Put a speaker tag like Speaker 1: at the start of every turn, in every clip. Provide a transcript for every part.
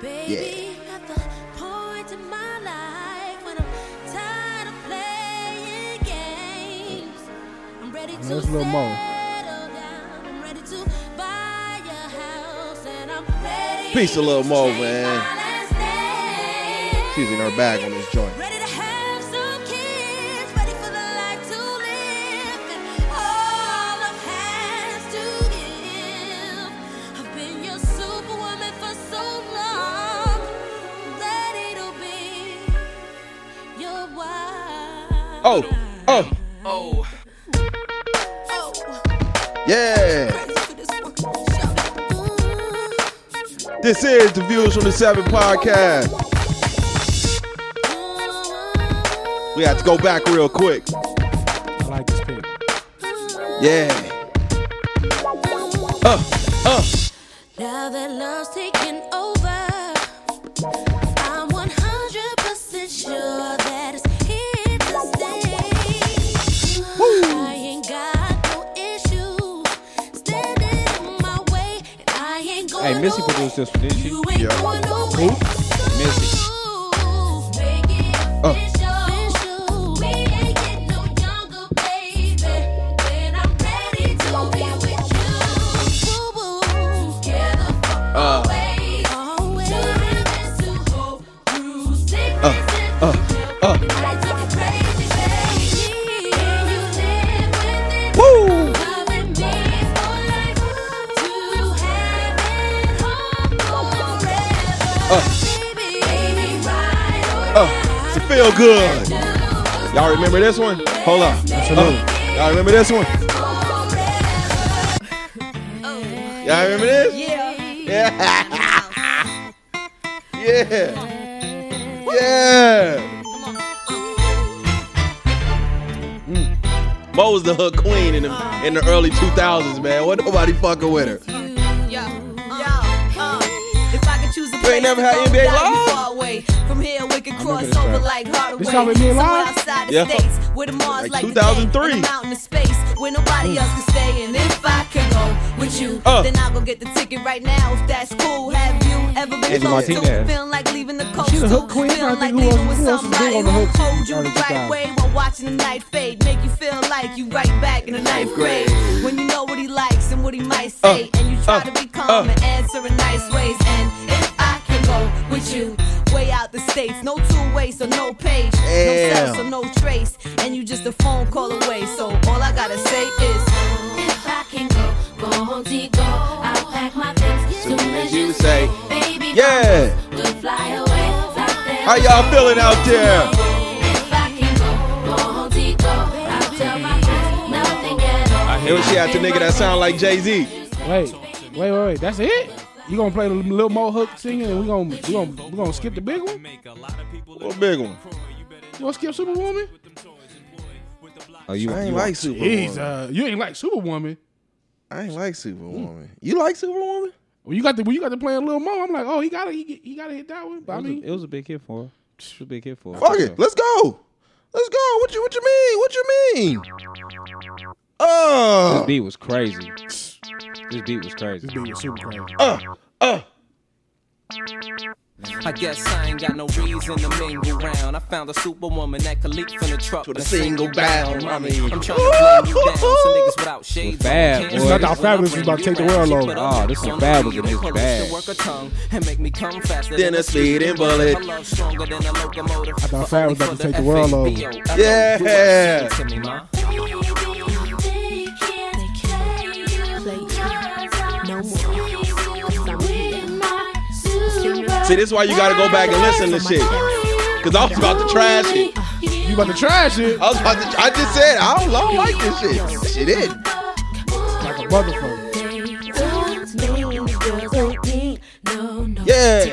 Speaker 1: Baby, at the point in my life when I'm tired of playing games, I'm ready to
Speaker 2: There's Lil
Speaker 1: settle
Speaker 2: Mo.
Speaker 1: down. I'm ready to buy a house, and I'm ready.
Speaker 3: Peace to Lil
Speaker 1: to
Speaker 3: Mo,
Speaker 1: take
Speaker 3: man.
Speaker 1: my last name.
Speaker 3: She's in her bag on this joint.
Speaker 1: Ready to have some kids, ready for the life to live, and all I've had to give. I've been your superwoman for so long that it'll be your wife.
Speaker 3: Oh, oh,
Speaker 4: Oh,
Speaker 1: oh.
Speaker 3: yeah.
Speaker 1: ready for this one. Shout
Speaker 3: This is the Views from the Seven podcast.
Speaker 1: it.
Speaker 3: We have to go back real quick.
Speaker 2: I like this pick.
Speaker 3: Yeah. Uh, uh.
Speaker 1: Now that love's taken over, I'm 100% sure that it's here to stay. I ain't got no issues standing in my way, and I ain't going
Speaker 5: Hey, Missy
Speaker 1: nowhere.
Speaker 5: produced this one, didn't she?
Speaker 1: You ain't
Speaker 3: Yeah.
Speaker 1: going nowhere.
Speaker 5: Missy.
Speaker 1: Make it
Speaker 3: Uh.
Speaker 1: official. We ain't getting no younger, baby. When I'm ready to be with you. Boo-boo. Together for always. To have is to hope through sickness and
Speaker 3: uh.
Speaker 1: nights of crazy days. Can you live with it?
Speaker 3: Woo!
Speaker 1: Loving me for life, to heaven, home forever. Baby, ride or
Speaker 3: Uh,
Speaker 1: Oh.
Speaker 3: it's a feel good.
Speaker 1: die.
Speaker 3: Y'all remember this one? Hold on. Uh, y'all remember this one? Y'all remember this? Yeah. Yeah. Yeah. Hmm. Mo was the hook queen in the in the early 2000s, man. What nobody fucking with her.
Speaker 6: Yeah, yeah, uh, if I could choose a place
Speaker 3: never
Speaker 6: to
Speaker 3: had
Speaker 6: go,
Speaker 3: NBA
Speaker 6: that'd be
Speaker 3: Live?
Speaker 6: far away. From here we could cross
Speaker 5: this
Speaker 6: over
Speaker 5: track.
Speaker 6: like Hardaway.
Speaker 2: This how we did
Speaker 6: Somewhere
Speaker 2: live?
Speaker 6: outside the
Speaker 3: Yeah.
Speaker 6: states where the Mars
Speaker 3: Like
Speaker 6: like, the
Speaker 3: 2003.
Speaker 6: day, and I'm out in the space where nobody else can stay. And if I could go with you,
Speaker 3: Uh.
Speaker 6: then I'll go get the ticket right now. If that's cool, have you ever been
Speaker 5: Angie
Speaker 6: close to
Speaker 5: Martinez.
Speaker 6: feeling like leaving the coast?
Speaker 2: She the hook queen? I
Speaker 6: Feeling
Speaker 2: think
Speaker 6: like
Speaker 2: who
Speaker 6: leaving
Speaker 2: else-
Speaker 6: with
Speaker 2: who else is big
Speaker 6: somebody
Speaker 2: on the
Speaker 6: who
Speaker 2: hook?
Speaker 6: hold you the
Speaker 5: Early
Speaker 6: right
Speaker 5: 2000s.
Speaker 6: way while watching the night fade. Make you feel like you right back in the ninth grade when you know what he likes and what he might say, and you try
Speaker 3: uh,
Speaker 6: to be calm
Speaker 3: uh.
Speaker 6: and answer in nice ways. And if I can go with you, way out the states, no two ways, so no page, no
Speaker 3: Damn.
Speaker 6: cell, so no trace, and you just a phone call away. So all I gotta say is.
Speaker 1: If I can go, go home to go. I'll pack my things soon as you say. Baby,
Speaker 3: Yeah.
Speaker 1: we'll fly away. Fly there.
Speaker 3: How y'all feeling out there?
Speaker 1: If I can go, go home to go. I'll tell my friends nothing at all.
Speaker 3: It was she had the nigga that sound like Jay-Z.
Speaker 2: Wait, wait, wait, wait. That's it? You gonna play the little Mo hook singing and we gonna we gonna we gonna skip the big one?
Speaker 3: What big one?
Speaker 2: You gonna skip Superwoman?
Speaker 5: Oh, you,
Speaker 3: I
Speaker 5: you
Speaker 3: ain't like Superwoman.
Speaker 2: Jeez, uh, you ain't like Superwoman.
Speaker 3: I ain't like Superwoman. You like Superwoman?
Speaker 2: When you got the when you got to playing Lil Mo, I'm like, oh, he gotta he, get- he gotta hit that one. But I
Speaker 5: It was,
Speaker 2: mean,
Speaker 5: a, it was a big hit for her. It was a big hit for her.
Speaker 3: Fuck it. Let's go. Let's go. What you what you mean? What you mean?
Speaker 5: This
Speaker 3: Uh,
Speaker 5: beat was crazy. This beat was crazy.
Speaker 2: this dude was super crazy.
Speaker 3: uh, uh.
Speaker 4: I guess I ain't got no reason to mingle round. I found a superwoman that could leap from the truck
Speaker 3: With a single bound, I mean.
Speaker 4: I'm trying to blame you down. Some niggas without shades.
Speaker 5: Bad, boy.
Speaker 4: on can't
Speaker 5: It's not
Speaker 2: that
Speaker 4: when
Speaker 2: fabulous
Speaker 4: I
Speaker 2: is about to
Speaker 4: bring
Speaker 2: take the
Speaker 4: you
Speaker 2: world
Speaker 4: round.
Speaker 2: over.
Speaker 4: She put up
Speaker 5: Ah, this is
Speaker 4: on
Speaker 5: fabulous in
Speaker 4: the
Speaker 5: this
Speaker 4: police to
Speaker 5: bag.
Speaker 4: work a tongue and make me come faster
Speaker 3: Than a speeding bullet.
Speaker 4: My love stronger than a locomotive. I
Speaker 2: thought fab was about to take the world over.
Speaker 3: Yeah. See,
Speaker 1: See,
Speaker 3: this is why you gotta go back and listen to shit. Cause I was about to trash it.
Speaker 2: You about to trash it
Speaker 3: I was about to. I just said I don't, I don't like this shit. This shit it.
Speaker 2: like a motherfucker.
Speaker 3: Yeah.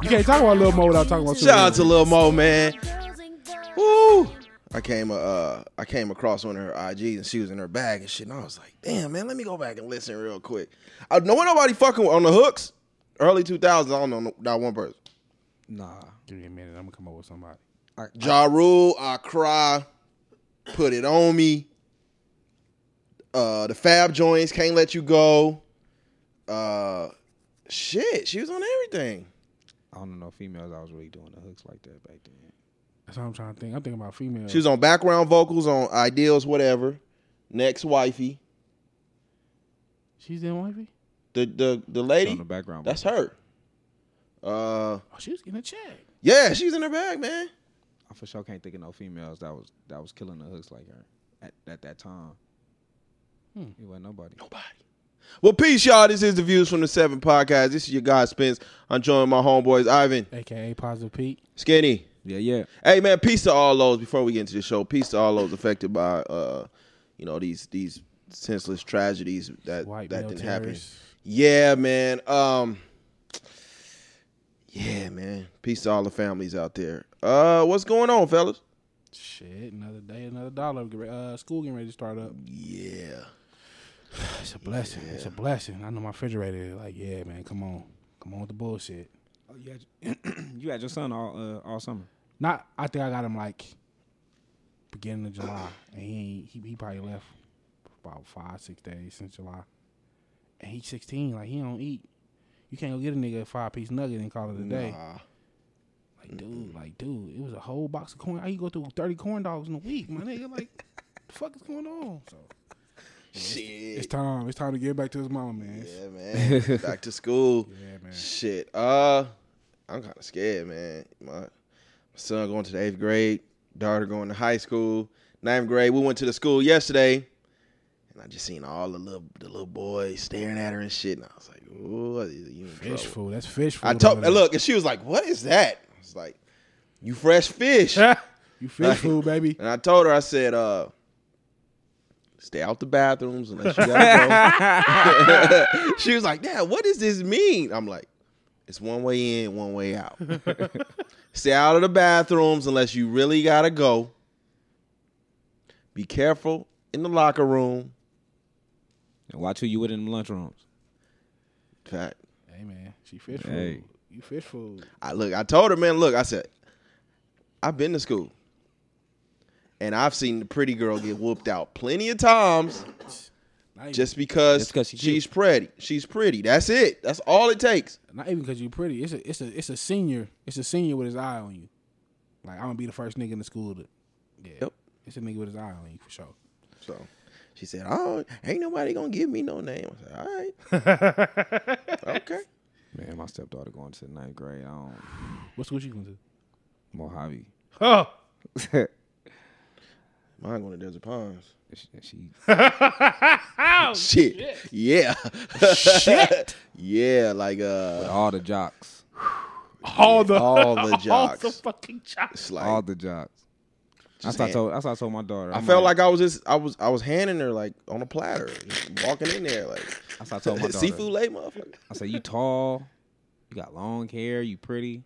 Speaker 2: You can't talk about Lil Mo without talking about
Speaker 3: Shout out
Speaker 2: Superwoman.
Speaker 3: to Lil Mo, man. Woo. I came uh I came across one of her IGs and she was in her bag and shit and I was like, damn man, let me go back and listen real quick. I know ain't nobody fucking with- on the hooks. Early 2000s, I don't know no- not one person.
Speaker 5: Nah.
Speaker 2: Give me a minute. I'm gonna come up with somebody.
Speaker 3: Ja Rule, I Cry, Put It On Me, uh, The Fab Joints, Can't Let You Go, uh, Shit, she was on everything.
Speaker 5: I don't know females I was really doing the hooks like that back then.
Speaker 2: That's what I'm trying to think. I'm thinking about females.
Speaker 3: She was on background vocals on Ideals, whatever. Next wifey,
Speaker 2: She's in wifey.
Speaker 3: the the the
Speaker 5: She On
Speaker 3: lady.
Speaker 5: the background.
Speaker 3: That's her. Uh,
Speaker 2: Oh, she was getting a check.
Speaker 3: yeah, she's in her bag, man.
Speaker 5: I for sure can't think of no females that was that was killing the hooks like her at, at that time. It wasn't nobody.
Speaker 3: Nobody. Well, peace, y'all. This is the Views from the Seven podcast. This is your guy Spence. I'm joined by my homeboys Ivan,
Speaker 2: AKA Positive Pete.
Speaker 3: Skinny.
Speaker 5: Yeah, yeah.
Speaker 3: Hey, man, peace to all those. Before we get into the show, peace to all those affected by, uh, you know, these these senseless tragedies that
Speaker 2: White
Speaker 3: that
Speaker 2: male
Speaker 3: didn't happen.
Speaker 2: terrorists.
Speaker 3: Yeah, man. Um, yeah, man. Peace to all the families out there. Uh, what's going on, fellas?
Speaker 2: Shit, another day, another dollar. Get re- Uh, school getting ready to start up.
Speaker 3: Yeah.
Speaker 2: It's a blessing. It's a blessing. I know my refrigerator is like, yeah, man, come on. Come on with the bullshit.
Speaker 5: Oh, you, had, you had your son all uh, all summer.
Speaker 2: Not, I think I got him like beginning of July. And he, he, he probably left about five, six days since July. And he's 16. Like, he don't eat. You can't go get a nigga a five piece nugget and call it a day.
Speaker 3: Nah.
Speaker 2: Like, dude, like, dude, it was a whole box of corn. I you go through thirty corn dogs in a week, my nigga. Like, the fuck is going on? So it's
Speaker 3: Shit.
Speaker 2: time. It's time to get back to his mom, man.
Speaker 3: Yeah, man. Back to school.
Speaker 2: Yeah, man.
Speaker 3: Shit. Uh, I'm kind of scared, man. My, my son going to the eighth grade, daughter going to high school, ninth grade. We went to the school yesterday, and I just seen all the little the little boys staring at her and shit. And I was like, "Ooh, you in trouble."
Speaker 2: Fish food. That's fish food.
Speaker 3: I told
Speaker 2: over there.
Speaker 3: look, and she was like, "What is that?" I was like, "You fresh fish." and
Speaker 2: you fish food, baby.
Speaker 3: I told her, I said, uh, "Stay out the bathrooms unless you gotta go." she was like, "Dad, what does this mean?" I'm like, "It's one way in, one way out. Stay out of the bathrooms unless you really gotta go. Be careful in the locker room."
Speaker 5: And watch who you with in the lunchrooms.
Speaker 3: Fact.
Speaker 2: Hey, man, she fish food.
Speaker 5: Hey.
Speaker 2: You fish food.
Speaker 3: I look, I told her, man, look, I said, I've been to school. And I've seen the pretty girl get whooped out plenty of times
Speaker 2: Not even,
Speaker 3: just because
Speaker 5: Just 'cause she
Speaker 3: she's pretty. She's pretty. That's it. That's all it takes.
Speaker 2: not even because you're pretty. It's a, it's a, it's a senior. It's a senior with his eye on you. Like, I'm gonna be the first nigga in the school to. Yeah.
Speaker 3: Yep.
Speaker 2: It's a nigga with his eye on you for sure.
Speaker 3: So she said, Oh, ain't nobody gonna give me no name. I said, All right. okay.
Speaker 5: Man, my stepdaughter going to the ninth grade. I don't
Speaker 2: What school she going to?
Speaker 5: Mojave.
Speaker 2: Oh,
Speaker 5: and
Speaker 3: Mine going to Desert Pines.
Speaker 5: she, and she
Speaker 3: Shit. Yeah. Shit. yeah, like uh
Speaker 5: all the jocks.
Speaker 2: all the
Speaker 3: all the
Speaker 2: all
Speaker 3: jocks.
Speaker 2: the fucking jocks.
Speaker 3: It's like
Speaker 5: all the jocks. That's what I
Speaker 3: hand-
Speaker 5: told that's what I told my daughter.
Speaker 3: I
Speaker 5: I'm
Speaker 3: felt like I was just I was I was handing her like on a platter, just walking in there like
Speaker 5: that's what I told my daughter.
Speaker 3: seafood late, motherfucker.
Speaker 5: I said, "You tall, you got long hair, you pretty.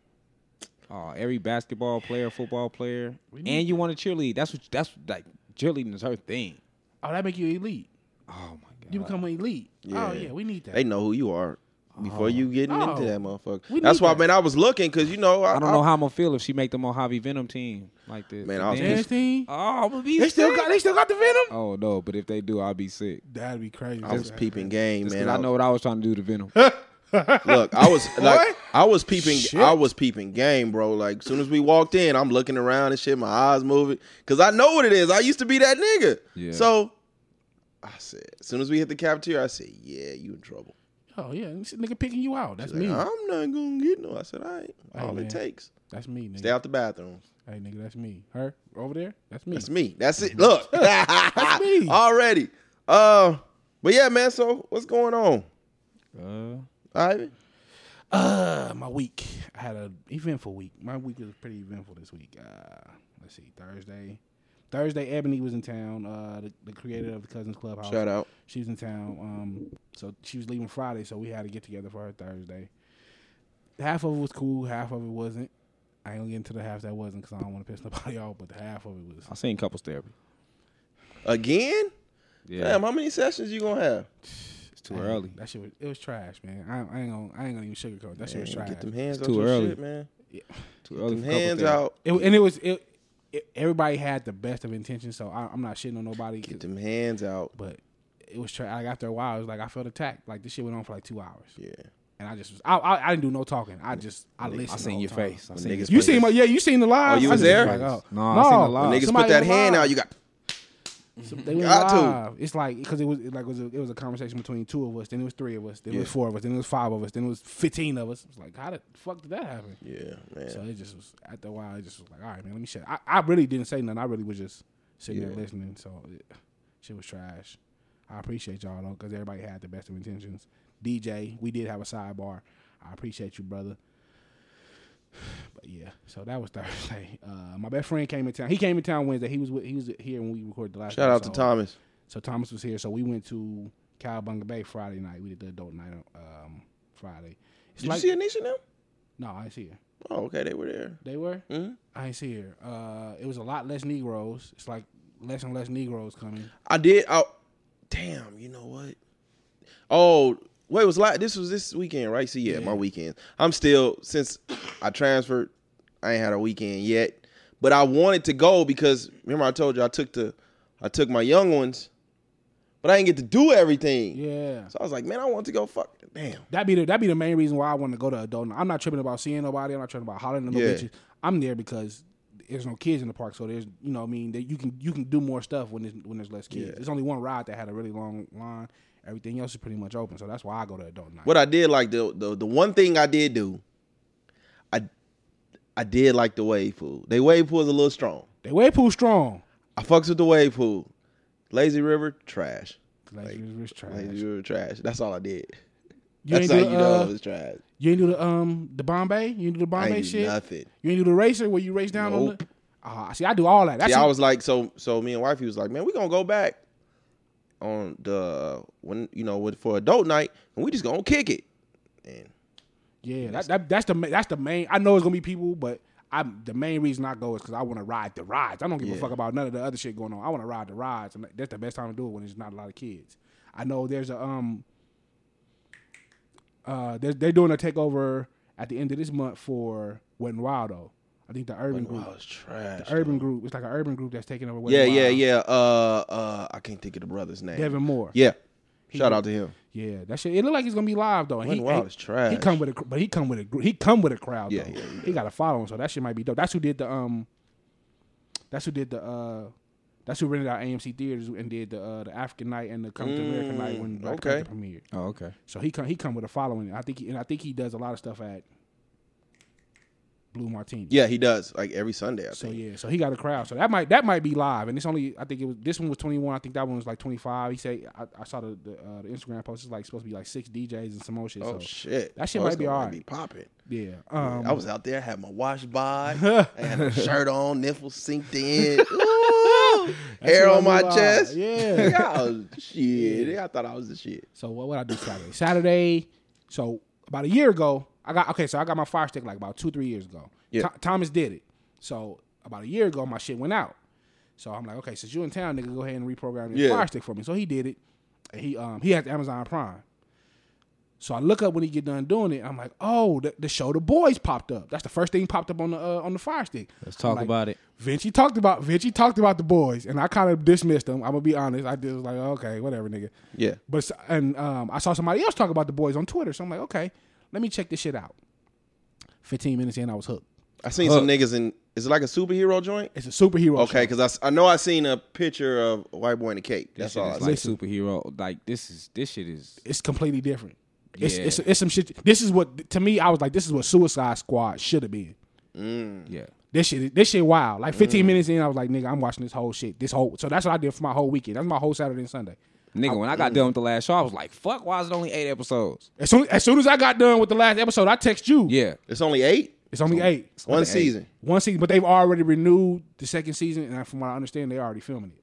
Speaker 5: Oh, every basketball player, football player, and you want to cheerlead. That's what. That's like cheerleading is her thing.
Speaker 2: Oh, that make you elite.
Speaker 5: Oh my god.
Speaker 2: You become an elite.
Speaker 3: Yeah.
Speaker 2: Oh yeah, we need that.
Speaker 3: They know who you are before you getting into
Speaker 2: Oh.
Speaker 3: that motherfucker.
Speaker 2: We
Speaker 3: That's
Speaker 2: need
Speaker 3: why,
Speaker 2: that.
Speaker 3: man, I was looking because you know I,
Speaker 5: I don't know how I'm gonna feel if she make the Mojave Venom team like this.
Speaker 3: Man,
Speaker 5: But
Speaker 3: I was
Speaker 5: then-
Speaker 2: Dance team?
Speaker 5: Oh, I'm gonna be.
Speaker 2: They still
Speaker 5: sick.
Speaker 2: got they still got the venom.
Speaker 5: Oh no, but if they do, I'll be sick.
Speaker 2: That'd be crazy.
Speaker 3: I was peeping game,
Speaker 5: Just 'cause
Speaker 3: man.
Speaker 5: I know what I was trying to do to Venom.
Speaker 3: Look, I was like, I was peeping,
Speaker 2: Shit.
Speaker 3: I was peeping game, bro. Like, soon as we walked in, I'm looking around and shit. My eyes moving because I know what it is. I used to be that nigga.
Speaker 5: Yeah.
Speaker 3: So I said, as soon as we hit the cafeteria, I said, "Yeah, you in trouble."
Speaker 2: Oh yeah, this nigga picking you out. That's
Speaker 3: Like,
Speaker 2: me.
Speaker 3: I'm not gonna get no. I said, "All right,
Speaker 2: Hey,
Speaker 3: all
Speaker 2: man.
Speaker 3: it takes."
Speaker 2: That's me, nigga.
Speaker 3: Stay out the bathroom.
Speaker 2: Hey nigga, that's me. Her over there? That's me.
Speaker 3: That's me. That's it. Look, that's
Speaker 2: me.
Speaker 3: already. Uh, but yeah, man. So what's going on,
Speaker 5: Uh,
Speaker 3: Ivan?
Speaker 2: Uh my week. I had a eventful week. My week was pretty eventful this week. Uh let's see, Thursday. Thursday, Ebony was in town, uh the, the creator of the Cousins Clubhouse.
Speaker 3: Shout out.
Speaker 2: She was in town. Um, so she was leaving Friday, so we had to get together for her Thursday. Half of it was cool, half of it wasn't. I ain't gonna get into the half that wasn't because I don't want to piss nobody off. But the half of it was
Speaker 5: I seen couples therapy.
Speaker 3: Again?
Speaker 5: Yeah,
Speaker 3: Damn, how many sessions you gonna have?
Speaker 5: it's too early.
Speaker 2: That shit was it was trash, man. I, I ain't gonna I ain't gonna even sugarcoat. it. That shit was trash.
Speaker 3: Get them hands
Speaker 5: It's
Speaker 3: out
Speaker 5: too
Speaker 3: your
Speaker 5: early.
Speaker 3: shit, man.
Speaker 5: Too early.
Speaker 3: Them
Speaker 5: for couple
Speaker 3: hands
Speaker 5: therapy.
Speaker 3: out.
Speaker 2: It, and it was it, it. Everybody had the best of intentions, so I, I'm not shitting on nobody.
Speaker 3: Get them hands out.
Speaker 2: But it was trash. Like after a while, it was like I felt attacked. Like this shit went on for like two hours.
Speaker 3: Yeah.
Speaker 2: And I just was, I, I I didn't do no talking. I just I listened.
Speaker 5: I
Speaker 2: the
Speaker 5: seen
Speaker 2: whole
Speaker 5: your
Speaker 2: time.
Speaker 5: face. I
Speaker 3: When
Speaker 5: seen your
Speaker 3: niggas
Speaker 2: You
Speaker 3: put-
Speaker 2: seen my yeah? You seen the live?
Speaker 3: Oh, you
Speaker 2: I
Speaker 3: was
Speaker 2: just
Speaker 3: there?
Speaker 2: oh,
Speaker 5: No, I seen the live.
Speaker 3: When niggas put
Speaker 2: somebody
Speaker 3: that
Speaker 2: went
Speaker 3: hand
Speaker 2: live.
Speaker 3: out, you got
Speaker 2: They went
Speaker 3: Got to.
Speaker 2: live. It's like because it was it like was a, it was a conversation between two of us. Then it was three of us. Then it was
Speaker 3: Yeah.
Speaker 2: four of us. Then it was five of us. Then it was fifteen of us. It's like how the fuck did that happen?
Speaker 3: yeah, man.
Speaker 2: So it just was after a while. It just was like all right, man. Let me shut. I, I really didn't say nothing. I really was just sitting there
Speaker 3: Yeah.
Speaker 2: listening. So it, shit was trash. I appreciate y'all though because everybody had the best of intentions. DJ, we did have a sidebar. I appreciate you, brother. But yeah, so that was Thursday. Uh, my best friend came in town. He came in town Wednesday. He was with, he was here when we recorded the last.
Speaker 3: Shout out to
Speaker 2: episode.
Speaker 3: Thomas.
Speaker 2: So Thomas was here. So we went to Cowabunga Bay Friday night. We did the adult night on um, Friday. It's
Speaker 3: Did you see Anisha now?
Speaker 2: No, I didn't see her.
Speaker 3: Oh, okay, they were there.
Speaker 2: They were.
Speaker 3: Mm-hmm.
Speaker 2: I didn't see her. Uh, it was a lot less Negroes. It's like less and less Negroes coming.
Speaker 3: I did. I, damn, you know what? Oh, wait, it was like this was this weekend, right? See, yeah, my weekend. I'm still since I transferred. I ain't had a weekend yet, but I wanted to go because remember I told you I took the I took my young ones, but I didn't get to do everything.
Speaker 2: Yeah.
Speaker 3: So I was like, man, I want to go. Fuck, damn.
Speaker 2: That be the that be the main reason why I want to go to adult. night. I'm not tripping about seeing nobody. I'm not tripping about hollering at no
Speaker 3: Yeah.
Speaker 2: bitches. I'm there because there's no kids in the park, so there's you know what I mean that you can you can do more stuff when there's when there's less kids.
Speaker 3: Yeah.
Speaker 2: There's only one ride that had a really long line. Everything else is pretty much open, so that's why I go to adult night.
Speaker 3: What I did like the the, the one thing I did do, I I did like the wave pool. They wave pool is a little strong.
Speaker 2: They way pool strong.
Speaker 3: I fucks with the wave pool. Lazy River trash.
Speaker 2: Like, you was trash.
Speaker 3: Lazy River trash. That's all I did.
Speaker 2: You
Speaker 3: That's
Speaker 2: ain't do
Speaker 3: how
Speaker 2: the,
Speaker 3: you know
Speaker 2: uh,
Speaker 3: it was trash.
Speaker 2: You ain't do the um the Bombay. You ain't do the
Speaker 3: I
Speaker 2: Bombay
Speaker 3: ain't do
Speaker 2: shit.
Speaker 3: nothing.
Speaker 2: You ain't do the racer where you race down on
Speaker 3: Nope.
Speaker 2: the. Ah, see, I do all that. That's
Speaker 3: See, I
Speaker 2: it.
Speaker 3: was like, so so me and wifey was like, man, we gonna go back on the when you know with, for adult night, and we just gonna kick it. And
Speaker 2: yeah. That, that, that's the ma- that's the main. I know it's gonna be people, but I'm the main reason I go is because I want to ride the rides. I don't give a
Speaker 3: Yeah.
Speaker 2: fuck about none of the other shit going on. I want to ride the rides, and that's the best time to do it when there's not a lot of kids. I know there's a um. Uh, they're, they're doing a takeover at the end of this month for Wet and Wild though. I think the urban group,
Speaker 3: wow, it's trash.
Speaker 2: the urban group, it's like an urban group that's taking over. Wet
Speaker 3: yeah,
Speaker 2: and
Speaker 3: yeah,
Speaker 2: Wild.
Speaker 3: yeah. Uh, uh, I can't think of the brother's name.
Speaker 2: Devin Moore.
Speaker 3: Yeah. Shout out to him.
Speaker 2: Yeah, that shit. It look like he's gonna be live though. and
Speaker 3: Wayne Wild
Speaker 2: he,
Speaker 3: is trash.
Speaker 2: He come with a, cr- but he come with a, gr- he come with a crowd.
Speaker 3: Yeah,
Speaker 2: though.
Speaker 3: yeah, yeah.
Speaker 2: He got a following, so that shit might be dope. That's who did the um, that's who did the uh, that's who rented out AMC theaters and did the uh, the African night and the Come to America night when Black
Speaker 3: Mm, okay.
Speaker 2: Panther premiered.
Speaker 5: Oh, okay.
Speaker 2: So he come he come with a following. I think he, and I think he does a lot of stuff at Blue Martini.
Speaker 3: Yeah, he does. Like every Sunday, I think.
Speaker 2: So yeah, so he got a crowd. So that might that might be live, and it's only I think it was this one was twenty one. I think that one was like twenty five. He said I, I saw the the, uh, the Instagram post. It's like supposed to be like six DJs and some more shit.
Speaker 3: Oh
Speaker 2: so
Speaker 3: shit!
Speaker 2: that shit
Speaker 3: Oh,
Speaker 2: might
Speaker 3: it's
Speaker 2: be
Speaker 3: gonna
Speaker 2: alright.
Speaker 3: Be popping.
Speaker 2: yeah, um,
Speaker 3: I was out there, had my wash by, I had a shirt on, nipples synced in, Ooh, hair on
Speaker 2: what I
Speaker 3: my
Speaker 2: mean by-
Speaker 3: chest.
Speaker 2: yeah.
Speaker 3: I was, shit. I thought I was the shit.
Speaker 2: So what would I do Saturday? Saturday. So about a year ago, I got okay. So I got my fire stick like about two three years ago.
Speaker 3: Yeah.
Speaker 2: Tho- Thomas did it. So about a year ago, my shit went out. So I'm like, okay, since you in town, nigga, go ahead and reprogram your
Speaker 3: Yeah.
Speaker 2: fire stick for me. So he did it. And he um he has Amazon Prime. So I look up when he get done doing it. I'm like, oh, the, the show the boys popped up. That's the first thing popped up on the uh, on the fire stick.
Speaker 5: Let's talk
Speaker 2: like,
Speaker 5: about it.
Speaker 2: Vinci talked about Vinci talked about the boys, and I kind of dismissed them. I'm gonna be honest. I just was like, okay, whatever, nigga.
Speaker 3: Yeah.
Speaker 2: But s- and um, I saw somebody else talk about the boys on Twitter, so I'm like, okay, let me check this shit out. Fifteen minutes in, I was hooked.
Speaker 3: I seen some niggas in. Is it like a superhero joint?
Speaker 2: It's a superhero.
Speaker 3: Okay,
Speaker 2: show.
Speaker 3: because I, s- I know I seen a picture of a white boy in a cake. That's all. I
Speaker 5: It's
Speaker 3: seen.
Speaker 5: like superhero. Like this is this shit is
Speaker 2: it's completely different. It's,
Speaker 5: Yeah.
Speaker 2: it's it's some shit. This is what to me I was like, this is what Suicide Squad should have been.
Speaker 5: yeah.
Speaker 2: This shit, this shit, wild. Like
Speaker 5: Mm.
Speaker 2: 15 minutes in, I was like, nigga, I'm watching this whole shit. This whole so that's what I did for my whole weekend. That's my whole Saturday and Sunday.
Speaker 5: Nigga, when I got done with the last show, I was like, fuck, why is it only eight episodes?
Speaker 2: As soon as soon as I got done with the last episode, I text you.
Speaker 5: Yeah.
Speaker 3: It's only eight.
Speaker 2: it's only eight.
Speaker 3: One season.
Speaker 2: One season, but they've already renewed the second season, and from what I understand, they're already filming it.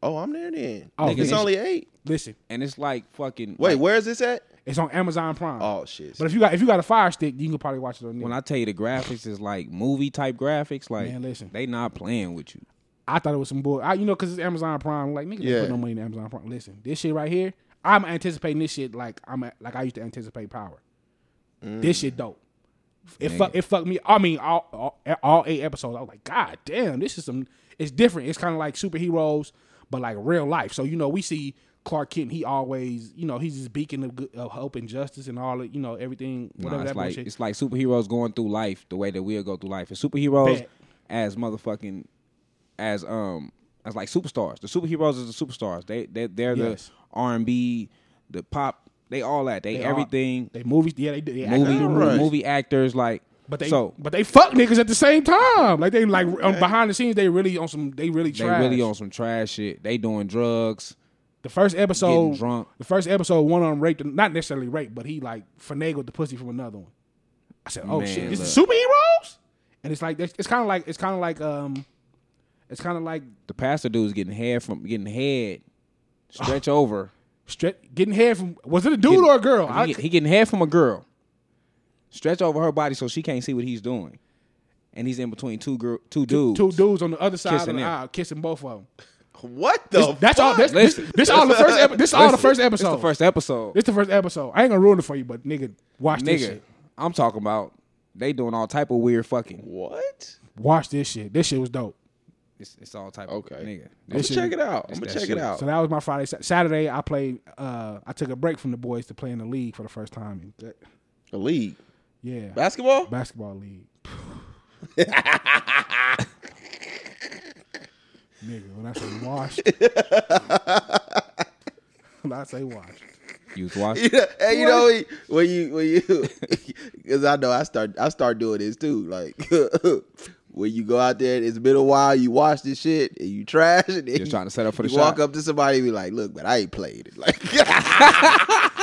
Speaker 3: Oh, I'm there then.
Speaker 2: Oh,
Speaker 3: it's
Speaker 2: nigga.
Speaker 3: only eight.
Speaker 2: Listen,
Speaker 5: And it's like fucking
Speaker 3: Wait,
Speaker 5: like,
Speaker 3: where is this at?
Speaker 2: it's on Amazon Prime.
Speaker 3: Oh shit.
Speaker 2: But if you got if you got a fire stick, you can probably watch it on there.
Speaker 5: when I tell you the graphics is like movie type graphics, like
Speaker 2: Man, listen.
Speaker 5: they not playing with you.
Speaker 2: I thought it was some bull. I, you know, because it's Amazon Prime. Like nigga,
Speaker 3: Yeah.
Speaker 2: don't put no money in Amazon Prime. Listen, this shit right here, I'm anticipating this shit like I'm a- like I used to anticipate Power. This shit dope. It fuck it fucked me. I mean, all, all all eight episodes. I was like, God damn, this is some. It's different. It's kind of like superheroes, but like real life. So you know, we see Clark Kent, he always, you know, he's this beacon of, good, of hope and justice and all, of, you know, everything, whatever
Speaker 5: Nah, it's
Speaker 2: that
Speaker 5: like
Speaker 2: bullshit.
Speaker 5: it's like superheroes going through life the way that we'll go through life. And superheroes
Speaker 2: Bet.
Speaker 5: as motherfucking as um as like superstars. The superheroes is the superstars. They they they're
Speaker 2: Yes.
Speaker 5: the R and B, the pop, they all that. They,
Speaker 2: They are-
Speaker 5: everything.
Speaker 2: they movies, yeah, they, they act
Speaker 5: movie
Speaker 2: like they do
Speaker 3: Alright.
Speaker 2: movies.
Speaker 5: movie actors like
Speaker 2: But they,
Speaker 5: so
Speaker 2: but they fuck niggas at the same time. Like they like um, behind the scenes, they really on some. They really
Speaker 5: they
Speaker 2: trash.
Speaker 5: really on some trash shit. They doing drugs.
Speaker 2: the first episode.
Speaker 5: getting drunk.
Speaker 2: The first episode, one of them raped, not necessarily raped, but he like finagled the pussy from another one. I said, "Oh
Speaker 5: Man,
Speaker 2: shit, this is
Speaker 5: look.
Speaker 2: superheroes." And it's like it's kind of like it's kind of like um, it's kind of like
Speaker 5: The pastor dude's getting head from getting head stretch over.
Speaker 2: stre- getting head from was it a dude or a girl?
Speaker 5: He,
Speaker 2: I-
Speaker 5: get- he getting head from a girl. Stretch over her body so she can't see what he's doing. And he's in between two girl, two dudes.
Speaker 2: two dudes on the other side
Speaker 5: Kissing
Speaker 2: of the
Speaker 5: them.
Speaker 2: aisle kissing both of them.
Speaker 3: What the?
Speaker 2: That's all. That's, this,
Speaker 5: Listen.
Speaker 2: this all the first. Epi- this all the first
Speaker 5: It's
Speaker 2: episode.
Speaker 5: the first episode.
Speaker 2: This the first episode. I ain't gonna ruin it for you, but nigga, watch this
Speaker 5: Nigga,
Speaker 2: shit.
Speaker 5: I'm talking about they doing all type of weird fucking.
Speaker 3: What?
Speaker 2: Watch this shit. This shit was dope.
Speaker 5: It's, it's all type of
Speaker 3: Okay.
Speaker 5: nigga.
Speaker 3: I'm gonna
Speaker 2: shit-
Speaker 3: check it out. I'm
Speaker 5: it's
Speaker 3: gonna
Speaker 5: that
Speaker 3: check
Speaker 5: shit.
Speaker 3: it out.
Speaker 2: So that was my Friday. Sa- Saturday, I played. Uh, I took a break from the boys to play in the league for the first time. And that-
Speaker 3: A league
Speaker 2: yeah,
Speaker 3: basketball.
Speaker 2: basketball league. Nigga, when I say wash, when I say wash,
Speaker 5: You was watching.
Speaker 3: Yeah, hey, you know he- when you when you because I know I start I start doing this too. Like when you go out there, it's been a while. You watch this shit and you trash it. and
Speaker 5: You're trying to set up for the
Speaker 3: you walk
Speaker 5: shot.
Speaker 3: up to somebody and be like, "Look, but I ain't played it."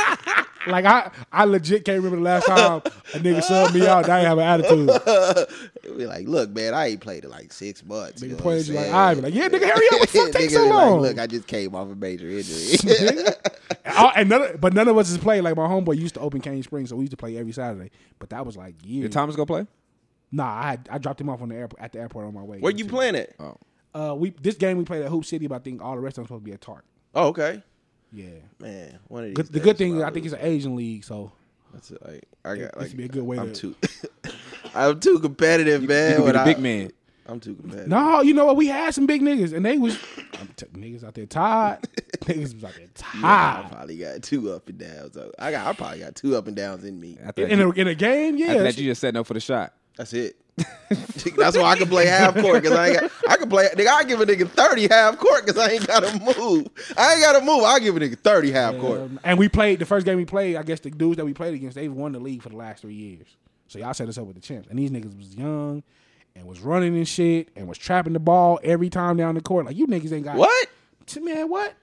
Speaker 3: Like
Speaker 2: like I, I legit can't remember the last time a nigga subbed me out. and I didn't have an attitude.
Speaker 3: be like, "Look, man, I ain't played it like six months."
Speaker 2: Nigga
Speaker 3: know what
Speaker 2: pointed
Speaker 3: I'm
Speaker 2: you like,
Speaker 3: saying?
Speaker 2: "All right," be like, "Yeah, nigga, hurry up. What the fuck take
Speaker 3: Nigga
Speaker 2: so
Speaker 3: be like,
Speaker 2: long?"
Speaker 3: Look, I just came off a major injury.
Speaker 2: Nigga. I- and none, but none of us is playing. Like my homeboy used to open Cane Springs, so we used to play every Saturday. But that was like years.
Speaker 5: Did Thomas go play?
Speaker 2: Nah, I had, I dropped him off on the airport at the airport on my way.
Speaker 3: Where you playing it?
Speaker 5: Oh,
Speaker 2: Uh, we this game we played at Hoop City, but I think all the rest of them supposed to be at Tart.
Speaker 3: Oh, okay.
Speaker 2: Yeah.
Speaker 3: Man, one of these
Speaker 2: Good, the
Speaker 3: days
Speaker 2: good thing is
Speaker 3: when
Speaker 2: I think it's an Asian league, so
Speaker 3: That's it, like I got
Speaker 2: this
Speaker 3: like
Speaker 2: would be a good way
Speaker 3: I'm
Speaker 2: to-
Speaker 3: too I'm too competitive, man.
Speaker 5: you could be
Speaker 3: when
Speaker 5: the
Speaker 3: I-
Speaker 5: big man.
Speaker 3: I'm too competitive.
Speaker 2: no, you know what? We had some big niggas, and they was I'm t- niggas out there tired. niggas was out there
Speaker 3: I
Speaker 2: tired.
Speaker 3: probably got two up and downs. So I got I probably got two up and downs in me.
Speaker 5: After
Speaker 2: In,
Speaker 5: that,
Speaker 2: in
Speaker 5: you,
Speaker 2: a, in a game, yeah.
Speaker 5: after that
Speaker 2: shit.
Speaker 5: you just setting up for the shot.
Speaker 3: That's it. That's why I can play half court because I ain't got, I can play nigga I give a nigga thirty half court because I ain't gotta move. I ain't gotta move. I give a nigga thirty half court.
Speaker 2: Um, and we played the first game we played. I guess the dudes that we played against, they've won the league for the last three years. So y'all set us up with the champs. And these niggas was young and was running and shit and was trapping the ball every time down the court. Like you niggas ain't got
Speaker 3: What?
Speaker 2: T- man. What?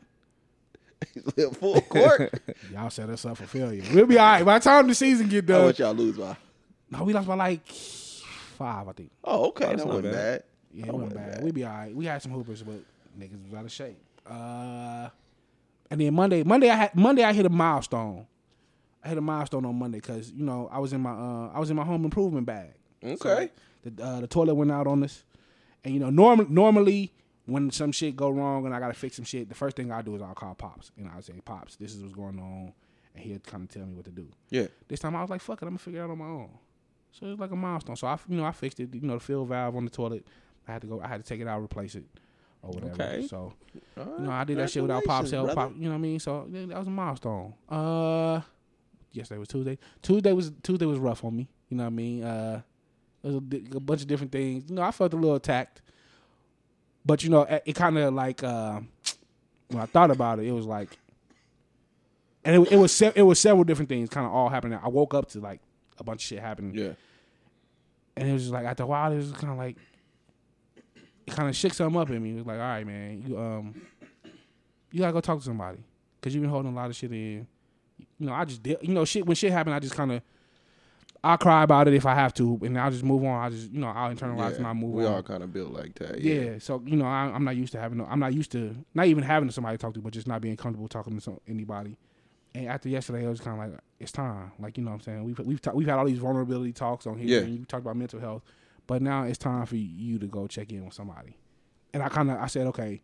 Speaker 3: Full court.
Speaker 2: Y'all set us up for failure. We'll be all right by the time the season get
Speaker 3: I
Speaker 2: done.
Speaker 3: want y'all lose by.
Speaker 2: No, we lost by like five, I think.
Speaker 3: Oh, okay. that
Speaker 5: not
Speaker 3: wasn't
Speaker 5: bad.
Speaker 3: bad.
Speaker 2: Yeah, it wasn't bad. We be all right. We had some hoopers, but niggas was out of shape. Uh, and then Monday, Monday I had Monday I hit a milestone. I hit a milestone on Monday because you know I was in my uh, I was in my home improvement bag.
Speaker 3: Okay.
Speaker 2: The uh, the toilet went out on us, and you know norm- normally when some shit go wrong and I gotta fix some shit, the first thing I do is I'll call pops and I'll say pops, this is what's going on, and he'll kind of tell me what to do.
Speaker 3: Yeah.
Speaker 2: This time I was like, fuck it, I'm gonna figure it out on my own. So it was like a milestone. So I, you know, I fixed it. You know, the fill valve on the toilet. I had to go. I had to take it out, replace it, or whatever.
Speaker 5: Okay.
Speaker 2: So, you know, I did that shit without pops help. Pop, you know what I mean? So yeah, that was a milestone. Uh, yesterday was Tuesday. Tuesday was Tuesday was rough on me. You know what I mean? Uh, there's a, di- a bunch of different things. You know, I felt a little attacked, but you know, it, it kind of like uh, when I thought about it, it was like and it, it was se- it was several different things kind of all happening. I woke up to like a bunch of shit happening,
Speaker 3: Yeah.
Speaker 2: and it was just like after a while, it was kind of like it kind of shook something up in me. It was like, all right, man, you um, you gotta go talk to somebody because you've been holding a lot of shit in. You know, I just deal. You know, shit when shit happened, I just kind of. I cry about it if I have to, and I'll just move on. I just, you know, I'll internalize and I'll move
Speaker 3: we
Speaker 2: on.
Speaker 3: all kind of built like that.
Speaker 2: Yeah.
Speaker 3: Yeah.
Speaker 2: So you know, I, I'm not used to having. no- I'm not used to not even having somebody to talk to, but just not being comfortable talking to some, anybody. And after yesterday, it was kind of like it's time. Like you know, what I'm saying we've we've ta- we've had all these vulnerability talks on here.
Speaker 3: Yeah.
Speaker 2: And you talked about mental health, but now it's time for you to go check in with somebody. And I kind of I said, okay,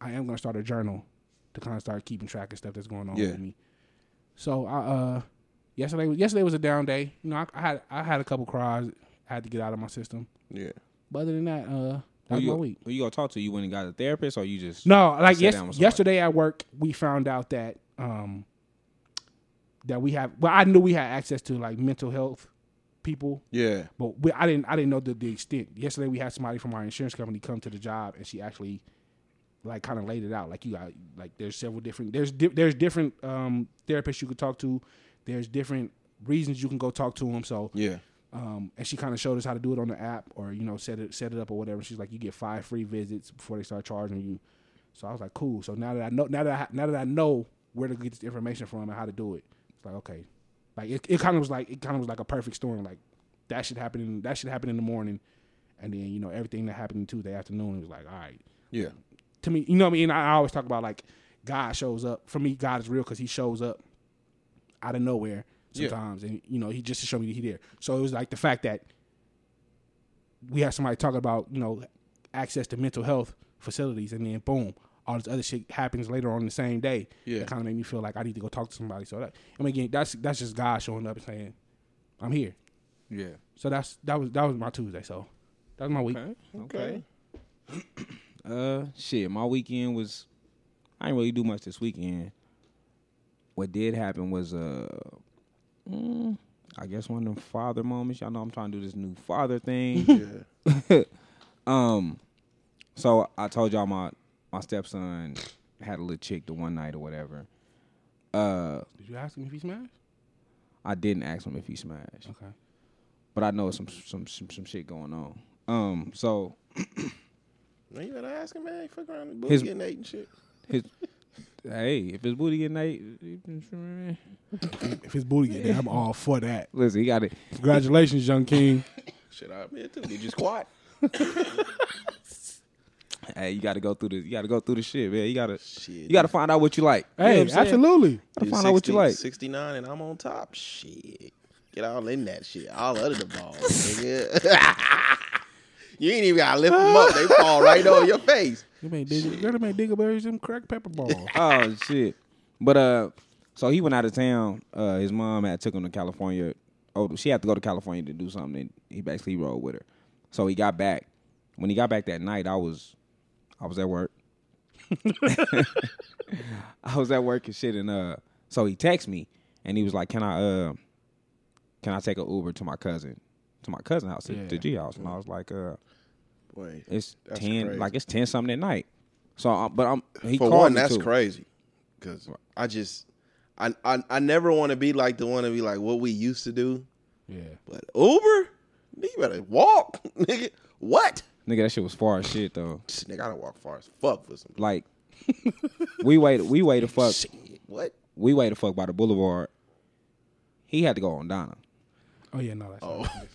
Speaker 2: I am gonna start a journal to kind of start keeping track of stuff that's going on
Speaker 3: Yeah.
Speaker 2: with me. So I uh yesterday was yesterday was a down day. You know, I, I had I had a couple cries I had to get out of my system.
Speaker 3: Yeah.
Speaker 2: But other than that, uh,
Speaker 5: Who
Speaker 2: That's
Speaker 5: you,
Speaker 2: my week.
Speaker 5: who you gonna talk to? You went and got a therapist, or you just
Speaker 2: No, like
Speaker 5: sat
Speaker 2: yes,
Speaker 5: down with somebody.
Speaker 2: yesterday at work, we found out that um that we have. Well, I knew we had access to like mental health people,
Speaker 3: Yeah.
Speaker 2: but we, I didn't. I didn't know the, the extent. Yesterday, we had somebody from our insurance company come to the job, and she actually like kind of laid it out. Like you got like there's several different there's di- there's different um therapists you could talk to. There's different reasons you can go talk to them. So
Speaker 3: Yeah.
Speaker 2: um, and she kind of showed us how to do it on the app or you know set it set it up or whatever. She's like, you get five free visits before they start charging you. So I was like, cool. So now that I know now that I, now that I know where to get this information from and how to do it, it's like okay, like it, it kind of was like it kind of was like a perfect storm. Like that should happen in that should happen in the morning, and then you know everything that happened Tuesday afternoon it was like all right
Speaker 3: Yeah.
Speaker 2: to me, you know what I mean? I, I always talk about like God shows up. For me, God is real because he shows up out of nowhere
Speaker 3: Yeah.
Speaker 2: sometimes. And, you know, he just to show me that he there. So it was like the fact that we had somebody talking about, you know, access to mental health facilities and then boom, all this other shit happens later on the same day.
Speaker 3: Yeah.
Speaker 2: It kind of made me feel like I need to go talk to somebody. So that, I mean, again, that's, that's just God showing up and saying, I'm here.
Speaker 3: Yeah.
Speaker 2: So that's, that was, that was my Tuesday. So that was my week.
Speaker 5: Okay. Okay. uh, shit. My weekend was. I didn't really do much this weekend. What did happen was, uh, mm, I guess one of them father moments. Y'all know I'm trying to do this new father thing.
Speaker 3: Yeah.
Speaker 5: um, so I told y'all my my stepson had a little chick the one night or whatever. Uh,
Speaker 2: Did you ask him if he smashed?
Speaker 5: I didn't ask him if he smashed.
Speaker 2: Okay.
Speaker 5: but I know some some some, some shit going on. Um, so
Speaker 3: Man, you better ask him, man. He Fuck around and
Speaker 5: His-
Speaker 3: booty and ate and shit.
Speaker 5: his hey, if his booty get night,
Speaker 2: If his booty get there, I'm all for that.
Speaker 5: listen, he got it.
Speaker 2: Congratulations, young king.
Speaker 3: Shit, I admit too. Did you squat?
Speaker 5: Hey, you got to go through this. You got to go through the shit, man. You got to
Speaker 3: Shit.
Speaker 5: you got to find out what you like. You know
Speaker 2: Hey,
Speaker 5: what I'm saying?
Speaker 2: absolutely.
Speaker 5: Gotta
Speaker 3: You
Speaker 5: find out what you like.
Speaker 3: 69 and I'm on top. Shit. Get all in that shit. All under the balls, nigga. you ain't even gotta lift them up. They fall right on your face.
Speaker 2: You made dig- girl, made Diggleberries and crack pepper balls.
Speaker 5: Oh shit. But uh, so he went out of town. Uh, his mom had took him to California. Oh, she had to go to California to do something. And he basically rode with her. So he got back. When he got back that night, I was, I was at work. I was at work and shit. And uh, so he texted me and he was like, "Can I uh, can I take an Uber to my cousin, to my cousin house, to-
Speaker 2: Yeah.
Speaker 5: to G house?" And I was like, "Uh,
Speaker 3: Wait.
Speaker 5: it's
Speaker 3: That's
Speaker 5: ten,
Speaker 3: crazy.
Speaker 5: like it's ten something at night." So, I- but I'm he
Speaker 3: For
Speaker 5: called
Speaker 3: one,
Speaker 5: me
Speaker 3: that's
Speaker 5: too.
Speaker 3: crazy. Cause I just I I, I never wanna be like the one to be like what we used to do.
Speaker 2: Yeah.
Speaker 3: But Uber? Nigga, you better walk, nigga. What?
Speaker 5: Nigga, that shit was far as shit though.
Speaker 3: Nigga, I don't walk far as fuck with some
Speaker 5: Like we waited we waited fuck
Speaker 3: shit. What?
Speaker 5: we waited fuck by the boulevard. He had to go on Donna.
Speaker 2: Oh yeah, no, that's
Speaker 3: Oh.
Speaker 2: not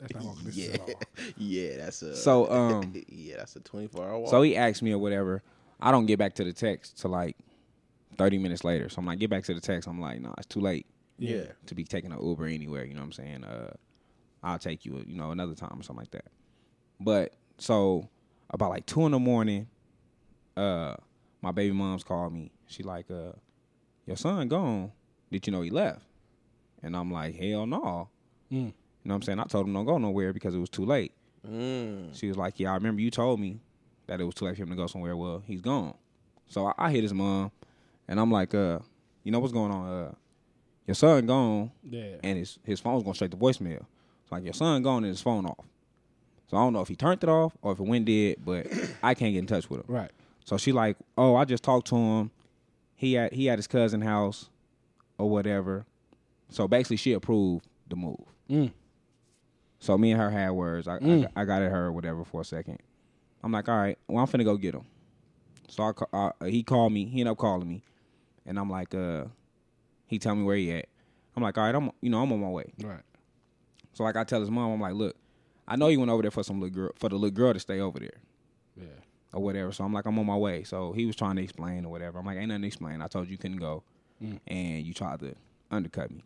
Speaker 2: that's not walking distance
Speaker 3: Yeah.
Speaker 2: at all.
Speaker 3: Yeah, that's a
Speaker 5: So, um,
Speaker 3: yeah, that's a twenty four hour walk.
Speaker 5: So he asked me or whatever. I don't get back to the text till like thirty minutes later. So I'm like, get back to the text. I'm like, nah, it's too late
Speaker 3: yeah.
Speaker 5: to be taking an Uber anywhere. You know what I'm saying? Uh, I'll take you, you know, another time or something like that. But so about like two in the morning, uh, my baby mom's called me. She like, uh, your son gone. Did you know he left? And I'm like, hell no. You know what I'm saying? I told him don't go nowhere because it was too late. She was like, yeah, I remember you told me that it was too late for him to go somewhere. Well, he's gone. So I, I hit his mom, and I'm like, uh, you know what's going on? Uh, your son gone,
Speaker 2: Yeah.
Speaker 5: and his his phone's going straight to voicemail. It's like your son gone and his phone off. So I don't know if he turned it off or if it went dead, but I can't get in touch with him.
Speaker 2: Right.
Speaker 5: So she like, oh, I just talked to him. He at he at his cousin house, or whatever. So basically, she approved the move. So me and her had words. I, I I got at her or whatever for a second. I'm like, all right, well I'm finna go get him. So I, ca- I he called me. He ended up calling me, and I'm like, uh, he tell me where he at. I'm like, all right, I'm you know I'm on my way.
Speaker 2: Right.
Speaker 5: So like I tell his mom, I'm like, look, I know you went over there for some little girl for the little girl to stay over there
Speaker 2: Yeah.
Speaker 5: or whatever. So I'm like, I'm on my way. So he was trying to explain or whatever. I'm like, ain't nothing to explain. I told you you couldn't go, and you tried to undercut me.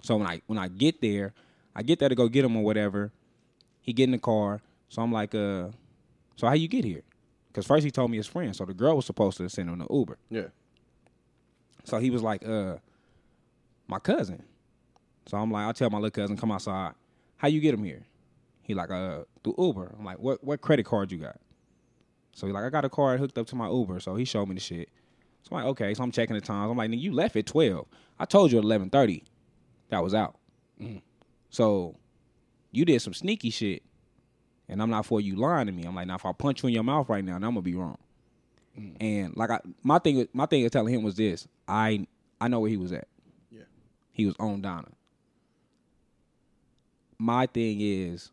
Speaker 5: So when I when I get there, I get there to go get him or whatever. He get in the car. So I'm like, uh, so how you get here? Because first he told me his friend. So the girl was supposed to send him the Uber.
Speaker 3: Yeah.
Speaker 5: So he was like, uh, my cousin. So I'm like, I tell my little cousin, come outside. How you get him here? He like, uh, through Uber. I'm like, what what credit card you got? So he like, I got a card hooked up to my Uber. So he showed me the shit. So I'm like, okay. So I'm checking the times. I'm like, nigga, you left at twelve. I told you at eleven thirty, that was out. So you did some sneaky shit, and I'm not for you lying to me. I'm like, now if I punch you in your mouth right now, then I'm gonna be wrong. And like I, my thing, my thing of telling him was this: I, I know where he was at.
Speaker 3: Yeah.
Speaker 5: He was on Donna. My thing is,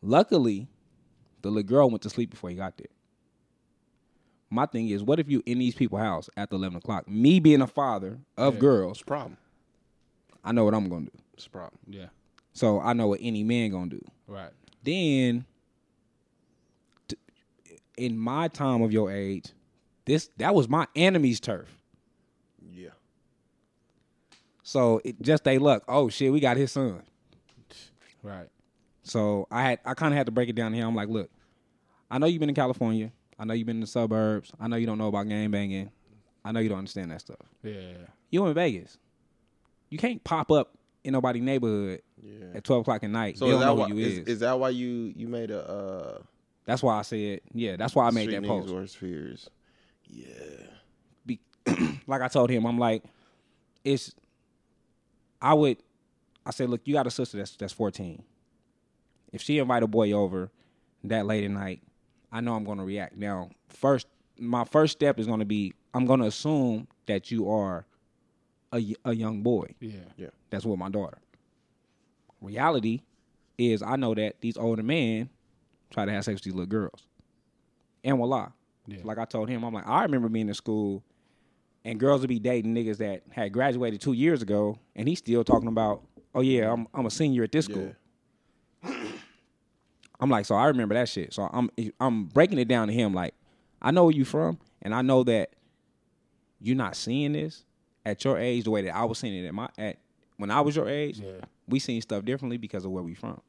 Speaker 5: luckily, the little girl went to sleep before he got there. My thing is, what if you in these people's house after eleven o'clock? Me being a father of girls,
Speaker 3: It's a problem.
Speaker 5: I know what I'm gonna do.
Speaker 3: It's a problem.
Speaker 2: Yeah.
Speaker 5: So I know what any man gonna do.
Speaker 2: Right.
Speaker 5: Then, t- in my time of your age, this that was my enemy's turf.
Speaker 3: Yeah.
Speaker 5: So it just they luck. Oh shit, we got his son.
Speaker 2: Right.
Speaker 5: So I had I kind of had to break it down here. I'm like, look, I know you've been in California. I know you've been in the suburbs. I know you don't know about gang banging. I know you don't understand that stuff.
Speaker 2: Yeah.
Speaker 5: You in Vegas. You can't pop up in nobody's neighborhood
Speaker 3: Yeah.
Speaker 5: at twelve o'clock at night.
Speaker 3: So
Speaker 5: they
Speaker 3: is
Speaker 5: don't
Speaker 3: that
Speaker 5: know
Speaker 3: why
Speaker 5: who you
Speaker 3: is,
Speaker 5: is.
Speaker 3: is that why you you made a uh
Speaker 5: That's why I said, yeah. That's why I made
Speaker 3: Street
Speaker 5: that
Speaker 3: Niggas
Speaker 5: post.
Speaker 3: Worst Fears? Yeah.
Speaker 5: be, like I told him, I'm like, it's. I would, I said, look, you got a sister that's that's 14. If she invite a boy over that late at night, I know I'm gonna react. Now, first, my first step is gonna be I'm gonna assume that you are a y- a young boy
Speaker 2: Yeah.
Speaker 3: Yeah.
Speaker 5: that's with my daughter. Reality is I know that these older men try to have sex with these little girls. And will lie.
Speaker 2: Yeah.
Speaker 5: Like I told him, I'm like, I remember being in school and girls would be dating niggas that had graduated two years ago and he's still talking about, oh yeah, I'm I'm a senior at this school. I'm like, so I remember that shit. So I'm I'm breaking it down to him like, I know where you from and I know that you're not seeing this at your age the way that I was seeing it at my at when I was your age.
Speaker 2: Yeah.
Speaker 5: We seen stuff differently because of where we from.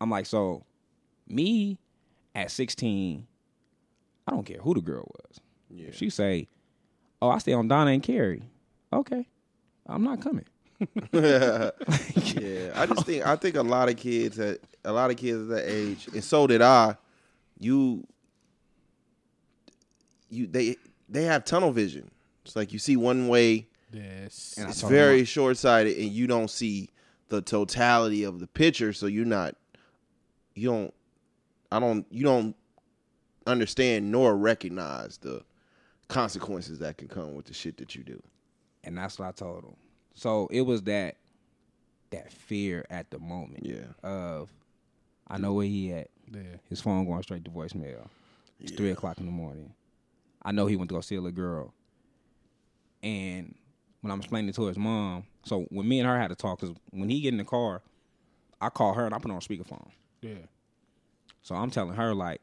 Speaker 5: I'm like, so me at 16, I don't care who the girl was.
Speaker 3: Yeah.
Speaker 5: If she say, "Oh, I stay on Donna and Carrie," okay, I'm not coming.
Speaker 3: Yeah. I just think I think a lot of kids at a lot of kids at that age, and so did I. You you they they have tunnel vision. It's like you see one way
Speaker 2: Yes.
Speaker 5: And I
Speaker 3: it's
Speaker 5: told
Speaker 3: very short sighted, and you don't see the totality of the picture, so you're not, you don't, I don't, you don't understand nor recognize the consequences that can come with the shit that you do.
Speaker 5: and that's what I told him. So it was that that fear at the moment
Speaker 3: Yeah.
Speaker 5: of I know where he at.
Speaker 2: yeah.
Speaker 5: His phone going straight to voicemail. It's three o'clock in the morning. I know he went to go see a little girl. And when I'm explaining to his mom, so when me and her had to talk, because when he get in the car, I call her and I put her on speakerphone.
Speaker 2: Yeah.
Speaker 5: So I'm telling her like,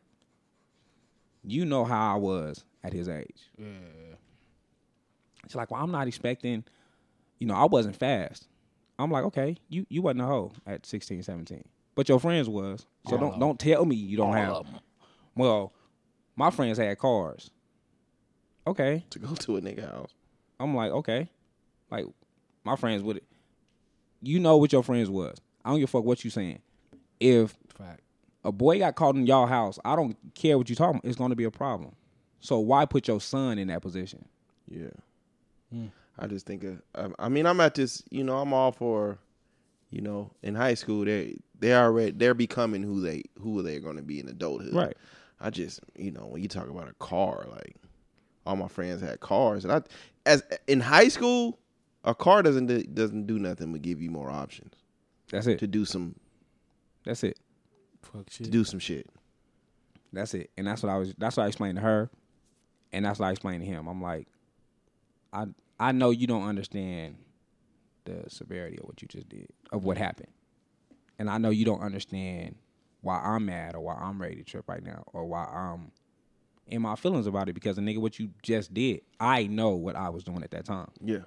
Speaker 5: you know how I was at his age.
Speaker 2: Yeah.
Speaker 5: She's like, well, I'm not expecting, you know, I wasn't fast. I'm like, okay, you you wasn't a hoe at 16, 17, but your friends was. So don't don't tell me you don't have. Well, my friends had cars. Okay,
Speaker 3: To go to a nigga house.
Speaker 5: I'm like, okay, like my friends would. You know what your friends was. I don't give a fuck what you saying. If
Speaker 2: Fact.
Speaker 5: a boy got caught in y'all house, I don't care what you talking. It's gonna be a problem. So why put your son in that position?
Speaker 3: Yeah.
Speaker 5: Hmm.
Speaker 3: I just think, of, um, I- I mean, I'm at this, you know, I'm all for, you know, in high school, they they already they're becoming who they who they're going to be in adulthood.
Speaker 5: Right.
Speaker 3: I just, you know, when you talk about a car, like all my friends had cars, and I, as in high school, a car doesn't do, doesn't do nothing but give you more options
Speaker 5: That's
Speaker 3: to
Speaker 5: it.
Speaker 3: do some
Speaker 5: That's it.
Speaker 2: Fuck
Speaker 3: to
Speaker 2: shit.
Speaker 3: do some shit.
Speaker 5: That's it. And that's what I was. That's what I explained to her, and that's what I explained to him. I'm like, I I know you don't understand the severity of what you just did, of what happened, and I know you don't understand why I'm mad or why I'm ready to trip right now or why I'm in my feelings about it because the nigga, what you just did, I know what I was doing at that time.
Speaker 3: Yeah,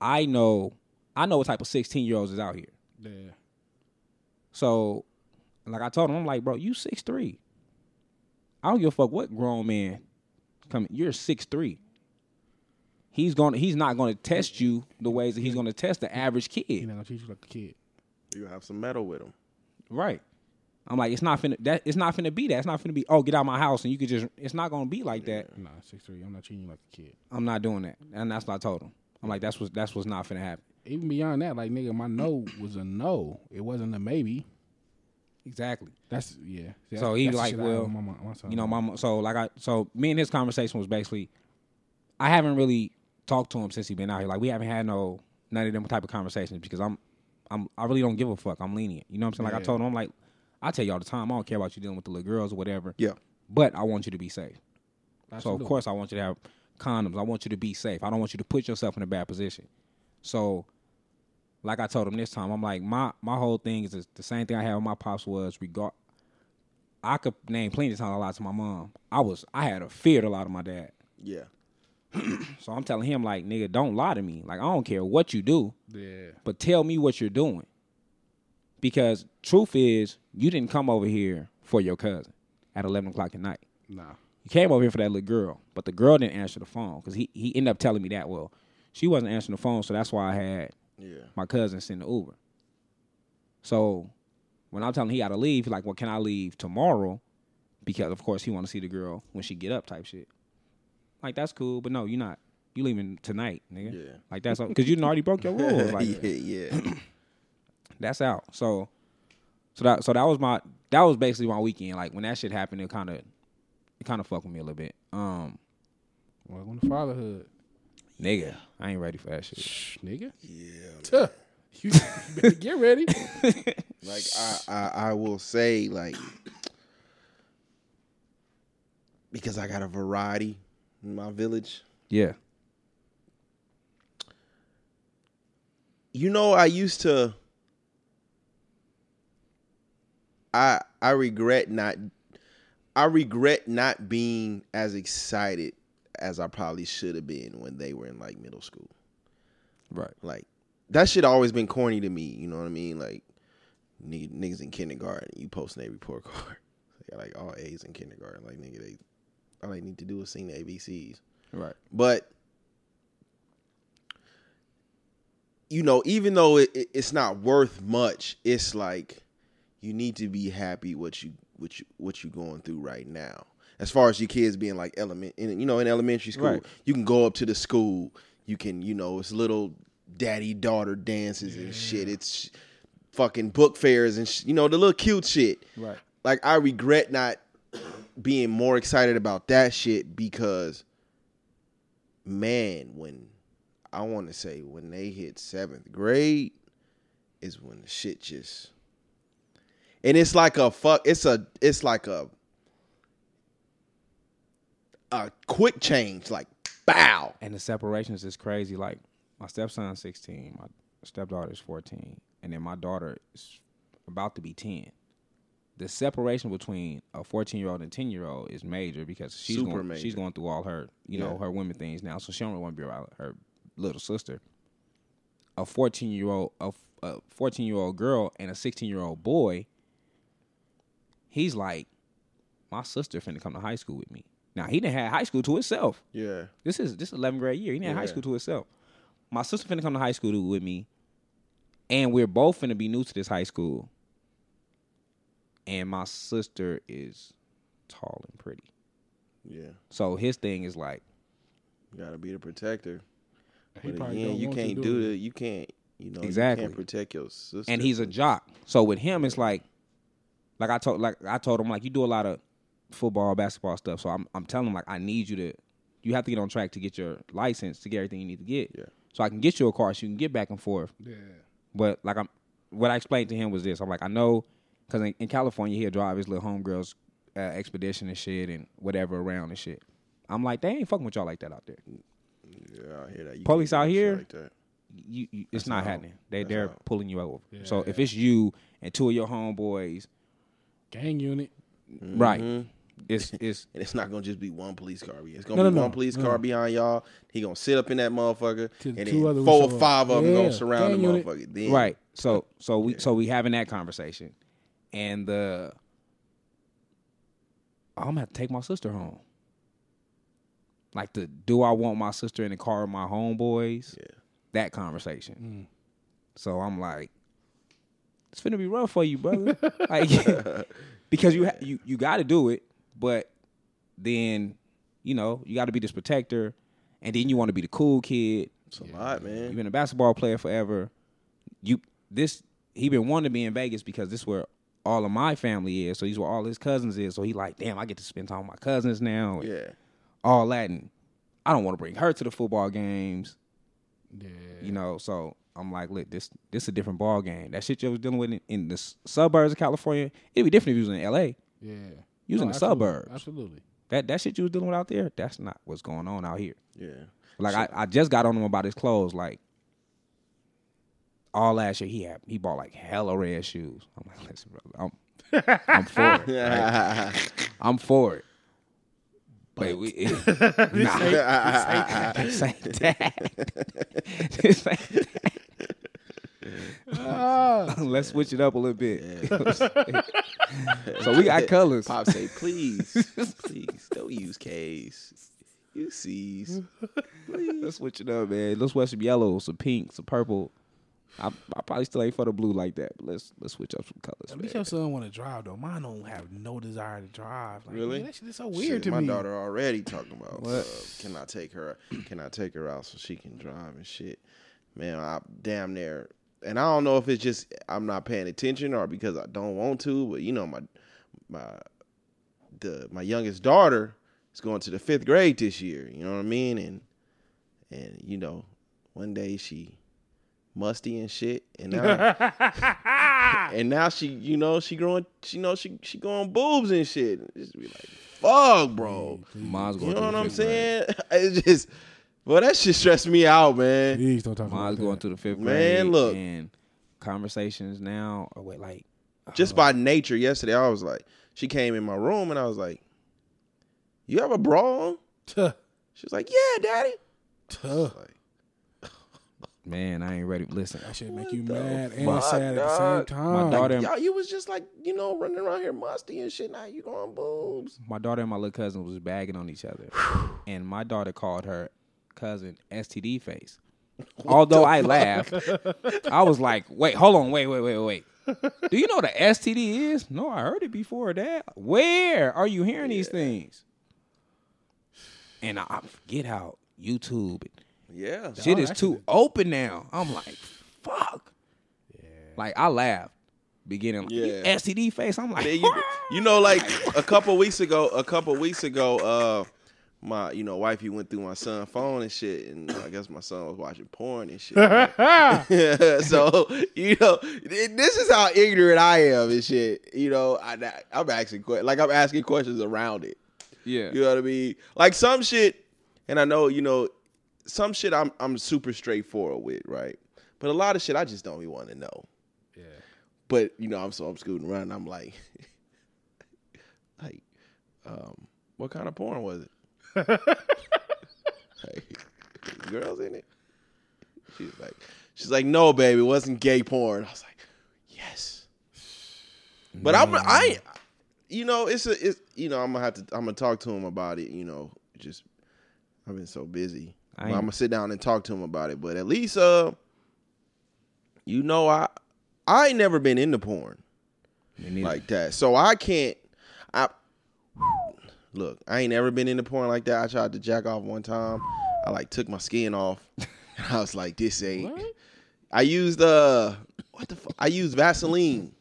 Speaker 5: I know I know what type of 16 year olds is out here.
Speaker 2: Yeah.
Speaker 5: So, like I told him, I'm like, bro, you six three. I don't give a fuck what grown man coming. You're six three. He's gonna he's not gonna test you the ways that he's gonna test the average
Speaker 2: He
Speaker 5: kid.
Speaker 2: not gonna treat you like a kid.
Speaker 3: you have some metal with them.
Speaker 5: Right. I'm like, it's not finna that it's not finna be that. It's not finna be, oh, get out of my house and you could just it's not gonna be like that.
Speaker 2: Nah, six three. I'm not treating you like a kid.
Speaker 5: I'm not doing that. And that's what I told him. I'm like, that's what that's what's not finna happen.
Speaker 2: Even beyond that, like nigga, my no was a no. It wasn't a maybe.
Speaker 5: Exactly.
Speaker 2: That's yeah. See, that's-
Speaker 5: So he
Speaker 2: that's the
Speaker 5: like,
Speaker 2: shit I
Speaker 5: well,
Speaker 2: have my mom- my son
Speaker 5: you know,
Speaker 2: on.
Speaker 5: my mo- so like I so me and his conversation was basically, I haven't really talked to him since he been out here. Like we haven't had no none of them type of conversations because I'm I'm I really don't give a fuck. I'm lenient. You know what I'm saying? Like I
Speaker 2: Yeah.
Speaker 5: told him, I'm like, I tell you all the time, I don't care about you dealing with the little girls or whatever.
Speaker 3: Yeah.
Speaker 5: But I want you to be safe. So
Speaker 2: Absolutely.
Speaker 5: of course I want you to have condoms. I want you to be safe. I don't want you to put yourself in a bad position. So like I told him this time, I'm like my my whole thing is the same thing I had with my pops was regard. I could name plenty of times I lied to my mom. I was I had a fear to lie to my dad.
Speaker 3: Yeah.
Speaker 5: So I'm telling him like nigga, don't lie to me. Like I don't care what you do,
Speaker 2: Yeah.
Speaker 5: but tell me what you're doing. Because truth is, you didn't come over here for your cousin at 11 o'clock at night.
Speaker 2: Nah.
Speaker 5: You came over here for that little girl, but the girl didn't answer the phone because he, he ended up telling me that. Well, she wasn't answering the phone, so that's why I had
Speaker 3: Yeah.
Speaker 5: my cousin send the Uber. So when I'm telling him he got to leave, he's like, well, can I leave tomorrow? Because of course he want to see the girl when she get up, type shit. Like that's cool, but no, you're not. You leaving tonight, nigga.
Speaker 3: Yeah.
Speaker 5: Like that's because you done already broke your rules. Like,
Speaker 3: yeah, yeah.
Speaker 5: that's out. So, so that so that was my that was basically my weekend. Like when that shit happened, it kind of it kind of fucked with me a little bit. Um,
Speaker 2: Welcome to fatherhood,
Speaker 5: nigga, I ain't ready for that shit.
Speaker 2: Shh, nigga.
Speaker 3: yeah.
Speaker 2: Tuh. You, you better get ready.
Speaker 3: Like I, I, I will say like because I got a variety in my village.
Speaker 5: Yeah,
Speaker 3: You know, I used to. I I regret not. I regret not being as excited as I probably should have been when they were in like middle school.
Speaker 5: right.
Speaker 3: Like that shit always been corny to me. You know what I mean? Like nigg- niggas in kindergarten, you posting a report card. They got like all A's in kindergarten. Like nigga, they all they need to do is sing the ABCs.
Speaker 5: Right.
Speaker 3: But you know, even though it, it- it's not worth much, it's like you need to be happy what you what you what you going through right now. As far as your kids being like element, in, you know, in elementary school,
Speaker 5: Right.
Speaker 3: you can go up to the school. You can, you know, it's little daddy daughter dances and shit. It's fucking book fairs and sh- you know the little cute shit.
Speaker 5: Right.
Speaker 3: Like I regret not being more excited about that shit because man, when I want to say when they hit seventh grade is when the shit just and it's like a fuck. It's a it's like a a quick change, like bow.
Speaker 5: And the separations is crazy. Like my stepson's sixteen, my stepdaughter's fourteen, and then my daughter is about to be ten. The separation between a fourteen year old and ten year old is major because she's
Speaker 3: Super
Speaker 5: going,
Speaker 3: major.
Speaker 5: she's going through all her you know
Speaker 3: Yeah.
Speaker 5: her women things now, so she don't really want to be around her little sister. A fourteen year old a fourteen year old girl and a sixteen year old boy. He's like, my sister finna come to high school with me. Now he didn't have high school to himself.
Speaker 3: Yeah,
Speaker 5: This is this is 11th grade year. He didn't have high
Speaker 3: Yeah.
Speaker 5: school to himself. My sister finna come to high school to- with me, and we're both finna be new to this high school. And my sister is tall and pretty,
Speaker 3: yeah.
Speaker 5: so his thing is like,
Speaker 3: You gotta be the protector.
Speaker 2: He
Speaker 3: But
Speaker 2: probably
Speaker 3: again,
Speaker 2: don't
Speaker 3: you
Speaker 2: want to
Speaker 3: can't
Speaker 2: do
Speaker 3: do
Speaker 2: it.
Speaker 3: that. You can't. You know,
Speaker 5: Exactly.
Speaker 3: You can't protect your sister.
Speaker 5: and he's a jock. So with him, it's like, like I told, like I told him, like you do a lot of football, basketball stuff. So I'm, I'm telling him, like I need you to, you have to get on track to get your license to get everything you need to get.
Speaker 3: Yeah.
Speaker 5: So I can get you a car, so you can get back and forth.
Speaker 2: Yeah.
Speaker 5: But like I'm, what I explained to him was this: I'm like, I know, because in, in California he'll drive his little homegirls uh, expedition and shit and whatever around and shit. I'm like, they ain't fucking with y'all like that out there.
Speaker 3: yeah, I hear that. You
Speaker 5: Police
Speaker 3: can't do
Speaker 5: out
Speaker 3: shit
Speaker 5: here?
Speaker 3: Like that.
Speaker 5: You, you it's not
Speaker 3: how-
Speaker 5: happening. They
Speaker 3: that's
Speaker 5: they're
Speaker 3: how-
Speaker 5: pulling you over. So if it's you and two of your homeboys,
Speaker 2: Gang unit.
Speaker 5: right? It's it's
Speaker 3: And it's not gonna just be one police car. It's gonna
Speaker 2: No, no,
Speaker 3: be
Speaker 2: no,
Speaker 3: one police car behind y'all. He gonna sit up in that motherfucker,
Speaker 2: Till
Speaker 3: and
Speaker 2: two
Speaker 3: then
Speaker 2: other
Speaker 3: four
Speaker 2: show
Speaker 3: or
Speaker 2: up.
Speaker 3: five of them
Speaker 2: Yeah,
Speaker 3: gonna surround the
Speaker 2: gang unit.
Speaker 3: motherfucker. Then
Speaker 5: Right. So so we so we having that conversation, and the oh, I'm gonna have to take my sister home. Like the do I want my sister in the car with my homeboys?
Speaker 3: Yeah.
Speaker 5: That conversation. So I'm like, it's gonna be rough for you, brother. like, because you ha- you you got to do it, but then you know you got to be this protector, and then you want to be the cool kid.
Speaker 3: It's a lot, man.
Speaker 5: You've been a basketball player forever. You this he been wanting to be in Vegas because this where all of my family is. So he's where all his cousins is. So he like, damn, I get to spend time with my cousins now. and
Speaker 3: yeah.
Speaker 5: all that, and I don't want to bring her to the football games. You know, so I'm like, look, this this a different ball game. That shit you was dealing with in, in the s- suburbs of California, it'd be different if you was in L.A.
Speaker 2: Yeah.
Speaker 5: You was in
Speaker 2: Oh,
Speaker 5: the
Speaker 2: absolutely,
Speaker 5: suburbs.
Speaker 2: Absolutely.
Speaker 5: That that shit you was dealing with out there, that's not what's going on out here.
Speaker 3: Yeah.
Speaker 5: Like I, I just got on him about his clothes. Like all last year, he had he bought like hella red shoes. I'm like, listen, brother, I'm I'm for it. I'm for it. But we, it, nah, this ain't that. This ain't that.
Speaker 3: Oh,
Speaker 5: Let's switch it up a little bit. so we got colors.
Speaker 3: Pop say, please, please, don't use K's. Use C's.
Speaker 5: Let's switch it up, man. Let's wear some yellow, some pink, some purple. I, I probably still ain't for the blue like that, but let's let's switch up some colors.
Speaker 2: At least
Speaker 5: man.
Speaker 2: your son want to drive though. Mine don't have no desire to drive. Like,
Speaker 3: Really?
Speaker 2: man, that shit is so weird
Speaker 3: Shit,
Speaker 2: to
Speaker 3: my
Speaker 2: me.
Speaker 3: daughter already talking about uh, can I take her can I take her out so she can drive and shit. Man, I damn near and I don't know if it's just I'm not paying attention or because I don't want to, but you know my my the my youngest daughter is going to the fifth grade this year, you know what I mean? And and you know, one day she musty and shit and now and now she you know she growing she know she she going boobs and shit. Just be like, fuck bro.
Speaker 5: Mine's going
Speaker 3: You know
Speaker 5: through
Speaker 3: what
Speaker 5: the
Speaker 3: I'm
Speaker 5: fifth grade.
Speaker 3: saying? It's just, well, that shit stressed me out, man.
Speaker 2: Please don't talk about
Speaker 5: Mine's
Speaker 2: that.
Speaker 5: going through the fifth
Speaker 3: Man,
Speaker 5: grade.
Speaker 3: look.
Speaker 5: and conversations now are with like
Speaker 3: Just by nature, yesterday I was like, she came in my room and I was like, "You have a bra on?"
Speaker 2: Tuh,
Speaker 3: She was like, "Yeah, daddy."
Speaker 2: tuh.
Speaker 3: Like,
Speaker 5: man, I ain't ready. Listen,
Speaker 2: That shit make you
Speaker 3: the
Speaker 2: mad and
Speaker 3: fuck,
Speaker 2: sad at the same
Speaker 3: dog?
Speaker 2: time.
Speaker 5: My daughter-
Speaker 3: y'all, you was just like, you know, running around here musty and shit. Now you going boobs.
Speaker 5: my daughter and my little cousin was bagging on each other, and my daughter called her cousin STD face. Although I laughed, I was like, "Wait, hold on, wait, wait, wait, wait. Do you know what a STD is? No, I heard it before, Dad. Where are you hearing these things?" And I, I forget how YouTube
Speaker 3: Yeah,
Speaker 5: shit is too open now. I'm like, "Fuck." Like I laughed, beginning like, you
Speaker 3: Yeah.
Speaker 5: STD face. I'm like,
Speaker 3: Then you, you know, like a couple weeks ago, a couple weeks ago, uh, my you know wifey went through my son's phone and shit, and I guess my son was watching porn and shit. so you know, th- this is how ignorant I am and shit. You know, I, I'm asking que- like I'm asking questions around it.
Speaker 5: yeah,
Speaker 3: You know what I mean? Like some shit, and I know you know some shit. I'm I'm super straightforward with, right? But a lot of shit I just don't even want to know. Yeah. But you know, I'm so I'm scooting around. And I'm like, like, um, what kind of porn was it? like, girls in it? She's like, she's like, no, baby, it wasn't gay porn. I was like, yes. But I'm
Speaker 5: Mm.
Speaker 3: I, you know, it's a it's you know I'm gonna have to I'm gonna talk to him about it. You know, just I've been so busy.
Speaker 5: I
Speaker 3: I'm
Speaker 5: ain't-
Speaker 3: gonna sit down and talk to him about it. But at least uh, you know I I ain't never been into porn
Speaker 5: Me neither.
Speaker 3: like that, so I can't. I look, I ain't never been into porn like that. I tried to jack off one time. I like took my skin off. I was like, this ain't. I used uh, what the fuck? I used Vaseline.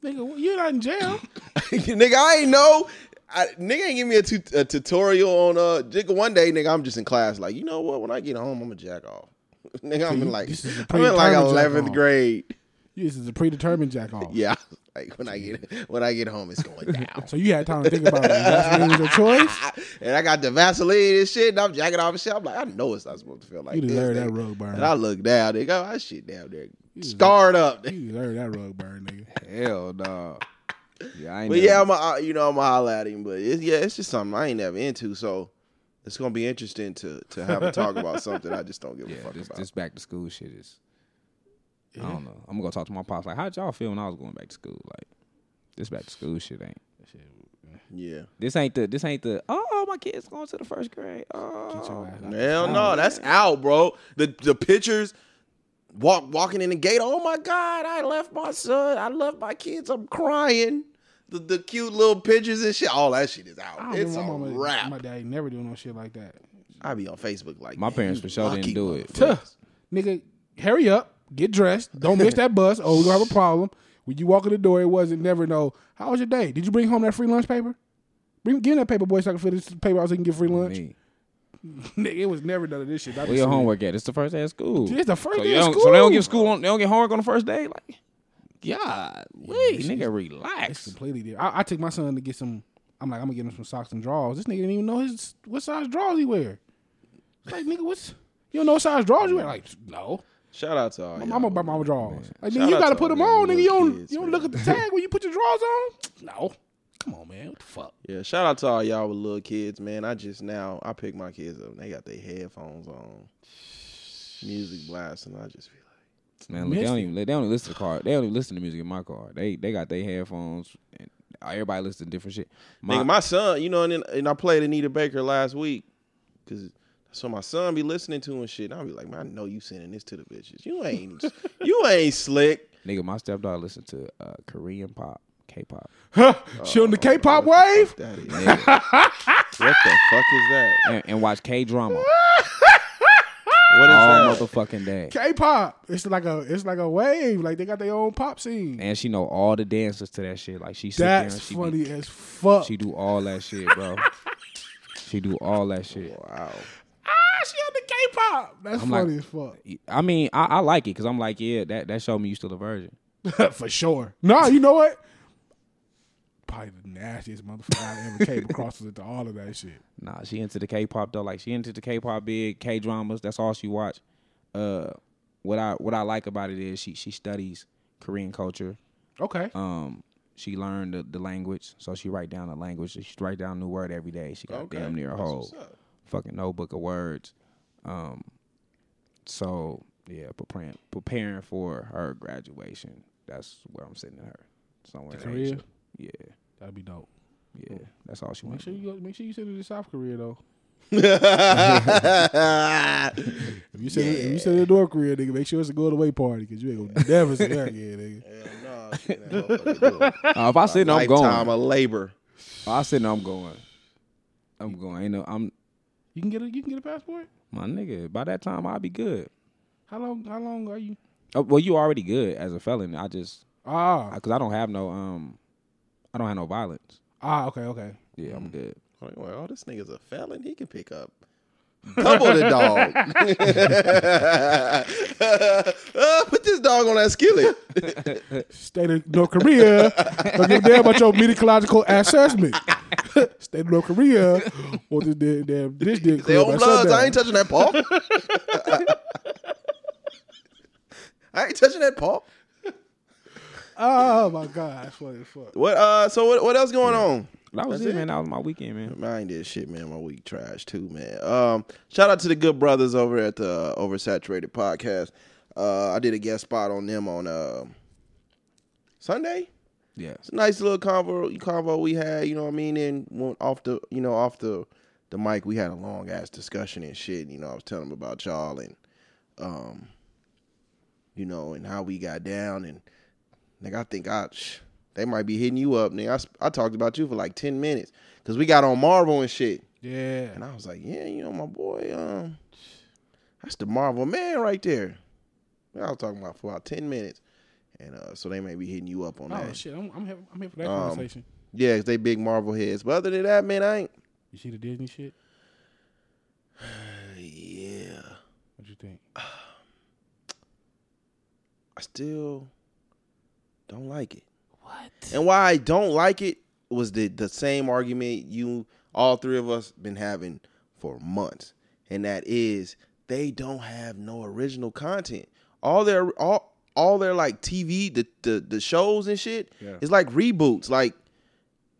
Speaker 2: Nigga, you're not in jail.
Speaker 3: nigga, I ain't know. I, nigga ain't give me a, tut- a tutorial on uh. Nigga, one day, nigga, I'm just in class. Like, you know what? When I get home, I'm a jack off. nigga, I'm in like,
Speaker 2: this is a
Speaker 3: I'm in like
Speaker 2: predetermined jack
Speaker 3: 11th
Speaker 2: off.
Speaker 3: grade.
Speaker 2: this is a predetermined jack off.
Speaker 3: Yeah, like when I get when I get home, it's going down.
Speaker 2: So you had time to think about it. That's was your choice.
Speaker 3: and I got the Vaseline and shit, and I'm jacking off and shit. I'm like, I know it's not supposed to feel like
Speaker 2: You
Speaker 3: this.
Speaker 2: deserve that
Speaker 3: nigga.
Speaker 2: rug burn.
Speaker 3: And I look down, nigga, I shit down there, scarred up. nigga.
Speaker 2: You learned that rug burn, nigga.
Speaker 5: Hell no. Yeah, I ain't
Speaker 3: But
Speaker 5: never-
Speaker 3: yeah, I'm a, you know I'm a holler at him, but it's, yeah, it's just something I ain't never into, so it's gonna be interesting to to have a talk about something I just don't give a
Speaker 5: yeah.
Speaker 3: fuck
Speaker 5: This,
Speaker 3: about.
Speaker 5: this back to school shit is. I don't know. I'm gonna go talk to my pops. Like, how'd y'all feel when I was going back to school? Like, this back to school shit ain't.
Speaker 3: yeah,
Speaker 5: This ain't the. This ain't the. Oh, my kids going to the first grade. Oh,
Speaker 2: Get your ass out.
Speaker 3: hell no, that's out, bro. The the pictures. walk walking in the gate. Oh my God, I left my son. I left my kids. I'm crying. The, the cute little pictures and shit. All that shit is out.
Speaker 2: I
Speaker 3: It's a
Speaker 2: don't know my mama,
Speaker 3: wrap.
Speaker 2: my daddy never do no shit like that.
Speaker 3: I be on Facebook like
Speaker 5: My
Speaker 3: "Man,
Speaker 5: parents
Speaker 3: you
Speaker 5: for sure didn't
Speaker 3: lucky
Speaker 5: do it.
Speaker 3: motherfuckers."
Speaker 2: Nigga, hurry up, get dressed, don't miss that bus. Oh, we gonna have a problem. When you walk in the door, it wasn't never know. How was your day? Did you bring home that free lunch paper? Bring give me that paper, boy, so I can fill this paper out so you can get free lunch.
Speaker 5: Me.
Speaker 2: Nigga, it was never none of this shit. I
Speaker 5: Where
Speaker 2: just-
Speaker 5: your homework at? It's the first day of school.
Speaker 2: It's the first
Speaker 5: so
Speaker 2: day
Speaker 5: you
Speaker 2: of
Speaker 5: don't- So they don't
Speaker 2: school.
Speaker 5: get school. On, they don't get homework on the first day. Like, God, wait, nigga,
Speaker 2: It's
Speaker 5: relax.
Speaker 2: completely different. I, I took my son to get some. I'm like, I'm gonna get him some socks and drawers. This nigga didn't even know his what size drawers he wear. It's like, nigga, what's you don't know what size drawers you wear? Like, no.
Speaker 3: Shout out to all
Speaker 2: My
Speaker 3: y'all.
Speaker 2: mama buy my drawers. Like, nigga,
Speaker 3: Shout
Speaker 2: you
Speaker 3: out
Speaker 2: gotta
Speaker 3: to
Speaker 2: put them
Speaker 3: all
Speaker 2: on,
Speaker 3: them
Speaker 2: nigga. You don't
Speaker 3: kids,
Speaker 2: you don't
Speaker 3: man.
Speaker 2: look at the tag when you put your drawers on. No, come on, man. What the fuck?
Speaker 3: Yeah, shout out to all y'all with little kids, man. I just now I pick my kids up and they got their headphones on, music blasting. I just be like,
Speaker 5: Man, look, they
Speaker 2: Missed
Speaker 5: don't
Speaker 2: it.
Speaker 5: even they don't even listen to car. They don't even listen to music in my car. They they got their headphones and everybody listen to different shit.
Speaker 3: nigga, my son, you know, and then, and I played Anita Baker last week because so my son be listening to and shit. And I be like, man, I know you sending this to the bitches. You ain't, you ain't slick.
Speaker 5: nigga, my stepdaughter listen to uh, Korean pop, K-pop.
Speaker 2: she on the K-pop wave.
Speaker 3: That is, what
Speaker 5: Nigga.
Speaker 3: the fuck is that?
Speaker 5: and, and watch K drama
Speaker 3: What is
Speaker 5: all
Speaker 3: that?
Speaker 5: motherfucking day.
Speaker 2: K-pop. It's like a it's like a wave. Like they got their own pop scene.
Speaker 5: And she know all the dances to that shit. Like she sit there and
Speaker 2: That's
Speaker 5: she be-
Speaker 2: funny as fuck.
Speaker 5: she do all that shit, bro. she do all that shit.
Speaker 3: Wow.
Speaker 2: Ah, she on the K-pop. That's
Speaker 5: I'm like-
Speaker 2: funny as
Speaker 5: I mean, I, I like it because I'm like, yeah, that, that showed me you still a virgin.
Speaker 2: fuck. For sure. No, you know what? Probably the nastiest motherfucker I ever came across was into all of that shit.
Speaker 5: Nah, she into the K-pop though. Like she into the K-pop big K dramas. That's all she watch. Uh, what I what I like about it is she she studies Korean culture.
Speaker 2: Okay.
Speaker 5: Um, she learned the, the language, so she write down the language. She write down a new word every day. She got
Speaker 3: Okay,
Speaker 5: damn near a
Speaker 3: that's
Speaker 5: whole
Speaker 3: what's up.
Speaker 5: fucking notebook of words. Um, so yeah, preparing preparing for her graduation. That's where I'm sending her somewhere. in
Speaker 2: Korea?
Speaker 5: Asia. Yeah,
Speaker 2: That'd be dope.
Speaker 5: yeah. That's all she
Speaker 2: Make
Speaker 5: wants.
Speaker 2: sure you go, make sure you send her to South Korea though. If you send her, if you send her to North Korea, nigga, make sure it's a going away party because you ain't gonna never see her again, nigga.
Speaker 5: Uh, if I sit, I'm
Speaker 3: Lifetime
Speaker 5: going.
Speaker 3: of labor.
Speaker 5: If I sit, I'm going. I'm going. Ain't no, I'm
Speaker 2: You can get a you can get a passport.
Speaker 5: my nigga. By that time, I'll be good.
Speaker 2: How long? How long are you?
Speaker 5: Uh, well, you already good as a felon. I just
Speaker 2: Ah,
Speaker 5: because I don't have no um, I don't have no violence.
Speaker 2: ah, okay, okay.
Speaker 5: Yeah, I'm good.
Speaker 3: Like, well, oh, this nigga's a felon. He can pick up double the dog. Uh, put this dog on that skillet.
Speaker 2: State of North Korea. Don't give a damn about your medicological assessment. State of North Korea. Or this damn, damn this did
Speaker 3: They own bloods. "Oh, I ain't touching that paw. I ain't touching that paw.
Speaker 2: Oh my god, that's funny as fuck.
Speaker 3: What? Uh. So what? What else going on?
Speaker 5: That was
Speaker 3: That's
Speaker 5: it,
Speaker 3: it?
Speaker 5: man. That was my weekend, man.
Speaker 3: Man, I ain't did shit, man. My week trash too, man. Um, shout out to the good brothers over at the uh, Oversaturated Podcast. Uh, I did a guest spot on them on uh, Sunday.
Speaker 5: Yeah,
Speaker 3: it's a nice little convo convo we had, you know what I mean? And went off the you know, off the the mic we had a long ass discussion and shit. You know, I was telling them about y'all and um you know, and how we got down and nigga, I think I sh- they might be hitting you up, nigga. I, sp- I talked about you for like ten minutes because we got on Marvel and shit,
Speaker 2: Yeah.
Speaker 3: and I was like, yeah, you know, my boy, um, that's the Marvel man right there. I was talking about for about ten minutes, and uh, so they may be hitting you up on that.
Speaker 2: Oh shit, I'm I'm here, I'm here for that
Speaker 3: Um,
Speaker 2: conversation.
Speaker 3: Yeah, 'cause they big Marvel heads. But other than that, man, I ain't.
Speaker 2: You see the Disney shit?
Speaker 3: Yeah,
Speaker 2: What you think?
Speaker 3: I still don't like it. What? And why I don't like it was the the same argument you all three of us been having for months, and that is they don't have no original content. All their all all their like TV the the, the shows and shit is like reboots. Like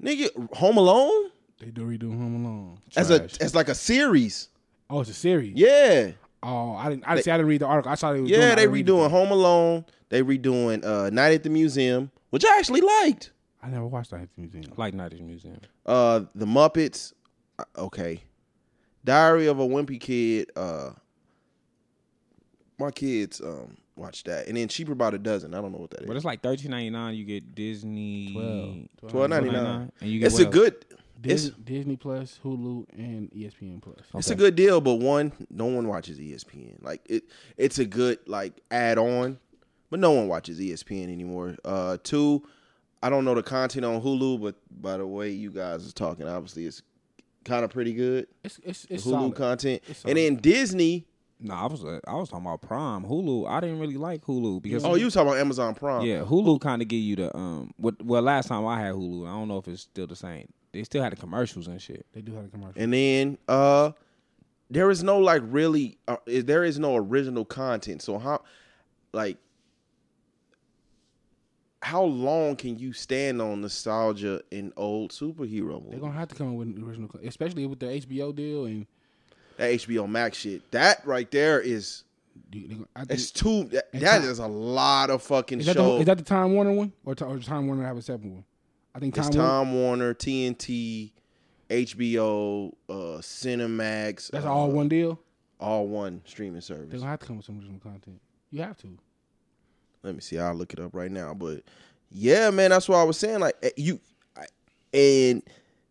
Speaker 3: nigga, Home Alone
Speaker 2: They do redo Home Alone.
Speaker 3: as a as like a series.
Speaker 2: oh, it's a series.
Speaker 3: Yeah.
Speaker 2: Oh, I didn't. I, see, I didn't read the article. I saw they. Were doing E it.
Speaker 3: Yeah,
Speaker 2: I
Speaker 3: they
Speaker 2: didn't read
Speaker 3: redoing
Speaker 2: it.
Speaker 3: Home Alone. They redoing uh, Night at the Museum, which I actually liked.
Speaker 2: I never watched that museum.
Speaker 5: like Night at the Museum.
Speaker 3: Uh, the Muppets, uh, okay. Diary of a Wimpy Kid. Uh, my kids, um, Watch that. And then cheaper by the dozen. I don't know what that is.
Speaker 5: But it's like thirteen ninety nine. You get Disney
Speaker 2: Twelve.
Speaker 3: Twelve ninety nine.
Speaker 5: $12.99. And you get
Speaker 3: It's
Speaker 5: what
Speaker 3: a
Speaker 5: else?
Speaker 3: good. It's Oh.
Speaker 2: Disney, Disney Plus, Hulu, and E ESPN Plus.
Speaker 3: it's a good deal, but one, no one watches E ESPN. Like it, it's a good like add on, but no one watches E ESPN anymore. Uh, two, I don't know the content on Hulu, but by the way you guys is talking, obviously it's kind of pretty good.
Speaker 2: It's it's it's
Speaker 3: Hulu
Speaker 2: solid.
Speaker 3: content,
Speaker 2: It's
Speaker 3: and then Disney.
Speaker 5: No, I was uh, I was talking about Prime, Hulu. I didn't really like Hulu because
Speaker 3: Oh, you was talking about Amazon Prime?
Speaker 5: yeah, Hulu kind of give you the um. What, well, last time I had Hulu, I don't know if it's still the same. They still had the commercials and shit.
Speaker 2: They do have a commercial.
Speaker 3: And then uh there is no like really uh, is- there is no original content. So how like how long can you stand on nostalgia in old superhero
Speaker 2: They're
Speaker 3: movies?
Speaker 2: gonna have to come up with an original, co- especially with the HBO deal, and
Speaker 3: that HBO Max shit. That right there is
Speaker 2: they- they- I think,
Speaker 3: it's
Speaker 2: is
Speaker 3: too that,
Speaker 2: And
Speaker 3: that
Speaker 2: Tom-
Speaker 3: is a lot of fucking
Speaker 2: that the,
Speaker 3: show.
Speaker 2: is that the Time Warner one, or, Ti- or does Time Warner have a separate one? I think Time,
Speaker 3: it's
Speaker 2: Warner.
Speaker 3: Time Warner, TNT, HBO, uh Cinemax.
Speaker 2: That's
Speaker 3: uh,
Speaker 2: all one deal.
Speaker 3: all one streaming
Speaker 2: They're
Speaker 3: service.
Speaker 2: gonna have to come with some original content. You have to.
Speaker 3: let me see i'll look it up right now but yeah man that's what i was saying like eh, you I, and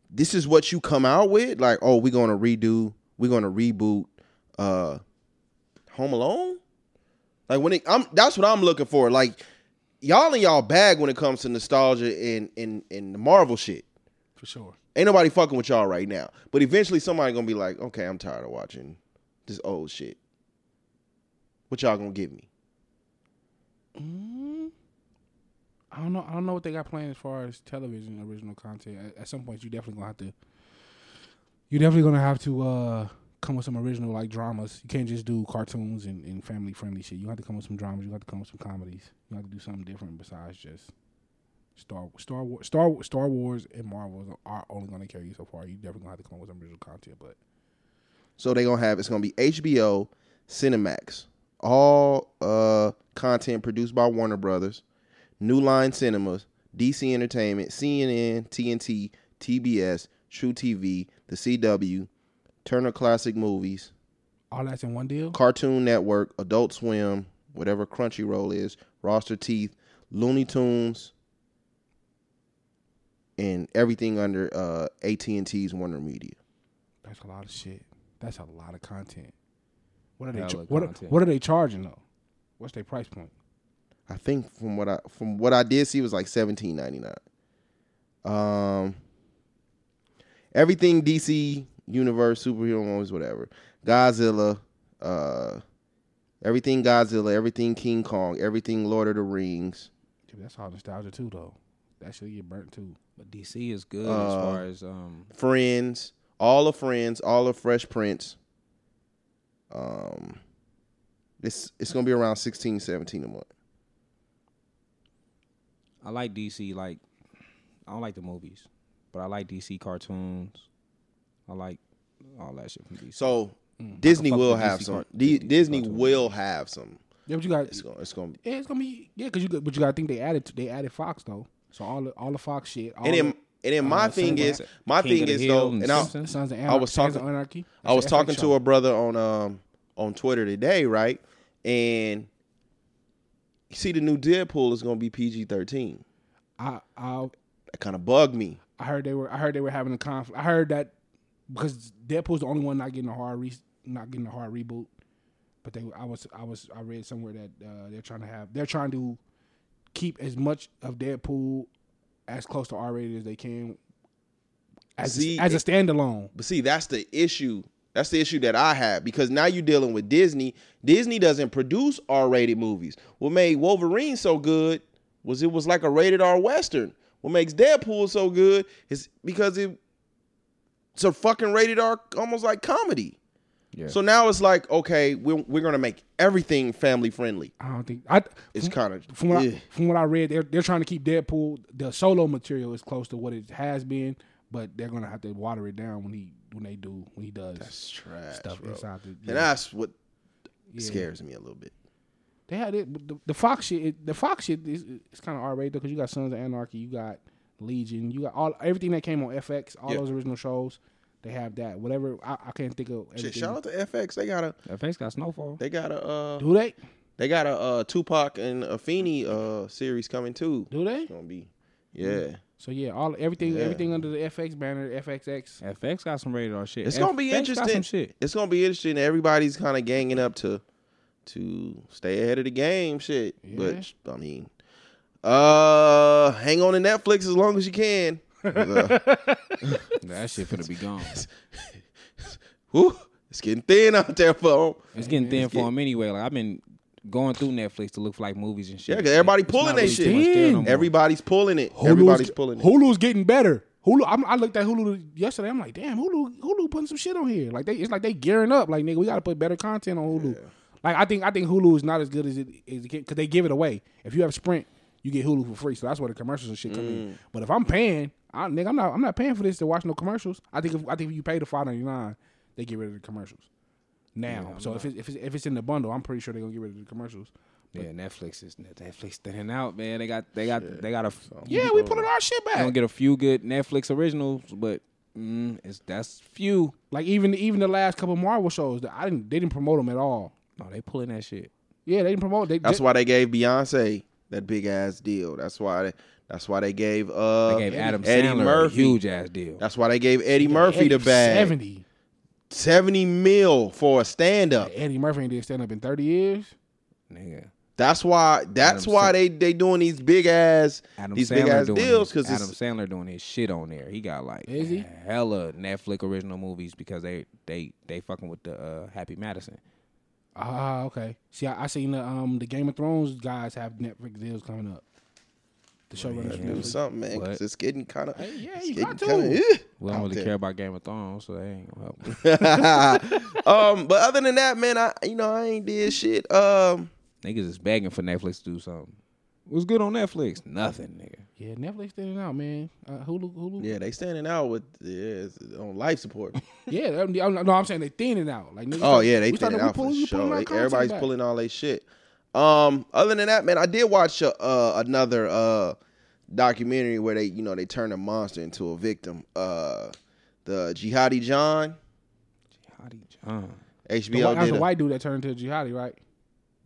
Speaker 3: this is what you come out with like oh we're gonna redo we're gonna reboot uh home alone like when it i'm that's what i'm looking for like y'all in y'all bag when it comes to nostalgia and and and the marvel shit
Speaker 2: For sure.
Speaker 3: ain't nobody fucking with y'all right now but eventually somebody gonna be like okay i'm tired of watching this old shit what y'all gonna give me
Speaker 2: I don't know. I don't know what they got planned as far as television original content. At, at some point, you definitely gonna have to. You're definitely gonna have to uh, come with some original like dramas. You can't just do cartoons and, and family friendly shit. You have to come with some dramas. You have to come with some comedies. You have to do something different besides just Star Star Wars. Star Star Wars and Marvel are only gonna carry you so far. You definitely gonna have to come up with some original content. But
Speaker 3: So they gonna have it's gonna be HBO, Cinemax, all uh content produced by Warner Brothers, New Line Cinemas, DC Entertainment, CNN, TNT, TBS, True TV, The CW, Turner Classic Movies,
Speaker 2: all that's in one deal.
Speaker 3: Cartoon Network, Adult Swim, whatever Crunchyroll is, Roster Teeth, Looney Tunes, and everything under uh AT and T's Warner Media.
Speaker 2: That's a lot of shit. That's a lot of content. What are they?
Speaker 5: Hella
Speaker 2: Char- what, are,
Speaker 5: content.
Speaker 2: what are they charging though? What's their price point?
Speaker 3: I think from what I from what I did see it was like seventeen ninety nine. Um, everything DC universe superhero movies whatever, Godzilla, uh, everything Godzilla, everything King Kong, everything Lord of the Rings.
Speaker 2: Yeah, but that's all nostalgia too, though. That should get burnt too.
Speaker 5: But DC is good as
Speaker 3: Uh,
Speaker 5: far as um.
Speaker 3: Friends, all of Friends, all of Fresh Prince. Um, it's it's gonna be around 16, 17 a month.
Speaker 5: I like DC. Like I don't like the movies, but I like DC cartoons. I like all that shit from DC.
Speaker 3: So Disney
Speaker 5: Hmm. I can fuck
Speaker 3: will
Speaker 5: with
Speaker 3: have
Speaker 5: DC
Speaker 3: some.
Speaker 5: cart-
Speaker 3: D-
Speaker 5: DC
Speaker 3: Disney
Speaker 5: cartoons.
Speaker 3: will have some.
Speaker 2: Yeah, but you got
Speaker 3: It's gonna it's gonna
Speaker 2: yeah, it's gonna be yeah, cause you got- but you gotta think they added they added Fox though. So all the, all the Fox shit. All
Speaker 3: and then
Speaker 2: the,
Speaker 3: and then my thing
Speaker 2: Sunday
Speaker 3: is
Speaker 5: Night.
Speaker 3: my
Speaker 5: King
Speaker 3: thing
Speaker 5: of the
Speaker 3: is
Speaker 5: Hill
Speaker 3: though,
Speaker 5: and
Speaker 3: and I,
Speaker 5: Simpsons.
Speaker 2: Sons of Anar-
Speaker 3: I was
Speaker 2: Sons
Speaker 3: talking-
Speaker 2: of Anarchy.
Speaker 3: I was
Speaker 2: That's
Speaker 3: talking
Speaker 2: FX
Speaker 3: to
Speaker 2: show.
Speaker 3: a brother on um on Twitter today, right? And you see, the new Deadpool is gonna be PG thirteen.
Speaker 2: I, I
Speaker 3: That kind of bugged me.
Speaker 2: I heard they were I heard they were having a conflict. I heard that because Deadpool's the only one not getting a hard re- not getting a hard reboot. But they I was I was I read somewhere that uh, they're trying to have they're trying to keep as much of Deadpool as close to R rated as they can. As
Speaker 3: See,
Speaker 2: a, as a
Speaker 3: it-
Speaker 2: standalone.
Speaker 3: But see, that's the issue. That's the issue that I have because now you're dealing with Disney. Disney doesn't produce R-rated movies. What made Wolverine so good was it was like a rated R western. What makes Deadpool so good is because it it's a fucking rated R, almost like comedy.
Speaker 5: Yeah.
Speaker 3: So now it's like, okay, we're we're gonna make everything family friendly.
Speaker 2: I don't think I.
Speaker 3: It's
Speaker 2: from-
Speaker 3: kind of
Speaker 2: from what I, from what I read, they're they're trying to keep Deadpool the solo material as close to what it has been, but they're gonna have to water it down when he when they do when he does
Speaker 3: trash,
Speaker 2: stuff
Speaker 3: bro.
Speaker 2: inside the.
Speaker 3: and that's what
Speaker 2: yeah.
Speaker 3: scares me a little bit.
Speaker 2: They had it. but The, the Fox shit. It, the Fox shit is it's kind of R rated because you got Sons of Anarchy, you got Legion, you got all everything that came on FX, all
Speaker 3: Yeah.
Speaker 2: those original shows. They have that. Whatever I, I can't think of.
Speaker 3: Shit,
Speaker 2: everything.
Speaker 3: shout out to FX. They got a
Speaker 5: FX got Snowfall.
Speaker 3: they got a uh,
Speaker 2: Do they?
Speaker 3: They got a uh, Tupac and a Feeney uh, series coming too.
Speaker 2: Do they?
Speaker 3: It's gonna be,
Speaker 5: Mm.
Speaker 3: yeah.
Speaker 2: So yeah, all everything
Speaker 3: Yeah.
Speaker 2: everything under the FX banner, FXX.
Speaker 5: FX got some radar shit.
Speaker 3: It's gonna be
Speaker 5: FX Got some
Speaker 3: interesting.
Speaker 5: shit.
Speaker 3: It's gonna be interesting. Everybody's kind of ganging up to to stay ahead of the game, shit. But I mean, uh, hang on to Netflix as long as you can. Uh,
Speaker 5: That shit finna be gone.
Speaker 3: whew, it's getting thin out there, phone.
Speaker 5: It's getting thin for him anyway. Like I've been going through Netflix to look for like movies and shit.
Speaker 3: Yeah, 'cause everybody
Speaker 5: It's
Speaker 3: pulling
Speaker 5: not
Speaker 3: that
Speaker 5: really
Speaker 3: shit.
Speaker 5: too much there no more.
Speaker 3: Everybody's pulling it. Everybody's pulling it.
Speaker 2: Hulu's getting better. Hulu, I'm, I looked at Hulu yesterday. I'm like, damn, Hulu, Hulu putting some shit on here. Like they, it's like they gearing up. Like nigga, we gotta put better content on Hulu. Like I think, I think Hulu is not as good as it is because they give it away. If you have Sprint, you get Hulu for free. So that's where the commercials and shit come in. But if I'm paying, I, nigga, I'm not, I'm not paying for this to watch no commercials. I think, if, I think if you pay the five ninety nine, they get rid of the commercials now. so if it's, if it's if it's in the bundle, I'm pretty sure they're gonna get rid of the commerhiles.
Speaker 5: Yeah, Netflix is Netflix thinning out, man. They got they got they got a
Speaker 2: Yeah, we pulling our shit back.
Speaker 5: They gonna get a few good Netflix originals, but mm, it's that's few.
Speaker 2: Like even even the last couple Marvel shows, I didn't they didn't promote them at all.
Speaker 5: No, they pulling that shit.
Speaker 2: Yeah, they didn't promote. They,
Speaker 3: That's
Speaker 2: they-
Speaker 3: why they gave Beyonce that big ass deal. That's why. They, that's why they gave uh
Speaker 5: They gave Adam
Speaker 3: Eddie
Speaker 5: Sandler
Speaker 3: Murphy.
Speaker 5: a huge ass deal.
Speaker 3: That's why they gave Eddie Murphy the bag. 70.
Speaker 2: Seventy.
Speaker 3: mil for a stand up.
Speaker 2: Eddie Murphy ain't did stand up in thirty years.
Speaker 5: Nigga,
Speaker 3: That's why. That's
Speaker 5: Adam
Speaker 3: why
Speaker 5: Sa-
Speaker 3: they they doing these big ass
Speaker 5: Adam
Speaker 3: these
Speaker 5: Sandler
Speaker 3: big ass
Speaker 5: doing
Speaker 3: deals
Speaker 5: his,
Speaker 3: because
Speaker 5: Adam
Speaker 3: it's
Speaker 5: Sandler doing his shit on there. He got like
Speaker 2: Is he?
Speaker 5: hella Netflix original movies because they they they fucking with the uh, Happy Madison.
Speaker 2: Ah, okay. See, I, I seen the um the Game of Thrones guys have Netflix deals coming up. The showrunners. from
Speaker 3: doing
Speaker 2: Netflix.
Speaker 3: something, man. Because
Speaker 5: What?
Speaker 3: it's getting kind of
Speaker 2: yeah,
Speaker 3: it's
Speaker 2: you
Speaker 3: getting
Speaker 2: got to.
Speaker 3: kinda, eh.
Speaker 5: We don't
Speaker 3: out
Speaker 5: really
Speaker 3: there.
Speaker 5: care about Game of Thrones, so they ain't gonna help.
Speaker 3: um, but other than that, man, I you know I ain't did shit. Um,
Speaker 5: Niggas is begging for Netflix to do something. What's good on Netflix? Nothing, nigga.
Speaker 2: Yeah, Netflix did it out, man. Uh, Hulu, Hulu. Yeah,
Speaker 3: yeah, they standing out with yeah it's on life support.
Speaker 2: yeah that- I'm- no, I'm saying they thinning out. Like, niggas
Speaker 3: Oh
Speaker 2: start-
Speaker 3: yeah, they thin
Speaker 2: we started-
Speaker 3: it
Speaker 2: we
Speaker 3: out for
Speaker 2: pulling- we pulling
Speaker 3: sure.
Speaker 2: our
Speaker 3: They-
Speaker 2: content
Speaker 3: everybody's
Speaker 2: back.
Speaker 3: pulling all their shit. Um, other than that, man, I did watch uh, uh, another uh documentary where they, you know, they turn a monster into a victim. Uh, the Jihadi John
Speaker 5: Hottie John.
Speaker 2: The white,
Speaker 3: HBO
Speaker 2: that was
Speaker 3: did.
Speaker 2: the
Speaker 3: a-
Speaker 2: white dude that turned into a jihadi, right?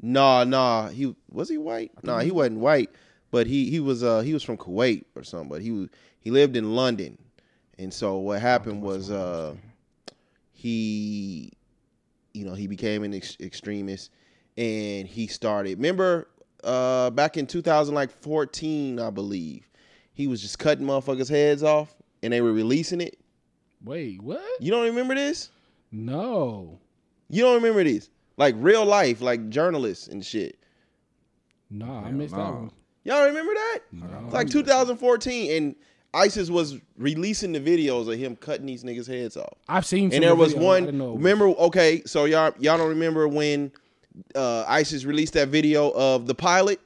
Speaker 3: Nah, nah, he was he white? Nah, he wasn't white, but he he was uh he was from Kuwait or something. But he was he lived in London, and so what happened was uh he you know he became an ex- extremist and he started remember uh back in 2014 i believe he was just cutting motherfuckers heads off and they were releasing it
Speaker 2: Wait, what?
Speaker 3: you don't remember this
Speaker 2: No,
Speaker 3: you don't remember this like real life like journalists and shit
Speaker 2: no, I missed that
Speaker 5: nah.
Speaker 2: one.
Speaker 3: y'all remember that it's like 2014 and isis was releasing the videos of him cutting these niggas heads off
Speaker 2: I've seen. some
Speaker 3: and there
Speaker 2: of the
Speaker 3: was
Speaker 2: videos. I
Speaker 3: one.
Speaker 2: didn't know it was-
Speaker 3: Remember? Okay, so y'all y'all don't remember when uh, ISIS released that video of the pilot?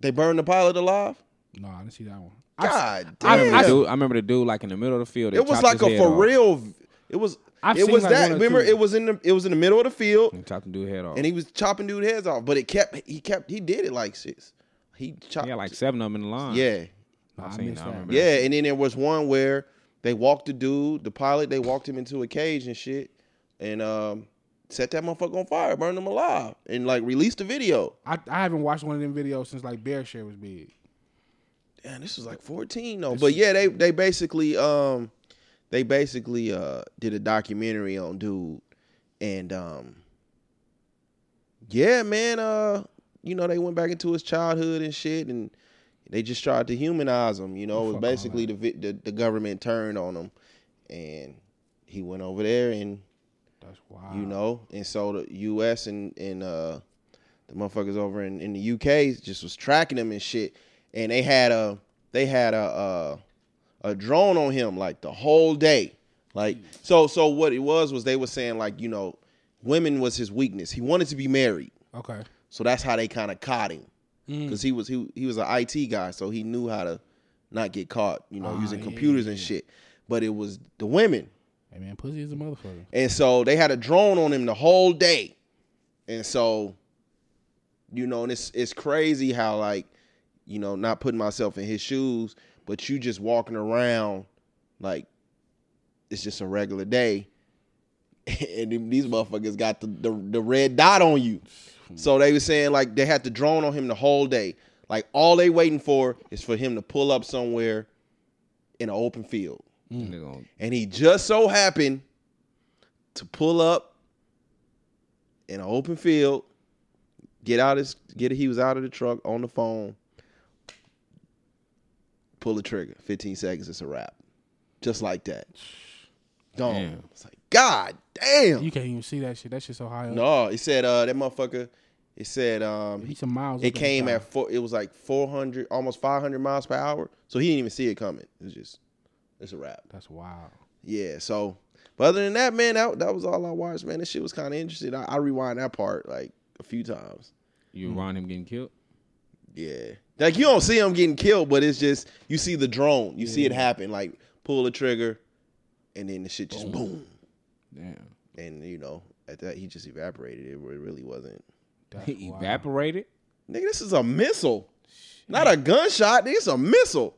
Speaker 3: They burned the pilot alive.
Speaker 2: No, I didn't see that one.
Speaker 3: God
Speaker 5: I
Speaker 3: damn!
Speaker 5: remember, the dude, I remember the dude like in the middle of the field. they
Speaker 3: it was
Speaker 5: chopped
Speaker 3: like
Speaker 5: his
Speaker 3: a
Speaker 5: head
Speaker 3: for
Speaker 5: off.
Speaker 3: real. It was.
Speaker 2: I've
Speaker 3: it
Speaker 2: seen
Speaker 3: was
Speaker 2: like one
Speaker 3: that.
Speaker 2: or
Speaker 3: Remember?
Speaker 2: two.
Speaker 3: It was in the. It was in the middle of the field,
Speaker 5: And chopped the dude head off.
Speaker 3: and he was chopping dude heads off. But it kept. He kept. He did it like six. He chopped.
Speaker 5: yeah, like seven of them in the line.
Speaker 3: Yeah.
Speaker 2: Nah, I
Speaker 5: seen
Speaker 2: missed
Speaker 5: that. I
Speaker 2: that.
Speaker 5: remember that.
Speaker 3: Yeah, and then there was one where they walked the dude, the pilot, they walked him into a cage and shit, and um, set that motherfucker on fire, burned him alive, and like released the video.
Speaker 2: I, I haven't watched one of them videos since like Bear Share was big.
Speaker 3: Damn, this was like fourteen though. But yeah, they they basically um, they basically uh did a documentary on dude, and um, yeah, man, uh, you know they went back into his childhood and shit, and they just tried to humanize him. You know, it was basically the, vi- the the government turned on him, and he went over there and
Speaker 2: That's wild.
Speaker 3: you know, and so the U.S. and and uh, the motherfuckers over in, in the U.K. just was tracking him and shit, and they had a they had a uh, a, a drone on him like the whole day, like so so what it was was they were saying like you know, women was his weakness. He wanted to be married,
Speaker 2: Okay.
Speaker 3: so that's how they kind of caught him because he was he he was an IT guy, so he knew how to not get caught, you know, using computers and shit. But it was the women.
Speaker 2: Hey man, pussy is a motherfucker.
Speaker 3: And so they had a drone on him the whole day. And so, you know, and it's it's crazy how like, you know, not putting myself in his shoes, but you just walking around like it's just a regular day. And them- these motherfuckers got the, the the red dot on you. So they were saying like they had to drone on him the whole day. Like all they waiting for is for him to pull up somewhere in an open field.
Speaker 5: They gonna-
Speaker 3: And he just so happened to pull up in an open field, get out his get he was out of the truck on the phone, pull the trigger. 15 seconds, it's a wrap. Just like that. Gone.
Speaker 5: Damn.
Speaker 3: It's like, God damn.
Speaker 2: You can't even see that shit. That shit's so high up.
Speaker 3: No, it said uh that motherfucker. It said um
Speaker 2: He's some miles.
Speaker 3: it
Speaker 2: up in the
Speaker 3: came
Speaker 2: sky.
Speaker 3: at four. It was like four hundred, almost five hundred miles per hour. So he didn't even see it coming. It was just it's a wrap.
Speaker 2: That's wild.
Speaker 3: Yeah. So, but other than that, man, that that was all I watched. Man, this shit was kind of interesting. I, I rewind that part like a few times.
Speaker 5: you around him getting killed?
Speaker 3: Yeah. Like you don't see him getting killed, but it's just you see the drone. You see it happen. Like pull the trigger, and then the shit just boom.
Speaker 5: Damn.
Speaker 3: And you know at that he just evaporated. It really wasn't.
Speaker 2: That's
Speaker 5: He
Speaker 2: wild.
Speaker 5: evaporated?
Speaker 3: Nigga, this is a missile. Not a gunshot. This is a missile.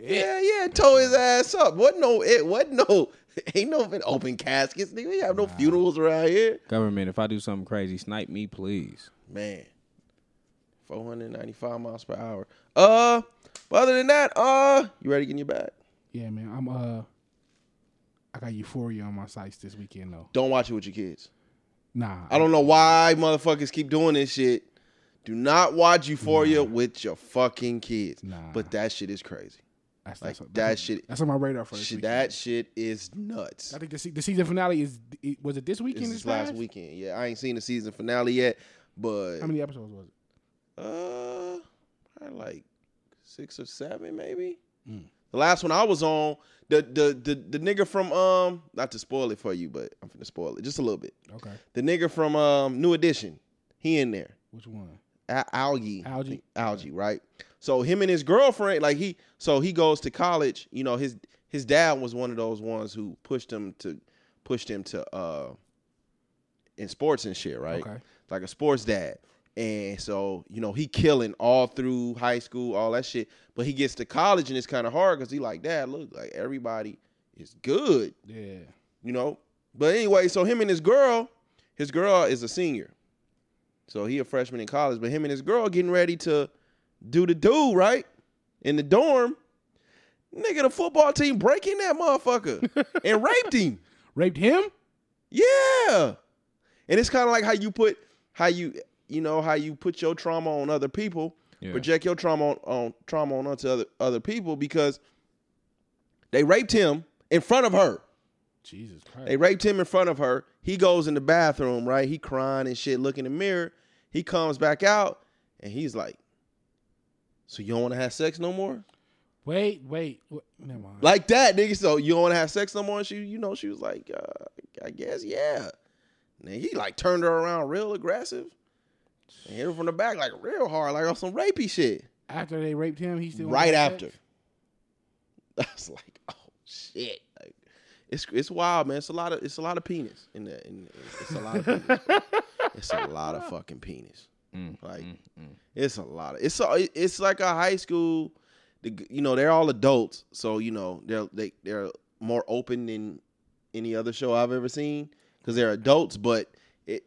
Speaker 3: Yeah, yeah, it tore his ass up. What no it what no ain't no open caskets, nigga. We have no funerals around here.
Speaker 5: Government, if I do something crazy, snipe me, please.
Speaker 3: Man. 495 miles per hour. Uh, but other than that, uh, you ready to get in your bag?
Speaker 2: Yeah, man. I'm uh, I got Euphoria on my sights this weekend though.
Speaker 3: Don't watch it with your kids.
Speaker 2: Nah,
Speaker 3: I don't know why motherfuckers keep doing this shit. Do not watch Euphoria with your fucking kids.
Speaker 2: Nah.
Speaker 3: But that shit is crazy.
Speaker 2: That's,
Speaker 3: Like,
Speaker 2: that's-
Speaker 3: that
Speaker 2: that's-
Speaker 3: shit-
Speaker 2: That's on my radar for this
Speaker 3: Shit,
Speaker 2: weekend.
Speaker 3: that shit is nuts.
Speaker 2: I think the, se- the season finale is it- was it this weekend?
Speaker 3: This
Speaker 2: this
Speaker 3: is last
Speaker 2: past?
Speaker 3: weekend. Yeah, I ain't seen the season finale yet, but
Speaker 2: How many episodes was it?
Speaker 3: uh, probably like six or seven maybe. The last one I was on, the the the the nigga from um, not to spoil it for you, but I'm finna spoil it just a little bit.
Speaker 2: Okay,
Speaker 3: The nigga from um, New Edition, he in there.
Speaker 2: which one?
Speaker 3: Al- algae, I
Speaker 2: Algae.
Speaker 3: think. algae, right? So him and his girlfriend, like he, so he goes to college. You know, his his dad was one of those ones who pushed him to pushed him to uh in sports and shit, right?
Speaker 2: Okay.
Speaker 3: Like a sports dad. And so you know he killing all through high school, all that shit. But he gets to college and it's kind of hard because he like, dad, look, like everybody is good
Speaker 2: Yeah,
Speaker 3: you know. But anyway, so him and his girl, his girl is a senior, so he a freshman in college. But him and his girl getting ready to do the do right in the dorm. Nigga, the football team breaking that motherfucker and raped him.
Speaker 2: raped him.
Speaker 3: Yeah, and it's kind of like how you put how you you know how you put your trauma on other people,
Speaker 5: Yeah.
Speaker 3: project your trauma on, on trauma on onto other other people because they raped him in front of her.
Speaker 2: Jesus Christ.
Speaker 3: They raped him in front of her. He goes in the bathroom, right? He crying and shit, look in the mirror. He comes back out and he's like, So you don't want to have sex no more?
Speaker 2: wait, wait, wait. Never mind.
Speaker 3: Like that, nigga. So you don't want to have sex no more? And she, you know, she was like, uh, I guess, yeah. And then he like turned her around real aggressive. And hit her from the back, like real hard, like on some rapey shit.
Speaker 2: after they raped him, he still
Speaker 3: right
Speaker 2: had
Speaker 3: after.
Speaker 2: sex?
Speaker 3: I was like, oh shit. Like, it's it's wild, man. It's a lot of it's a lot of penis in the in, it's a lot of penis. it's a lot of fucking penis.
Speaker 5: Mm,
Speaker 3: like it's a lot of it's a, it's like a high school. The, g- you know they're all adults, so you know they're they they're more open than any other show I've ever seen because they're adults. But it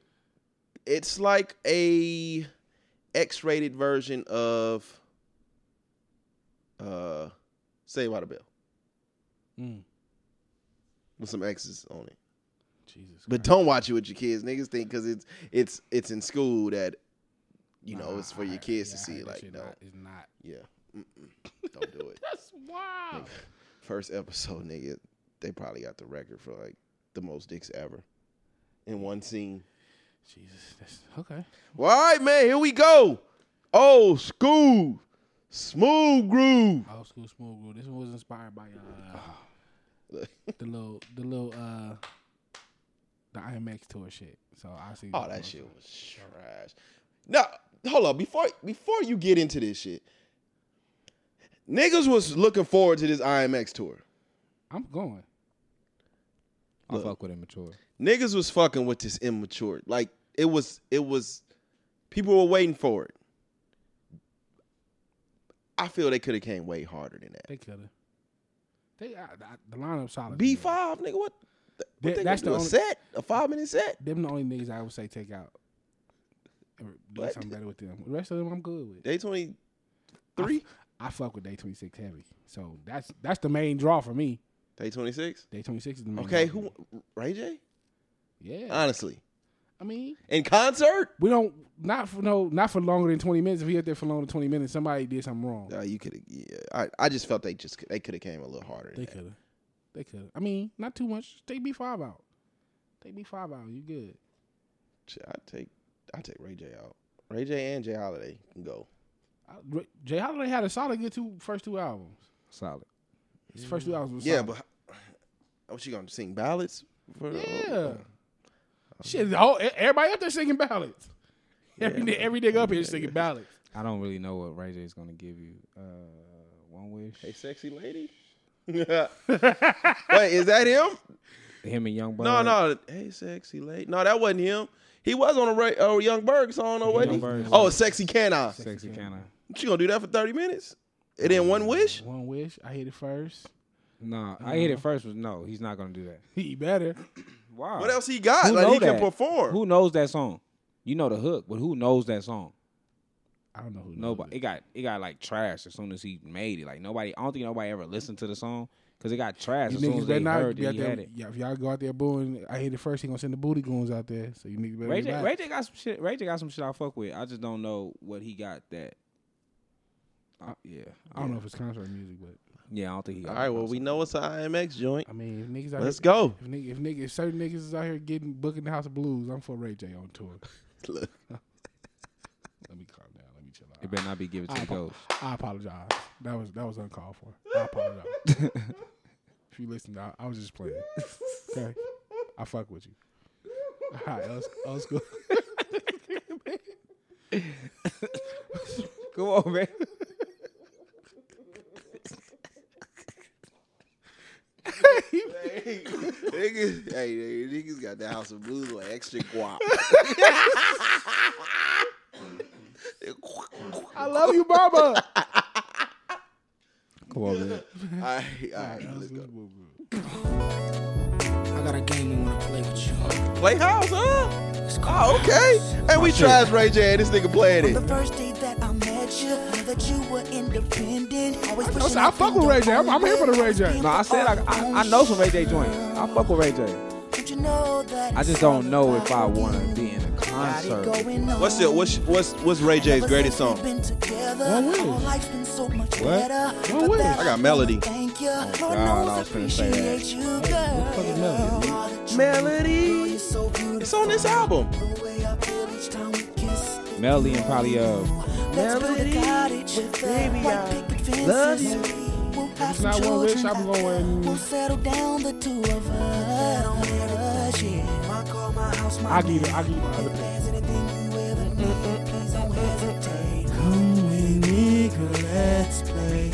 Speaker 3: it's like a X rated version of uh Save by the Bell
Speaker 2: Mm.
Speaker 3: with some X's on it.
Speaker 2: Jesus.
Speaker 3: But don't watch it with your kids. Niggas think because it's it's it's in school that you know it's for your kids to see. Like no,
Speaker 2: no, it's not.
Speaker 3: yeah, Mm-mm. don't do it.
Speaker 2: That's wild.
Speaker 3: First episode, nigga, they probably got the record for like the most dicks ever in one scene.
Speaker 2: Jesus. That's, okay.
Speaker 3: Well, all right, man, here we go. Old school, smooth groove.
Speaker 2: Old school smooth groove. This one was inspired by uh, the little the little uh the IMX tour shit. So I see.
Speaker 3: Oh, that shit was trash. Now, hold on. Before before you get into this shit, niggas was looking forward to this IMX tour.
Speaker 2: I'm going.
Speaker 5: I fuck with immature.
Speaker 3: Niggas was fucking with this immature. Like it was it was people were waiting for it. I feel they could have came way harder than that.
Speaker 2: They could have. They I, I, the lineup solid.
Speaker 3: B
Speaker 2: man.
Speaker 3: five, nigga, what? what
Speaker 2: That-
Speaker 3: they that's
Speaker 2: that's the
Speaker 3: do? a
Speaker 2: only-
Speaker 3: set, a five minute set.
Speaker 2: Them the only niggas I would say take out. or do
Speaker 3: What?
Speaker 2: something better with them. The rest of them I'm good with.
Speaker 3: Day twenty three,
Speaker 2: I fuck with day twenty six heavy. So that's that's the main draw for me.
Speaker 3: day twenty six.
Speaker 2: Day twenty six is the main
Speaker 3: Okay,
Speaker 2: draw for
Speaker 3: who?
Speaker 2: me.
Speaker 3: Ray J.
Speaker 2: Yeah.
Speaker 3: Honestly,
Speaker 2: I mean
Speaker 3: in concert.
Speaker 2: we don't not for no not for longer than twenty minutes. If he out there for longer than twenty minutes, somebody did something wrong.
Speaker 3: Uh, you could have. Yeah, I, I just felt they just could- they could have came a little harder. Than
Speaker 2: They
Speaker 3: that.
Speaker 2: could have. They could have. I mean, not too much. Take B five out. Take B five out. You good.
Speaker 3: Shit, I take I take Ray J out. Ray J and Jay Holiday can go.
Speaker 2: I, Ra- Jay Holiday had a solid good two first two albums.
Speaker 5: Solid.
Speaker 2: His first two albums was
Speaker 3: Yeah,
Speaker 2: solid.
Speaker 3: but oh, she gonna sing ballads? For uh, the-
Speaker 2: Yeah. Shit, the whole, e- everybody up there singing ballads. Every, ni- every nigga up here singing ballads.
Speaker 5: I don't really know what Ray J is gonna give you. Uh, one wish.
Speaker 3: Hey, sexy lady. Wait, is that him?
Speaker 5: Him and Young Buck.
Speaker 3: No, no. Hey, sexy lady. No, that wasn't him. He was on a Ray, uh, Young Berg song, though, wasn't
Speaker 5: Young
Speaker 3: he?
Speaker 5: Berg.
Speaker 3: Oh, sexy can I?
Speaker 5: Sexy kind of.
Speaker 3: She gonna do that for thirty minutes? And then one wish?
Speaker 2: One wish, I hit it first.
Speaker 5: No, I hit it first. Was no, he's not gonna do that.
Speaker 2: He better.
Speaker 5: Wow.
Speaker 3: What else he got? like he can perform.
Speaker 5: Who knows that song? You know the hook, but who knows that song?
Speaker 2: I don't know who. knows
Speaker 5: Nobody. It
Speaker 2: it.
Speaker 5: got it got like trash as soon as he made it. Like nobody. I don't think nobody ever listened to the song because it got trash
Speaker 2: You
Speaker 5: as soon as
Speaker 2: niggas
Speaker 5: they
Speaker 2: better not
Speaker 5: heard
Speaker 2: be
Speaker 5: that
Speaker 2: out
Speaker 5: he
Speaker 2: there.
Speaker 5: had it.
Speaker 2: Yeah, if y'all go out there booing, I hit it first. He gonna send the booty goons out there. So you niggas better.
Speaker 5: Ray
Speaker 2: be
Speaker 5: J,
Speaker 2: back.
Speaker 5: Ray J got some shit. Ray J got some shit I fuck with. I just don't know what he got that. Uh, yeah,
Speaker 2: I don't know if it's concert music, but
Speaker 5: Yeah, I don't think he. Got
Speaker 3: All right,
Speaker 5: that
Speaker 3: well,
Speaker 5: song.
Speaker 3: we know it's an IMX joint.
Speaker 2: I mean, if niggas out
Speaker 3: Let's
Speaker 2: here,
Speaker 3: go.
Speaker 2: If niggas, if niggas, if certain niggas is out here getting booking the House of Blues, I'm for Ray J on tour.
Speaker 3: Look.
Speaker 2: Let me calm down. Let me chill out.
Speaker 5: It better not be given to
Speaker 2: I,
Speaker 5: the
Speaker 2: apo-
Speaker 5: ghost.
Speaker 2: I apologize. That was that was uncalled for. I apologize. if you listen, I, I was just playing. Okay, I fuck with you. All right, let's, let's go.
Speaker 5: Come on, man.
Speaker 3: niggas, hey, niggas got the House of Blues with extra guap.
Speaker 2: I love you, Mama.
Speaker 5: Come on, man.
Speaker 3: all right, all right, let's go.
Speaker 7: I got a game I wanna play with you.
Speaker 3: Playhouse, huh? Oh, okay. Hey, we tried Ray J and this nigga playing
Speaker 7: The
Speaker 3: it.
Speaker 7: first day that I met you, knew that you were independent. Always
Speaker 2: I said, I fuck with Ray J. I'm, I'm here for the Ray J.
Speaker 5: No, I said I, I, I know some Ray J joints. I fuck with Ray J.
Speaker 7: Don't you know that
Speaker 5: I just don't know if I want to be in a concert. with him.
Speaker 3: What's it? What's what's what's Ray J's greatest song?
Speaker 7: One
Speaker 2: Wish.
Speaker 7: Life's been so much
Speaker 5: What?
Speaker 7: better.
Speaker 2: One
Speaker 7: For
Speaker 2: Wish.
Speaker 7: that,
Speaker 3: I got Melody.
Speaker 7: Thank you. Oh, Lord
Speaker 5: God,
Speaker 7: knows
Speaker 5: I
Speaker 7: I
Speaker 5: was finna say that.
Speaker 7: appreciate you, girl.
Speaker 3: Melody.
Speaker 7: You're so beautiful.
Speaker 3: It's on this album.
Speaker 7: The way I feel each time we kiss.
Speaker 5: Melody and probably uh,
Speaker 7: Let's build a cottage with baby, white picket fences. Love you. We'll have
Speaker 2: It's not
Speaker 7: some
Speaker 2: one wish.
Speaker 7: children.
Speaker 2: I'm going.
Speaker 7: We'll settle down the two of us. Yeah. My car, my house, my
Speaker 2: I give you.
Speaker 7: man.
Speaker 2: I give you my other pick.
Speaker 7: Plans, anything you ever need. Please don't hesitate.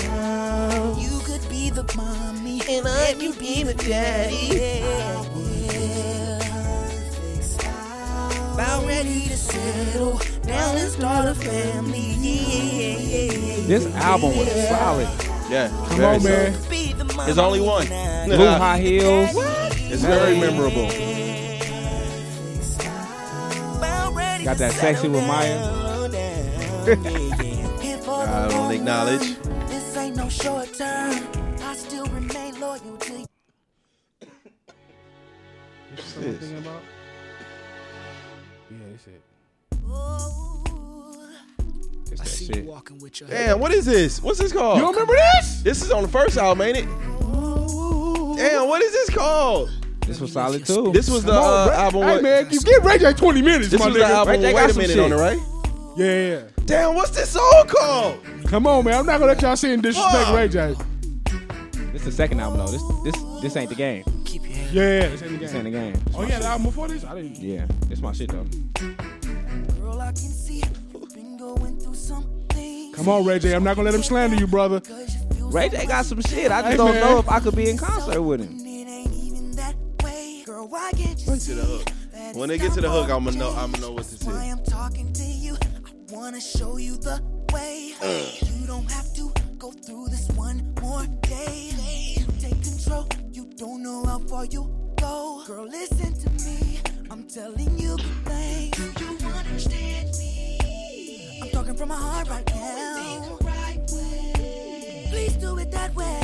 Speaker 7: You could be the mommy, and I could be the daddy. Yeah. Perfect style. About ready to settle down and start a family. Yeah, yeah, yeah.
Speaker 5: this album was solid.
Speaker 3: Yeah.
Speaker 2: Come on, man.
Speaker 7: Be the mommy
Speaker 3: There's only one.
Speaker 7: now.
Speaker 5: Blue High Heels.
Speaker 3: It's very memorable.
Speaker 5: Got that sexy with Maya.
Speaker 3: I don't acknowledge.
Speaker 7: This ain't no short term. I still remain loyal to you.
Speaker 3: Yes.
Speaker 2: Thinking about. Yeah, that's it.
Speaker 5: It's that shit.
Speaker 7: Walking with your
Speaker 3: Damn, what is this? What's this called?
Speaker 2: You don't remember this?
Speaker 3: This is on the first album, ain't it? Damn, what is this called?
Speaker 5: This was solid too.
Speaker 3: This was the
Speaker 2: Come on,
Speaker 3: uh,
Speaker 2: Ray-
Speaker 3: album.
Speaker 2: Hey
Speaker 3: with-
Speaker 2: man, you give Ray J 20 minutes,
Speaker 3: This
Speaker 2: my
Speaker 3: was the
Speaker 2: nigga.
Speaker 3: album.
Speaker 5: Ray J got
Speaker 3: Wait a
Speaker 5: some
Speaker 3: minute
Speaker 5: shit.
Speaker 3: on it, right?
Speaker 2: Yeah,
Speaker 3: Damn, what's this song called?
Speaker 2: yeah. Come on, man. I'm not gonna let y'all sit and disrespect
Speaker 3: Fuck.
Speaker 2: Ray J.
Speaker 5: this the second album though. This this this ain't the game.
Speaker 2: Yeah, it's in the
Speaker 5: This
Speaker 2: game.
Speaker 5: ain't the game.
Speaker 2: Oh, yeah, the album before this? I didn't.
Speaker 5: Yeah, this my shit though.
Speaker 7: girl. I can see you've been going through something.
Speaker 2: Come on, Ray J. I'm not gonna let him slander you, brother.
Speaker 5: Ray J got some shit. I just
Speaker 2: Hey,
Speaker 5: don't
Speaker 2: man.
Speaker 5: know if I could be in concert with him.
Speaker 7: It ain't even that way. Girl, why can't you
Speaker 3: to the hook. When they get to the hook, I'ma know- I'ma know what this is.
Speaker 7: Why I'm talking to you. I wanna show you the way. You don't have to go through this one more day. You take control. You don't know how far you go. Girl, listen to me. I'm telling you good things. Do you understand me? coming from my heart right now. Please do it that way.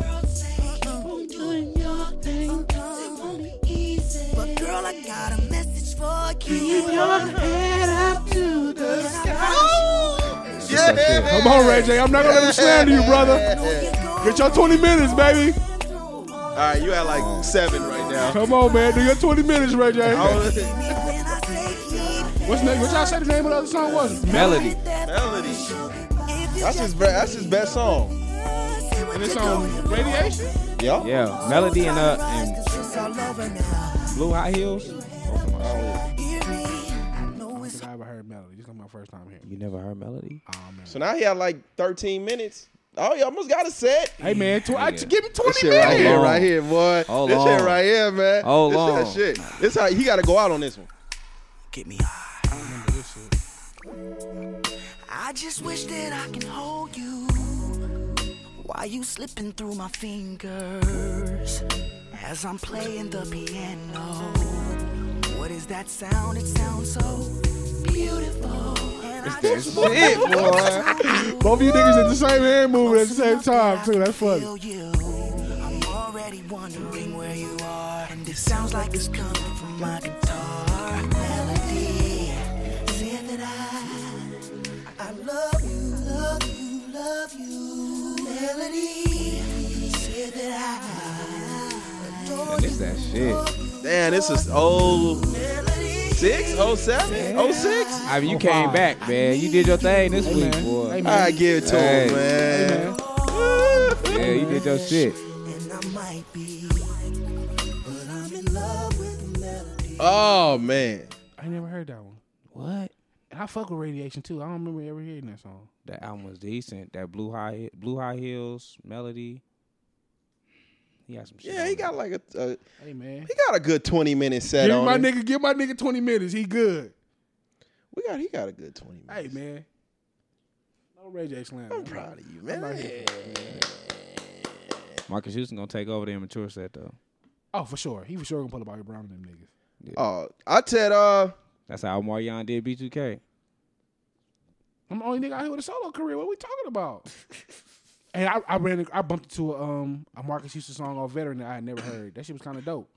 Speaker 7: Uh-uh. Uh-uh. But girl, I got a message for you. Keep your head up to the sky.
Speaker 3: Yeah,
Speaker 2: Come on, Ray J. I'm not gonna let him slander you, brother. Get your 20 minutes, baby.
Speaker 3: All right, you at like seven right now.
Speaker 2: Come on, man. Do your 20 minutes, Ray J.
Speaker 3: Oh,
Speaker 2: What's next? What y'all say the name of the other song was?
Speaker 5: Melody.
Speaker 3: Melody. That's his, bre- that's his best song.
Speaker 2: And it's on Radiation?
Speaker 3: Yup.
Speaker 5: Yeah, Melody and uh and Blue High Heels.
Speaker 2: I haven't heard Melody. This is my first time here.
Speaker 5: You never heard Melody?
Speaker 3: So now he had like 13 minutes. Oh, you almost got a set.
Speaker 2: Hey, man. Tw- I, give him 20
Speaker 3: This shit
Speaker 2: minutes.
Speaker 3: right here,
Speaker 5: long.
Speaker 3: right here, boy.
Speaker 5: Hold
Speaker 3: this
Speaker 5: on.
Speaker 3: shit right here, man.
Speaker 5: Hold
Speaker 3: this
Speaker 5: on.
Speaker 3: Shit, that shit. This how he got to go out on this one.
Speaker 7: Get me high. I just wish that I can hold you. Why you slipping through my fingers as I'm playing the piano? What is that sound? It sounds so beautiful. And I just want
Speaker 5: Shit, boy.
Speaker 2: Both of you niggas at the same hand moving at the same time, too. That's funny.
Speaker 7: feel you. I'm already wondering where you are, and it sounds like it's coming from my guitar. Melody, saying that I, I love you, love you, love you. Melody, say that I adore you.
Speaker 5: It's that shit.
Speaker 3: Damn, this is oh six, oh seven, oh six.
Speaker 5: I mean, you came back, man. You did your thing this week, boy.
Speaker 2: Hey, man.
Speaker 3: I give it to
Speaker 5: Hey.
Speaker 3: him, man.
Speaker 5: Yeah, you did your shit.
Speaker 7: And I might be, but I'm in love with melody.
Speaker 3: Oh man,
Speaker 2: I never heard that one.
Speaker 5: What?
Speaker 2: And I fuck with Radiation, too. I don't remember ever hearing that song.
Speaker 5: That album was decent. That blue high, blue high heels, melody. He got some shit.
Speaker 3: yeah,
Speaker 5: on
Speaker 3: he
Speaker 5: there.
Speaker 3: got like a, a
Speaker 2: Hey, man.
Speaker 3: he got a good twenty minute set
Speaker 2: Give
Speaker 3: on.
Speaker 2: my
Speaker 3: it.
Speaker 2: nigga, give my nigga 20 minutes. He good.
Speaker 3: We got he got a good twenty minutes.
Speaker 2: Hey, man. No Ray J slam.
Speaker 3: I'm proud of you, man.
Speaker 5: Marcus Houston gonna take over the immature set though.
Speaker 2: Oh, for sure. He for sure gonna pull about your brown and them niggas.
Speaker 3: Oh, I said uh,
Speaker 5: That's how Marion did B2K.
Speaker 2: I'm the only nigga out here with a solo career. What we talking about? and I, I ran, I bumped into a, um, a Marcus Houston song on Veteran that I had never heard. That shit was kind of dope.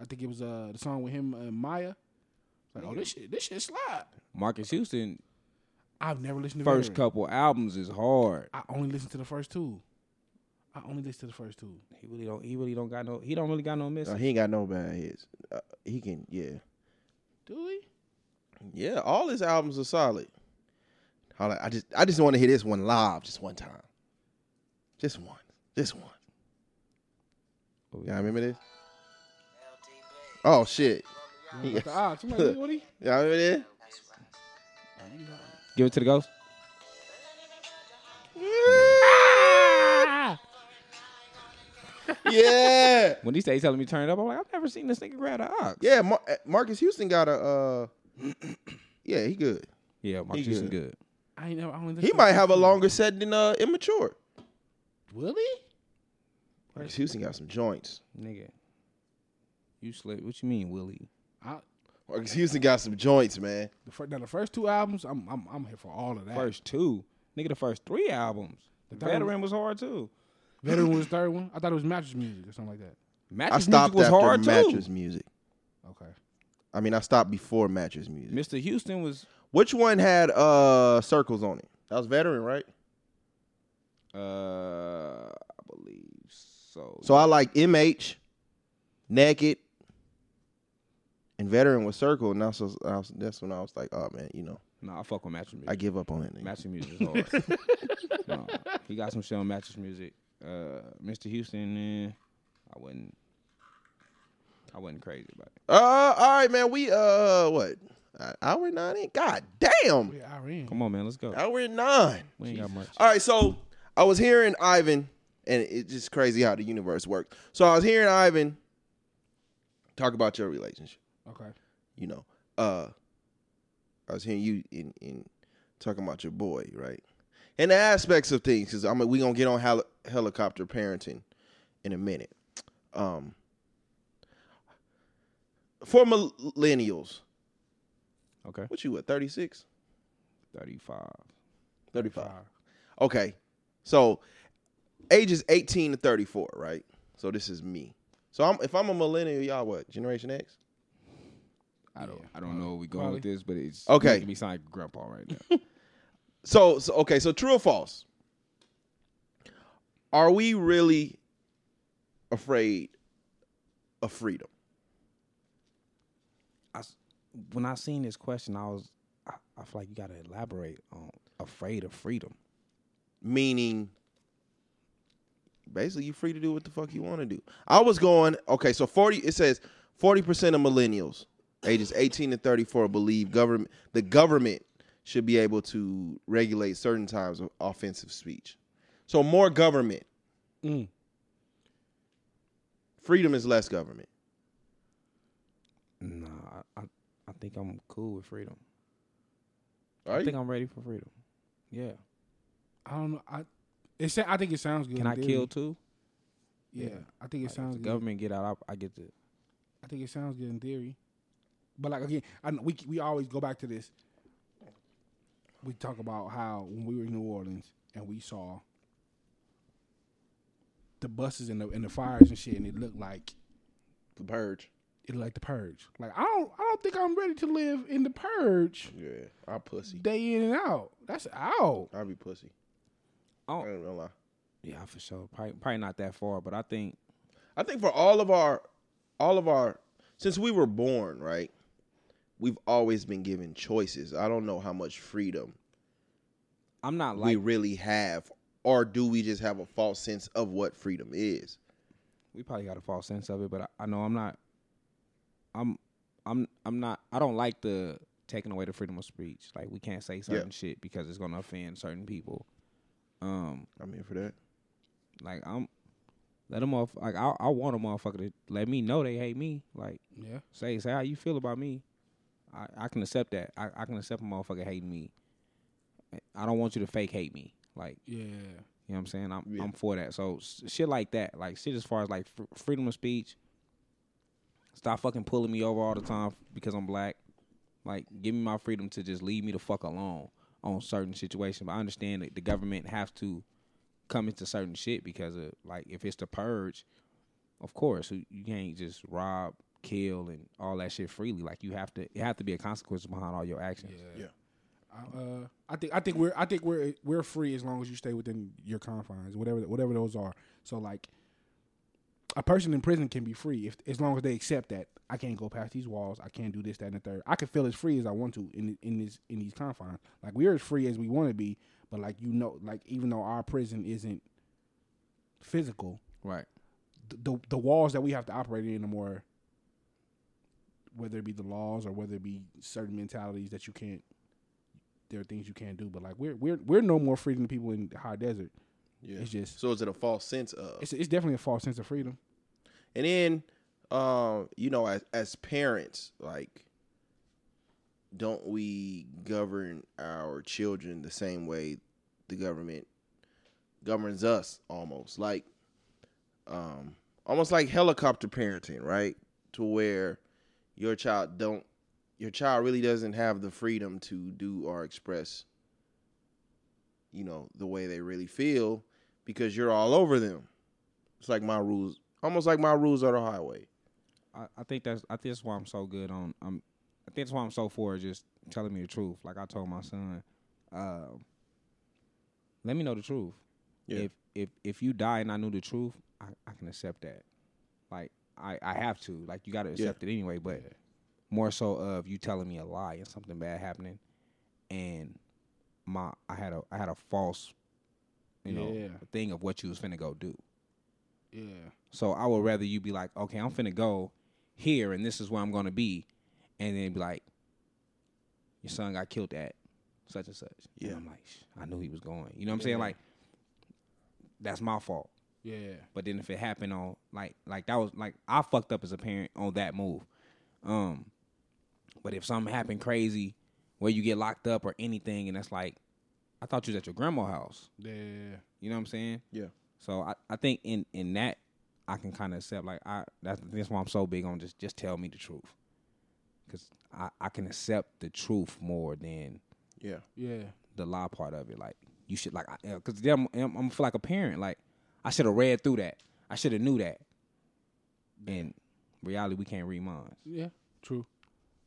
Speaker 2: I think it was uh, the song with him and Maya. Like, oh, this shit, this shit slide.
Speaker 5: Marcus Houston
Speaker 2: I've never listened to
Speaker 5: first
Speaker 2: Veteran.
Speaker 5: couple albums is hard.
Speaker 2: I only listened to the first two. I only listened to the first two.
Speaker 5: He really don't. He really don't got no. Uh, He don't really got no
Speaker 3: no,
Speaker 5: misses.
Speaker 3: he ain't got no bad hits. Uh, he can, yeah,
Speaker 2: Do we?
Speaker 3: yeah. All his albums are solid. All right, I just I just want to hear this one live, just one time, just one, just one. Y'all remember this? Oh shit! Yeah.
Speaker 2: The odds. I'm like, nigga, what he?
Speaker 3: Y'all remember this?
Speaker 5: Give it to the ghost.
Speaker 2: Ah!
Speaker 3: Yeah,
Speaker 5: When he started telling me to turn it up, I'm like, I've never seen this nigga grab an ox.
Speaker 3: yeah. Mar- uh, Marcus Houston got a, uh, yeah, he good.
Speaker 5: yeah, Marcus
Speaker 3: He
Speaker 5: Houston
Speaker 3: good.
Speaker 5: good.
Speaker 2: I ain't never. I only
Speaker 3: He
Speaker 2: listened to
Speaker 3: might
Speaker 2: the
Speaker 3: have a
Speaker 2: first two.
Speaker 3: longer set than uh, Immature.
Speaker 2: Will he?
Speaker 3: Marcus Houston got some joints.
Speaker 5: Nigga, you slip. What you mean, Willie?
Speaker 2: I,
Speaker 3: Marcus Houston got some joints, man.
Speaker 2: the first, now the first two albums, I'm I'm I'm here for all of that.
Speaker 5: First two, nigga, the first three albums. The
Speaker 2: third
Speaker 5: veteran was hard too.
Speaker 2: Veteran was the third one. I thought it was mattress music or something like that.
Speaker 5: Mattress
Speaker 3: I stopped
Speaker 5: music
Speaker 3: after
Speaker 5: was hard
Speaker 3: mattress
Speaker 5: too.
Speaker 3: music.
Speaker 2: Okay.
Speaker 3: I mean, I stopped before mattress music.
Speaker 5: Mr. Houston was
Speaker 3: Which one had uh circles on it? That was veteran, right?
Speaker 5: Uh, I believe so.
Speaker 3: So I like MH, naked, and veteran with circle, and that's was, I was, that's when I was like, oh man, you know,
Speaker 5: no, I fuck with mattress music.
Speaker 3: I give up on it. nigga.
Speaker 5: mattress music is hard. no, he got some shit on mattress music. Uh, Mr. Houston, eh, I wasn't. I wasn't crazy about it.
Speaker 3: Uh, all right, man. We uh, what? Uh, hour nine? in? God damn,
Speaker 2: Yeah, Irene.
Speaker 5: Come on, man, let's go.
Speaker 3: hour nine.
Speaker 5: We ain't got much.
Speaker 3: All right, so I was hearing Ivan, and it's just crazy how the universe works. So I was hearing Ivan talk about your relationship.
Speaker 2: Okay.
Speaker 3: you know, uh, I was hearing you in, in talking about your boy, right? And the aspects of things, because I mean, we gonna get on heli- helicopter parenting in a minute. Um, for millennials,
Speaker 5: Okay,
Speaker 3: what you at thirty six?
Speaker 5: 35.
Speaker 3: 35. Okay. So ages 18 to 34, right? So this is me. So I'm if I'm a millennial, y'all what? Generation X?
Speaker 5: I don't I don't know where we going with this, but it's
Speaker 3: Okay.
Speaker 5: making me sound like grandpa right now.
Speaker 3: So, so okay, so true or false? Are we really afraid of freedom?
Speaker 5: I s when I seen this question, I was I, I feel like you gotta elaborate on afraid of freedom.
Speaker 3: Meaning basically you're free to do what the fuck you want to do. I was going, okay, so 40 it says 40% of millennials ages 18 to 34 believe government the government should be able to regulate certain times of offensive speech. So more government.
Speaker 2: Mm.
Speaker 3: Freedom is less government.
Speaker 5: Nah, I, I I think I'm cool with freedom.
Speaker 3: All right?
Speaker 5: I think I'm ready for freedom. Yeah.
Speaker 2: I don't know. I it sa- I think it sounds good.
Speaker 5: Can I
Speaker 2: in
Speaker 5: kill
Speaker 2: theory.
Speaker 5: too?
Speaker 2: Yeah, I think it
Speaker 5: Like, if
Speaker 2: sounds
Speaker 5: the
Speaker 2: good.
Speaker 5: government get out, I, I get to.
Speaker 2: I think it sounds good in theory, but like again, I know we we always go back to this. We talk about how when we were in New Orleans and we saw the buses and the and the fires and shit, and it looked like
Speaker 3: the purge.
Speaker 2: it looked like the purge. Like I don't I don't think I'm ready to live in the purge
Speaker 3: Yeah, I pussy.
Speaker 2: day in and out. That's out.
Speaker 3: I be pussy.
Speaker 5: Oh.
Speaker 3: I ain't gonna lie.
Speaker 5: Yeah, for sure. Probably, probably not that far, but I think
Speaker 3: I think for all of our, all of our, since we were born, right, we've always been given choices. I don't know how much freedom
Speaker 5: I'm not
Speaker 3: we
Speaker 5: like we,
Speaker 3: really have, or do we just have a false sense of what freedom is?
Speaker 5: probably got a false sense of it, but I, I know I'm not. I'm, I'm, I'm not. I don't like the taking away the freedom of speech. Like we can't say certain shit because it's gonna offend certain people. Um,
Speaker 3: I'm here for that.
Speaker 5: like I'm, let them off. Like I, I want a motherfucker to let me know they hate me. Like
Speaker 2: Yeah,
Speaker 5: say say how you feel about me. I, I can accept that. I, I can accept a motherfucker hating me. I don't want you to fake hate me. Like
Speaker 2: yeah,
Speaker 5: You know what I'm saying? I'm
Speaker 3: Yeah.
Speaker 5: I'm for that. So s- shit like that, like shit as far as like fr- freedom of speech. Stop fucking pulling me over all the time because I'm black. Like, give me my freedom to just leave me the fuck alone on certain situations. But I understand that the government has to come into certain shit because of like if it's the purge, of course you you can't just rob, kill, and all that shit freely. Like you have to, it have to be a consequence behind all your actions.
Speaker 2: yeah. I, uh, I think I think we're I think we're we're free as long as you stay within your confines, whatever whatever those are. So like, a person in prison can be free if as long as they accept that I can't go past these walls, I can't do this, that, and the third. I can feel as free as I want to in in this in these confines. Like we're as free as we want to be, but like you know, like even though our prison isn't physical,
Speaker 5: Right.
Speaker 2: th- the the walls that we have to operate in are more whether it be the laws or whether it be certain mentalities that you can't there are things you can't do but like we're we're we're no more free than the people in the high desert
Speaker 3: Yeah.
Speaker 2: It's just-
Speaker 3: so is it a false sense of?
Speaker 2: it's it's definitely a false sense of freedom
Speaker 3: And then, um, you know, as as parents, like, don't we govern our children the same way the government governs us? Almost like, um, almost like helicopter parenting, right? To where your child don't, your child really doesn't have the freedom to do or express, you know, the way they really feel because you're all over them. It's like my rules, almost like my rules are the highway.
Speaker 5: I, I think that's I think that's why I'm so good on I'm I think that's why I'm so for just telling me the truth. Like I told my son, uh, let me know the truth.
Speaker 3: Yeah.
Speaker 5: If if if you die and I knew the truth, I, I can accept that. Like I, I have to. Like you gotta accept it anyway, but more so of you telling me a lie and something bad happening and my I had a I had a false you know
Speaker 2: Yeah.
Speaker 5: thing of what you was finna go do.
Speaker 2: yeah
Speaker 5: So I would rather you be like, okay, I'm finna go here and this is where I'm gonna be, and then be like, your son got killed at such and such. Yeah, I'm like, "Sh- I knew he was going. You know what I'm saying? Like, that's my fault.
Speaker 2: yeah
Speaker 5: But then if it happened on like like that was like I fucked up as a parent on that move. Um but if something happened crazy where you get locked up or anything and that's like I thought you was at your grandma's house.
Speaker 2: yeah
Speaker 5: You know what I'm saying?
Speaker 3: Yeah.
Speaker 5: So I, I think in in that I can kind of accept like I that's that's why I'm so big on just just tell me the truth because I I can accept the truth more than
Speaker 3: Yeah.
Speaker 2: Yeah.
Speaker 5: the lie part of it. Like you should like because I'm, I'm I'm feel like a parent. Like I should have read through that. I should have knew that. And reality, we can't read minds.
Speaker 2: Yeah, true.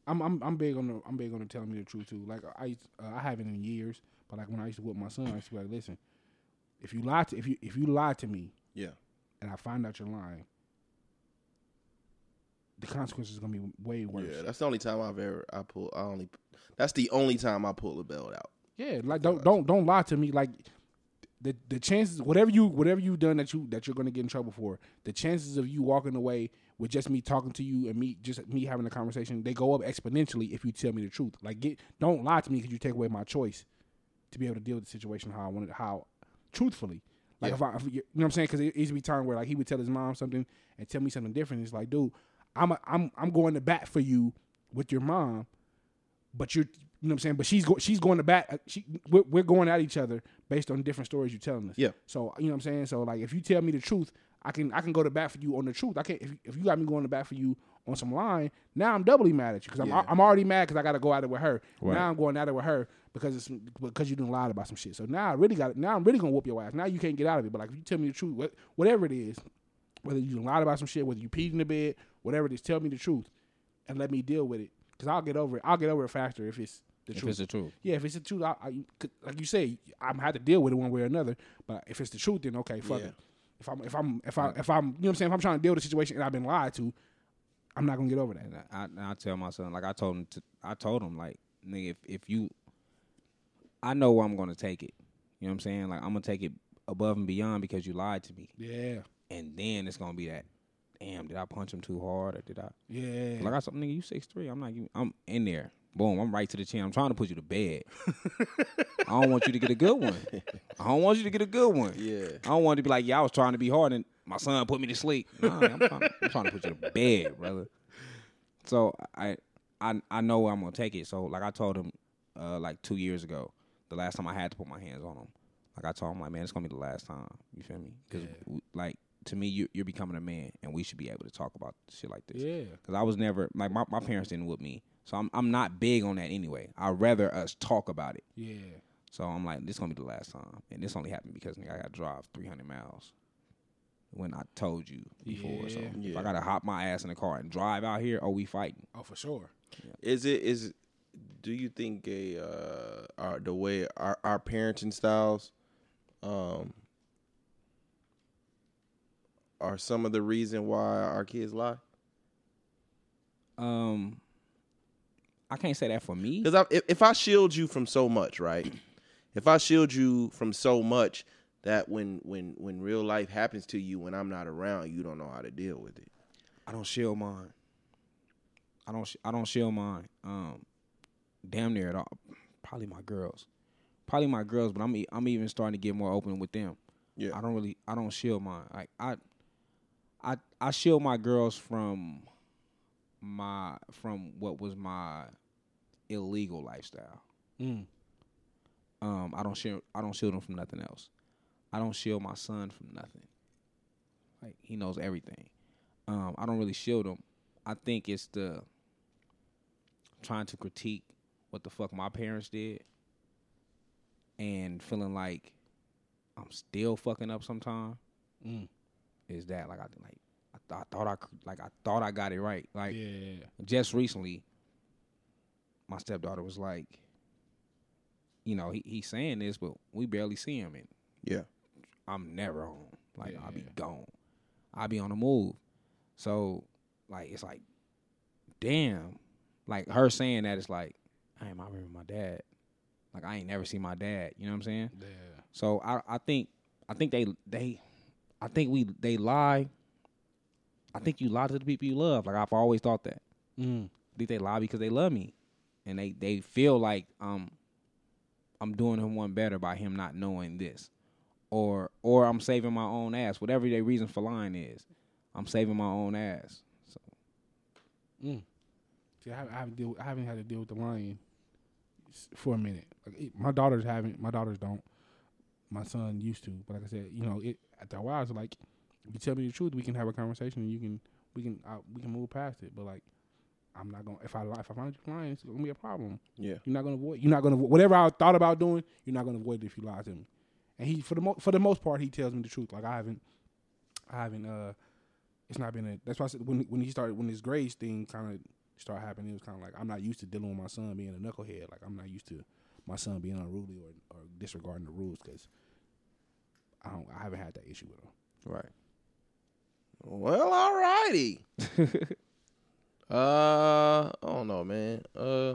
Speaker 2: I'm I'm I'm big on the I'm big on the telling me the truth too. Like I used- uh, I haven't in years, but like when I used to whip my son, I used to be like, listen, if you lie to if you if you lie to me
Speaker 3: Yeah.
Speaker 2: and I find out you're lying, the consequences is gonna be way worse.
Speaker 3: Yeah. That's the only time I've ever I pull. I only. That's the only time I pull the belt out.
Speaker 2: Yeah, like don't don't don't lie to me. Like the the chances, whatever you whatever you done that you that you're gonna get in trouble for, the chances of you walking away with just me talking to you and me just me having a conversation, they go up exponentially if you tell me the truth. Like get don't lie to me because you take away my choice to be able to deal with the situation how I wanted how truthfully. Like if I, if you you know what I'm saying, because it used to be time where like he would tell his mom something and tell me something different. It's like, dude, I'm a, I'm I'm going to bat for you with your mom, but you're you know what I'm saying. But she's go, she's going to bat. uh, She we're, we're going at each other based on different stories you're telling us.
Speaker 3: Yeah.
Speaker 2: So you know what I'm saying. So like if you tell me the truth, I can I can go to bat for you on the truth. I can if, if you got me going to bat for you on some line. Now I'm doubly mad at you because I'm
Speaker 3: Yeah.
Speaker 2: I'm already mad because I got to go at it with her.
Speaker 5: Right.
Speaker 2: Now I'm going at it with her because it's because you done lied about some shit. So now I really got now I'm really gonna whoop your ass. Now you can't get out of it. But like if you tell me the truth, what, whatever it is, whether you done lied about some shit, whether you peed in the bed, whatever it is, tell me the truth and let me deal with it. Cause I'll get over it. I'll get over it faster if it's the
Speaker 5: If
Speaker 2: truth.
Speaker 5: it's the truth.
Speaker 2: Yeah, if it's the truth, I, I 'cause like you say, I'm gonna have to deal with it one way or another. But if it's the truth, then okay, fuck
Speaker 3: Yeah.
Speaker 2: it. If I'm if I'm if I if I'm you know what I'm saying, if I'm trying to deal with the situation and I've been lied to, I'm not gonna get over that.
Speaker 5: And I, I, I tell my son, like I told him, to, I told him, like nigga, if if you, I know where I'm gonna take it. You know what I'm saying? Like I'm gonna take it above and beyond because you lied to me,
Speaker 2: Yeah,
Speaker 5: and then it's gonna be that. Damn, did I punch him too hard or did I?
Speaker 2: yeah.
Speaker 5: Like I said, nigga, you six three. I'm not. giving- I'm in there. Boom. I'm right to the chin. I'm trying to put you to bed. I don't want you to get a good one. I don't want you to get a good one.
Speaker 3: Yeah.
Speaker 5: I don't want to be like, yeah, I was trying to be hard and my son put me to sleep. Nah, I'm trying, I'm trying to put you to bed, brother. So I, I, I know where I'm gonna take it. So like I told him, uh, like two years ago, the last time I had to put my hands on him, like I told him, like man, it's gonna be the last time. You feel me? Because like to me, you, you're becoming a man, and we should be able to talk about shit like this.
Speaker 2: Yeah.
Speaker 5: Because I was never like my, my parents didn't whip me, so I'm I'm not big on that anyway. I'd rather us talk about it.
Speaker 2: Yeah.
Speaker 5: So I'm like, this gonna be the last time, and this only happened because nigga, I got to drive 300 miles when I told you before. So
Speaker 2: Yeah.
Speaker 5: if I gotta hop my ass in the car and drive out here, oh, we fighting.
Speaker 2: Oh, for sure.
Speaker 3: Is it is? Do you think a uh, our, the way our our parenting styles, um, are some of the reason why our kids lie?
Speaker 5: Um, I can't say that for me.
Speaker 3: Because if, if I shield you from so much, right? If I shield you from so much that when when when real life happens to you when I'm not around, you don't know how to deal with it.
Speaker 5: I don't shield mine. I don't. sh- I don't shield mine. Um, damn near at all. Probably my girls. Probably my girls, but I'm. e- I'm even starting to get more open with them.
Speaker 3: Yeah.
Speaker 5: I don't really. I don't shield mine. Like I. I I shield my girls from my from what was my illegal lifestyle. Um, I don't shield. I don't shield them from nothing else. I don't shield my son from nothing. Like he knows everything. Um, I don't really shield him. I think it's the trying to critique what the fuck my parents did and feeling like I'm still fucking up sometime. Is that like I like I, th- I thought I cr- like I thought I got it right. Like
Speaker 2: Yeah.
Speaker 5: just recently, my stepdaughter was like, you know, he, he's saying this, but we barely see him, and
Speaker 3: Yeah.
Speaker 5: I'm never home. Like I'll be
Speaker 2: Yeah.
Speaker 5: gone. I'll be on the move. So like it's like, damn. Like her saying that is like, damn, I remember my dad. Like I ain't never seen my dad. You know what I'm saying?
Speaker 2: Yeah.
Speaker 5: So I I think I think they they I think we they lie. I think you lie to the people you love. Like I've always thought that.
Speaker 2: Mm.
Speaker 5: I think they lie because they love me, and they they feel like um I'm doing him one better by him not knowing this, or or I'm saving my own ass. Whatever their reason for lying is, I'm saving my own ass. So
Speaker 2: See, I haven't, I haven't deal, I haven't had to deal with the lion s- for a minute. Like it, my daughters haven't. My daughters don't. My son used to, but like I said, you know, it after a while, it's like if you tell me the truth, we can have a conversation and you can we can uh, we can move past it. But like I'm not gonna if I li- if I find you lying, it's gonna be a problem.
Speaker 3: Yeah.
Speaker 2: You're not gonna avoid. You're not gonna avo- whatever I thought about doing. You're not gonna avoid it if you lie to me. And he for the mo- for the most part, he tells me the truth. Like I haven't, I haven't. uh It's not been a. That's why I said when when he started when his grades thing kind of started happening, it was kind of like I'm not used to dealing with my son being a knucklehead. Like I'm not used to my son being unruly or, or disregarding the rules because I don't. I haven't had that issue with him.
Speaker 5: Right.
Speaker 3: Well, alrighty. uh, I don't know, man. Uh,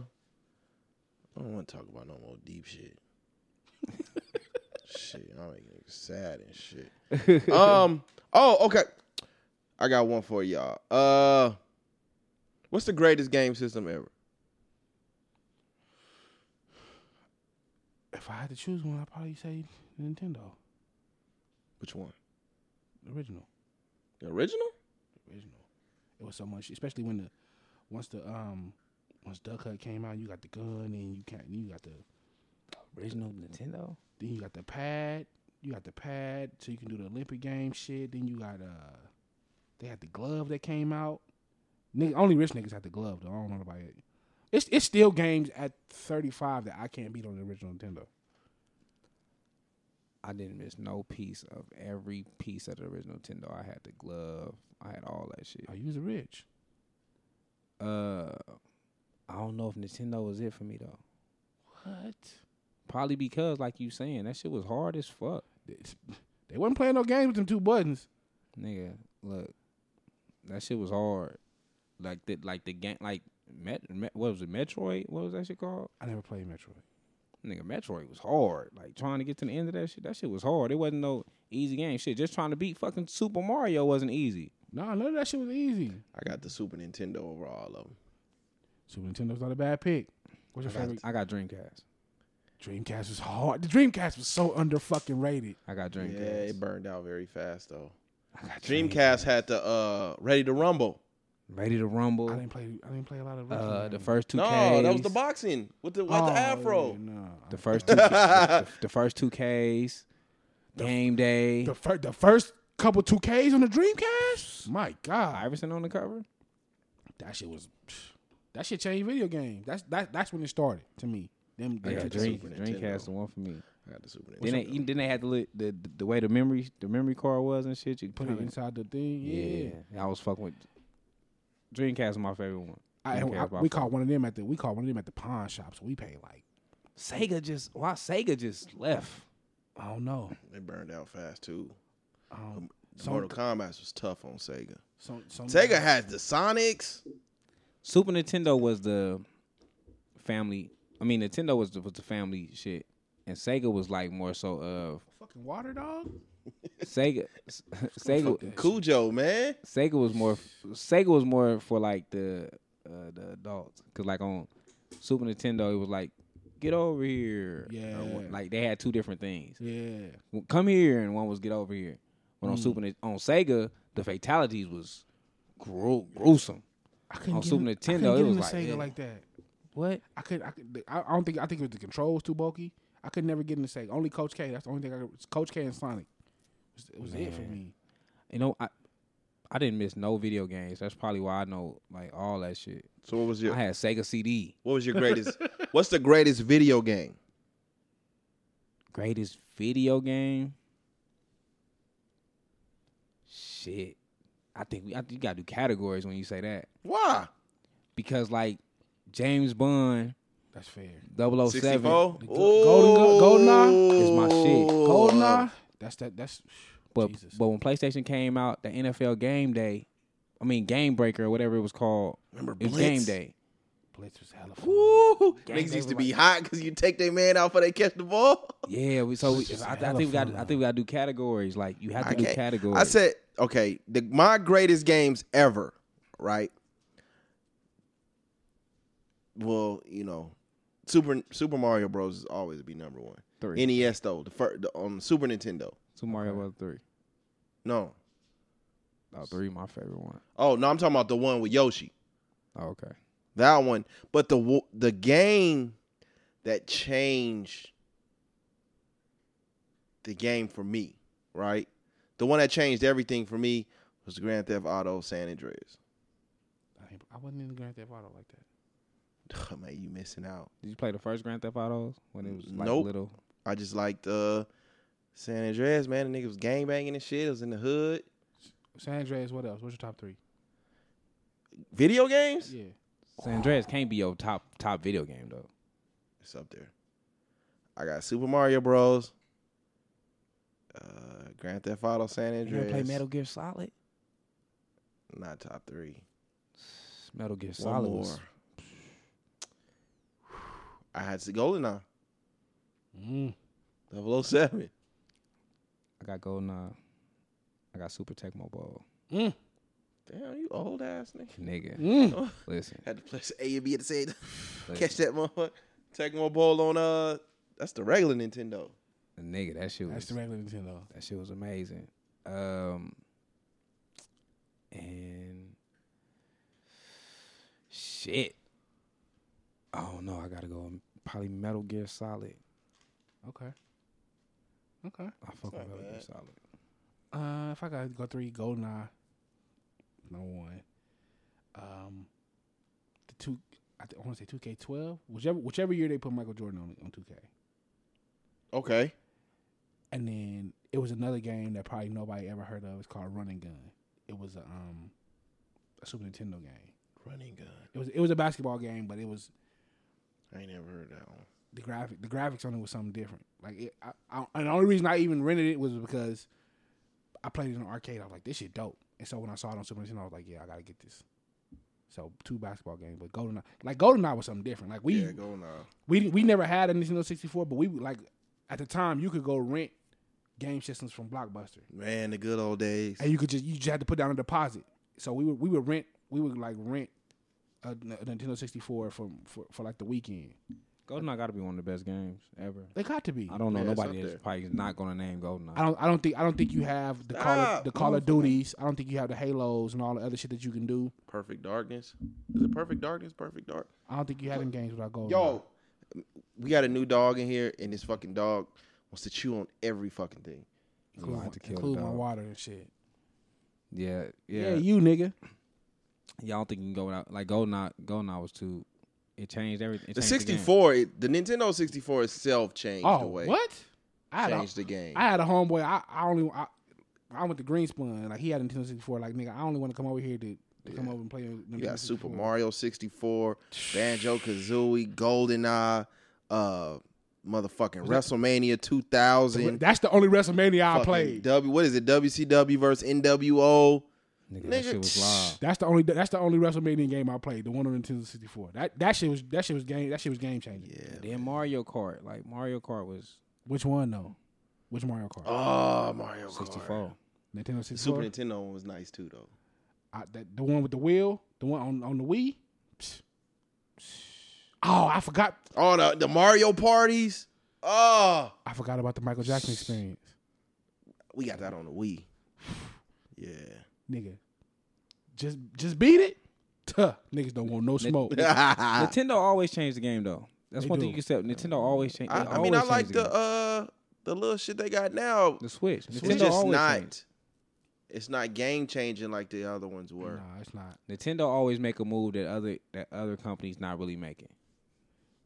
Speaker 3: I don't want to talk about no more deep shit. shit, I'm getting sad and shit. um. Oh, okay. I got one for y'all. Uh, what's the greatest game system ever?
Speaker 2: If I had to choose one, I'd probably say Nintendo
Speaker 3: Which one?
Speaker 2: the original.
Speaker 3: The original?
Speaker 2: original. It was so much, especially when the once the um once Duck Hunt came out, you got the gun and you can't you got the original
Speaker 5: Nintendo.
Speaker 2: then you got the pad, you got the pad so you can do the Olympic game shit. Then you got uh they had the glove that came out. Nigga, only rich niggas had the glove though. I don't know about it. It's it's still games at 35 that I can't beat on the original Nintendo.
Speaker 5: I didn't miss no piece of every piece of the original Nintendo. I had the glove. I had all that shit.
Speaker 2: I use a Oh, rich.
Speaker 5: Uh, I don't know if Nintendo was it for me though.
Speaker 2: What?
Speaker 5: Probably because, like you saying, that shit was hard as fuck,
Speaker 2: It's- they wasn't playing no games with them two buttons.
Speaker 5: nigga. Look, that shit was hard. Like the like the game like Met, Met what was it Metroid? What was that shit called?
Speaker 2: I never played Metroid.
Speaker 5: Nigga, Metroid was hard. Like trying to get to the end of that shit. That shit was hard. It wasn't no easy game. Shit, just trying to beat fucking Super Mario wasn't easy.
Speaker 2: Nah, none of that shit was easy.
Speaker 3: I got the Super Nintendo over all of them.
Speaker 2: Super Nintendo's not a bad pick. What's your
Speaker 5: I got,
Speaker 2: favorite?
Speaker 5: I got Dreamcast.
Speaker 2: Dreamcast was hard. The Dreamcast was so under fucking rated.
Speaker 5: I got Dreamcast.
Speaker 3: Yeah, it burned out very fast though.
Speaker 5: I got
Speaker 3: Dreamcast had the uh Ready to Rumble.
Speaker 5: Ready to Rumble.
Speaker 2: I didn't play. I didn't play a lot of. original
Speaker 5: Uh, the
Speaker 2: games.
Speaker 5: first two
Speaker 3: No,
Speaker 5: Ks.
Speaker 3: that was the boxing with the with
Speaker 2: Oh,
Speaker 3: the afro.
Speaker 2: yeah, no.
Speaker 5: The first two. the, the first two Ks. Game Day.
Speaker 2: The first. The first couple two Ks on the Dreamcast. My God,
Speaker 5: Iverson on the cover.
Speaker 2: that shit was. That shit changed video games. That's that. That's when it started to me. Them.
Speaker 5: I
Speaker 2: them
Speaker 5: got
Speaker 2: two-
Speaker 5: Dream,
Speaker 3: Super
Speaker 5: Dreamcast,
Speaker 3: Nintendo.
Speaker 5: the one for me.
Speaker 3: I got the Super Nintendo.
Speaker 5: Then they, then they had the, lit- the the the way the memory the memory card was and shit. You could
Speaker 2: Put it inside the thing. Yeah.
Speaker 5: Yeah, I was fucking with. Dreamcast was my favorite one.
Speaker 2: I,
Speaker 5: Dreamcast
Speaker 2: I-
Speaker 5: by
Speaker 2: we
Speaker 5: far.
Speaker 2: caught one of them at the. We caught one of them at the pawn shop. So we paid like
Speaker 5: Sega just why Sega just left.
Speaker 2: I don't know.
Speaker 3: They burned out fast too.
Speaker 2: Um,
Speaker 3: The Mortal Kombat was tough on Sega.
Speaker 2: some, some,
Speaker 3: Sega had the Sonics.
Speaker 5: Super Nintendo was the family. I mean, Nintendo was the, was the family shit, and Sega was like more so of
Speaker 2: fucking water dog.
Speaker 5: Sega. Sega
Speaker 3: Cujo, man.
Speaker 5: Sega was more Sega was more for like the uh, the adults because like on Super Nintendo it was like get over here or
Speaker 2: Yeah.
Speaker 5: what- like they had two different things
Speaker 2: Yeah.
Speaker 5: Well, come here and one was get over here but on Super Ni- on Sega the fatalities was gru- gruesome
Speaker 2: I couldn't
Speaker 5: On
Speaker 2: get
Speaker 5: Super
Speaker 2: in- I
Speaker 5: Nintendo,
Speaker 2: couldn't
Speaker 5: it
Speaker 2: get
Speaker 5: was
Speaker 2: into
Speaker 5: like, eh.
Speaker 2: Sega
Speaker 5: yeah.
Speaker 2: like that.
Speaker 5: what
Speaker 2: I could, I could, I I don't think, I think it was the controls too bulky. I could never get into Sega. Only Coach K. That's the only thing I could. Coach K and Sonic. It was, it was it for me.
Speaker 5: you know I I didn't miss no video games that's probably why I know like all that shit
Speaker 3: So what was your
Speaker 5: I had Sega CD
Speaker 3: what was your greatest? what's the greatest video game?
Speaker 5: greatest video game. Shit, I think we I think you gotta do categories when you say that
Speaker 3: Why?
Speaker 5: because like James Bond
Speaker 2: That's fair.
Speaker 5: 007
Speaker 3: 64?
Speaker 2: Golden Gun- Goldeneye
Speaker 5: is my shit.
Speaker 3: Ooh.
Speaker 2: Goldeneye. That's that. That's.
Speaker 5: But
Speaker 2: Jesus.
Speaker 5: but when PlayStation came out, the NFL Game Day, I mean Game Breaker or whatever it was called,
Speaker 3: Remember
Speaker 5: it was
Speaker 3: Blitz?
Speaker 5: Game Day.
Speaker 2: Blitz was hella fun.
Speaker 3: Ooh.
Speaker 5: Game
Speaker 3: Niggas
Speaker 5: Day
Speaker 3: used to
Speaker 5: was
Speaker 3: be hot because you take their man out before they catch the ball.
Speaker 5: Yeah, we, so we,
Speaker 2: Just
Speaker 5: I, I
Speaker 2: hella
Speaker 5: think we got
Speaker 2: fun.
Speaker 5: I think we got to do categories. Like you have to
Speaker 3: I
Speaker 5: do
Speaker 3: can't-
Speaker 5: categories.
Speaker 3: I said, okay, the, my greatest games ever, right? Well, you know, Super Super Mario Bros. is always be number one.
Speaker 5: Three.
Speaker 3: NES though, the first the, um, Super Nintendo.
Speaker 5: Super Mario Bros. Three.
Speaker 3: No,
Speaker 5: Oh, three, my favorite one.
Speaker 3: oh no, I'm talking about the one with Yoshi.
Speaker 5: Oh, okay.
Speaker 3: That one, but the wo- the game that changed the game for me, right? The one that changed everything for me was Grand Theft Auto San Andreas.
Speaker 2: I, ain't- I wasn't in the Grand Theft Auto like that.
Speaker 3: man, you missing out.
Speaker 5: Did you play the first Grand Theft Autos when it was like
Speaker 3: Nope.
Speaker 5: little?
Speaker 3: I just liked uh, San Andreas, man. The niggas was gang banging and shit. It was in the hood.
Speaker 2: San Andreas, what else? What's your top three?
Speaker 3: Video games?
Speaker 2: Yeah.
Speaker 5: San Andreas can't be your top top video game though.
Speaker 3: It's up there. I got Super Mario Bros. Uh, Grand Theft Auto San
Speaker 5: You ever
Speaker 3: Andreas.
Speaker 5: play Metal Gear Solid?
Speaker 3: Not top three.
Speaker 5: Metal Gear
Speaker 3: One
Speaker 5: Solid
Speaker 3: more.
Speaker 5: was
Speaker 3: I had to go now.
Speaker 2: Mm.
Speaker 3: 007.
Speaker 5: I got Goldeneye. I got Super Tecmo Bowl.
Speaker 2: Mm.
Speaker 3: Damn, you old ass nigga.
Speaker 5: Nigga,
Speaker 2: Mm.
Speaker 5: listen.
Speaker 3: Had to play A and B at the same time.
Speaker 5: Listen.
Speaker 3: Catch that motherfucker. Tecmo Bowl on uh, that's the regular Nintendo.
Speaker 5: Nigga, that shit
Speaker 2: That's
Speaker 5: was
Speaker 2: the regular Nintendo.
Speaker 5: that shit was amazing. Um and shit. I don't know. I gotta go with probably Metal Gear Solid.
Speaker 2: Okay. Okay.
Speaker 5: I fuck with Metal Gear Solid.
Speaker 2: Uh, if I gotta go three, Goldeneye, number one. Um, the two, I, th- I want to say two K twelve, whichever whichever year they put Michael Jordan on on two K,
Speaker 3: Okay.
Speaker 2: and then it was another game that probably nobody ever heard of. It's called Running Gun. It was a um, a Super Nintendo game.
Speaker 3: Running gun.
Speaker 2: It was it was a basketball game, but it was
Speaker 3: I ain't never heard that one.
Speaker 2: the graphic the graphics on it was something different. Like it, I, I, and the only reason I even rented it was because I played it in the arcade. I was like, this shit dope. And so when I saw it on Super Nintendo, I was like, yeah, I gotta get this. So two basketball games, but Goldeneye, like Goldeneye was something different. Like we
Speaker 3: yeah, go uh, now.
Speaker 2: we didn't- we never had a Nintendo sixty four, but we like at the time you could go rent game systems from Blockbuster,
Speaker 3: Man, the good old days.
Speaker 2: and you could just you just had to put down a deposit. So we would we would rent we would like rent a, a Nintendo sixty four from for, for like the weekend.
Speaker 5: Goldeneye gotta be one of the best games ever.
Speaker 2: They got to be.
Speaker 5: I don't know
Speaker 3: Yeah, it's
Speaker 5: nobody
Speaker 3: up
Speaker 5: is
Speaker 3: there.
Speaker 5: probably not gonna name Goldeneye.
Speaker 2: I don't. I don't think. I don't think you have the call of,
Speaker 3: Stop,
Speaker 2: the Call of
Speaker 3: motherfucker.
Speaker 2: Duties. I don't think you have the Halos and all the other shit that you can do.
Speaker 3: Perfect darkness. Is it perfect darkness? Perfect dark.
Speaker 2: I don't think you have them games without gold.
Speaker 3: Yo, we got a new dog in here, and this fucking dog wants to chew on every fucking thing.
Speaker 5: Gonna
Speaker 2: include,
Speaker 5: have to kill the
Speaker 2: include my
Speaker 5: dog.
Speaker 2: water and shit.
Speaker 5: yeah,
Speaker 2: Yeah,
Speaker 5: yeah.
Speaker 2: you nigga.
Speaker 5: yeah, I don't think you can go without like Goldeneye. Goldeneye was too. It changed everything. It
Speaker 3: The
Speaker 5: changed
Speaker 3: sixty
Speaker 5: game.
Speaker 3: four, the Nintendo sixty four itself changed
Speaker 2: Oh,
Speaker 3: the way.
Speaker 2: what? I had,
Speaker 3: Changed
Speaker 2: a,
Speaker 3: the game.
Speaker 2: I had a homeboy. I, I only. I, I went to Greenspun. Like he had a Nintendo 64. Like nigga, I only want to come over here to, to come over and play. on
Speaker 3: you
Speaker 2: Nintendo
Speaker 3: got Super
Speaker 2: 64.
Speaker 3: Mario sixty four, Banjo Kazooie, GoldenEye, uh, motherfucking WrestleMania two thousand.
Speaker 2: That's the only WrestleMania I played.
Speaker 3: W. What is it? WCW versus NWO.
Speaker 5: Nigga, that
Speaker 3: Nigga,
Speaker 5: shit was live.
Speaker 2: That's the only. That's the only WrestleMania game I played. The one on Nintendo 64. That that shit was that shit was game. That shit was game changing.
Speaker 3: Yeah.
Speaker 5: Then Mario Kart, like Mario Kart was
Speaker 2: Which one though? Which Mario Kart?
Speaker 3: Oh, Mario Kart.
Speaker 5: sixty four.
Speaker 2: Nintendo 64.
Speaker 3: The Super Nintendo one was nice too, though.
Speaker 2: I, that, the one with the wheel, the one on, on the Wii. Psh. Oh, I forgot.
Speaker 3: Oh, the, the Mario parties. Oh,
Speaker 2: I forgot about the Michael Jackson experience,
Speaker 3: we got that on the Wii. Yeah.
Speaker 2: nigga. Just just beat it. Tuh, niggas don't want no smoke.
Speaker 3: I,
Speaker 5: Nintendo always changed the game though. That's
Speaker 2: They
Speaker 5: one
Speaker 2: do.
Speaker 5: thing you can say. Nintendo always changed.
Speaker 3: I mean, I like the uh the little shit they got now.
Speaker 5: the Switch. Nintendo
Speaker 3: It's just
Speaker 5: always
Speaker 3: not.
Speaker 5: changed.
Speaker 3: It's not game changing like the other ones
Speaker 2: nah,
Speaker 3: were.
Speaker 2: it's not.
Speaker 5: Nintendo always make a move that other that other companies not really making.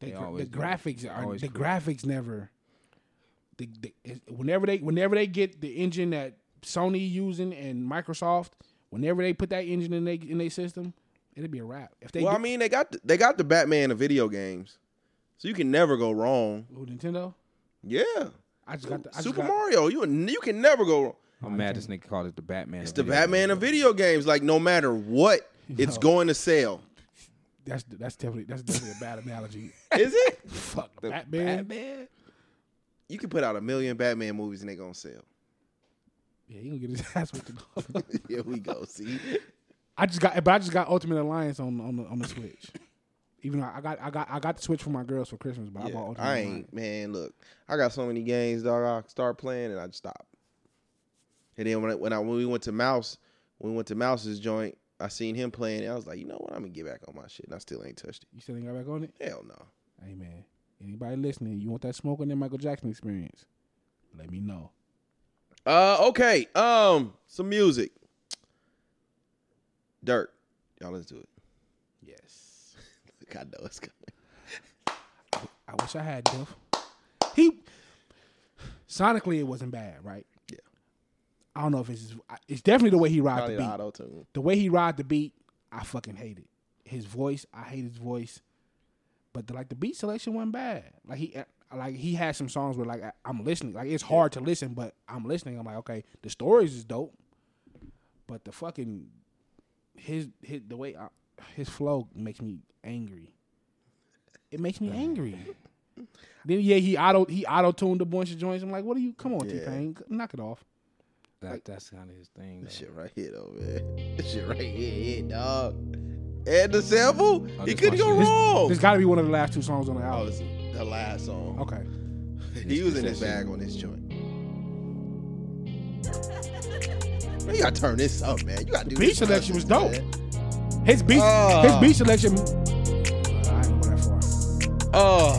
Speaker 2: They,
Speaker 5: They
Speaker 2: gra- the
Speaker 5: always do.
Speaker 2: graphics are
Speaker 5: Always
Speaker 2: the
Speaker 5: create.
Speaker 2: graphics never. The, the, it- whenever they whenever they get the engine that Sony using and Microsoft, whenever they put that engine in they in their system, it'll be a wrap. If they
Speaker 3: well,
Speaker 2: do,
Speaker 3: I mean, they got the, they got the Batman of video games, so you can never go wrong.
Speaker 2: Ooh, Nintendo,
Speaker 3: Yeah,
Speaker 2: I just got the I just
Speaker 3: Super
Speaker 2: got-
Speaker 3: Mario, you you can never go wrong.
Speaker 5: I'm mad this nigga called it the Batman.
Speaker 3: It's the Batman of video games. Like no matter what, it's
Speaker 2: No.
Speaker 3: going to sell.
Speaker 2: That's that's definitely that's definitely a bad analogy.
Speaker 3: Is it?
Speaker 2: Fuck Batman.
Speaker 5: Batman.
Speaker 3: You can put out a million Batman movies and they gonna sell.
Speaker 2: Yeah, he gonna get his ass with the.
Speaker 3: Here we go. See,
Speaker 2: I just got, but I just got Ultimate Alliance on on the, on the Switch. Even though I got I got I got the Switch for my girls for Christmas, but I
Speaker 3: Yeah,
Speaker 2: bought Ultimate
Speaker 3: I
Speaker 2: Alliance.
Speaker 3: ain't man. Look, I got so many games, dog. I start playing and I stop. And then when I, when I when we went to Mouse, when we went to Mouse's joint, I seen him playing. And I was like, you know what? I'm gonna get back on my shit. And I still ain't touched
Speaker 2: You still ain't got back on it?
Speaker 3: it. Hell no.
Speaker 2: Hey man, anybody listening? You want that smoke on that Michael Jackson experience? Let me know.
Speaker 3: Uh, okay. Um, some music. Dirt. Y'all listen to it.
Speaker 2: Yes.
Speaker 3: Look, I know it's coming.
Speaker 2: I wish I had Duff. He sonically it wasn't bad, right?
Speaker 3: Yeah.
Speaker 2: I don't know if it's his- it's definitely the way he ride
Speaker 3: Probably
Speaker 2: the
Speaker 3: the
Speaker 2: beat.
Speaker 3: auto tune.
Speaker 2: the way he ride the beat, I fucking hate it. His voice, I hate his voice. But the, like the beat selection wasn't bad. Like he uh, like he had some songs where like I, I'm listening. Like it's hard to listen, but I'm listening. I'm like, okay, the stories is dope. But the fucking his his the way I, his flow makes me angry. It makes me angry. then yeah, he auto he auto tuned a bunch of joints. I'm like, what are you? Come on,
Speaker 3: Yeah.
Speaker 2: T Pain, knock it off.
Speaker 5: That, that's kind of his thing.
Speaker 3: This
Speaker 5: though.
Speaker 3: shit right here, though, man. This shit right here, yeah, dog. And the sample,
Speaker 5: Oh,
Speaker 3: he
Speaker 5: this
Speaker 3: couldn't
Speaker 5: my
Speaker 3: go
Speaker 5: shit.
Speaker 3: wrong.
Speaker 2: This got to be one of the last two songs on the
Speaker 3: oh,
Speaker 2: album.
Speaker 3: it's the last song.
Speaker 2: Okay.
Speaker 3: He was in his
Speaker 5: this
Speaker 3: bag on this joint. Man, you gotta turn this up, man. You gotta do
Speaker 2: beat
Speaker 3: this
Speaker 2: selection was
Speaker 3: justice,
Speaker 2: dope.
Speaker 3: man.
Speaker 2: His beat,
Speaker 3: Ah.
Speaker 2: his beat selection. I ain't going that far.
Speaker 3: Oh,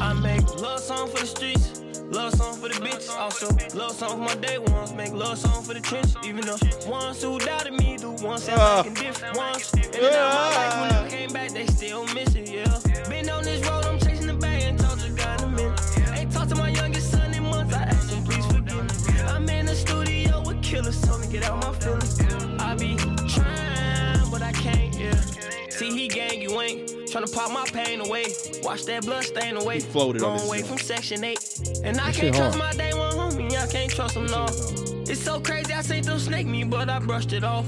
Speaker 8: I make love song for the streets, love song for the bitches. Also, love song for my day ones. Make love song for the trenches. Even the ones who doubted me, the ones that
Speaker 3: Uh.
Speaker 8: making different ones. And then my life when I came back, they still miss it. Yeah. Been on this road, I'm chasing the bag and talk to God in a minute. Ain't talked to my youngest son in months. I asked him please forgive me. I'm in the studio with killers, so to get out my feelings. I be trying, but I can't. Yeah. See, he gang, you ain't tryna pop my pain away. Wash that blood stain away.
Speaker 3: He floated on
Speaker 8: Long
Speaker 3: this
Speaker 8: way
Speaker 3: joint.
Speaker 8: from section eight. And I
Speaker 2: shit
Speaker 8: can't trust
Speaker 2: hard.
Speaker 8: my day one homie. I can't trust him, no. It's so crazy, I seen them snake me, but I brushed it off.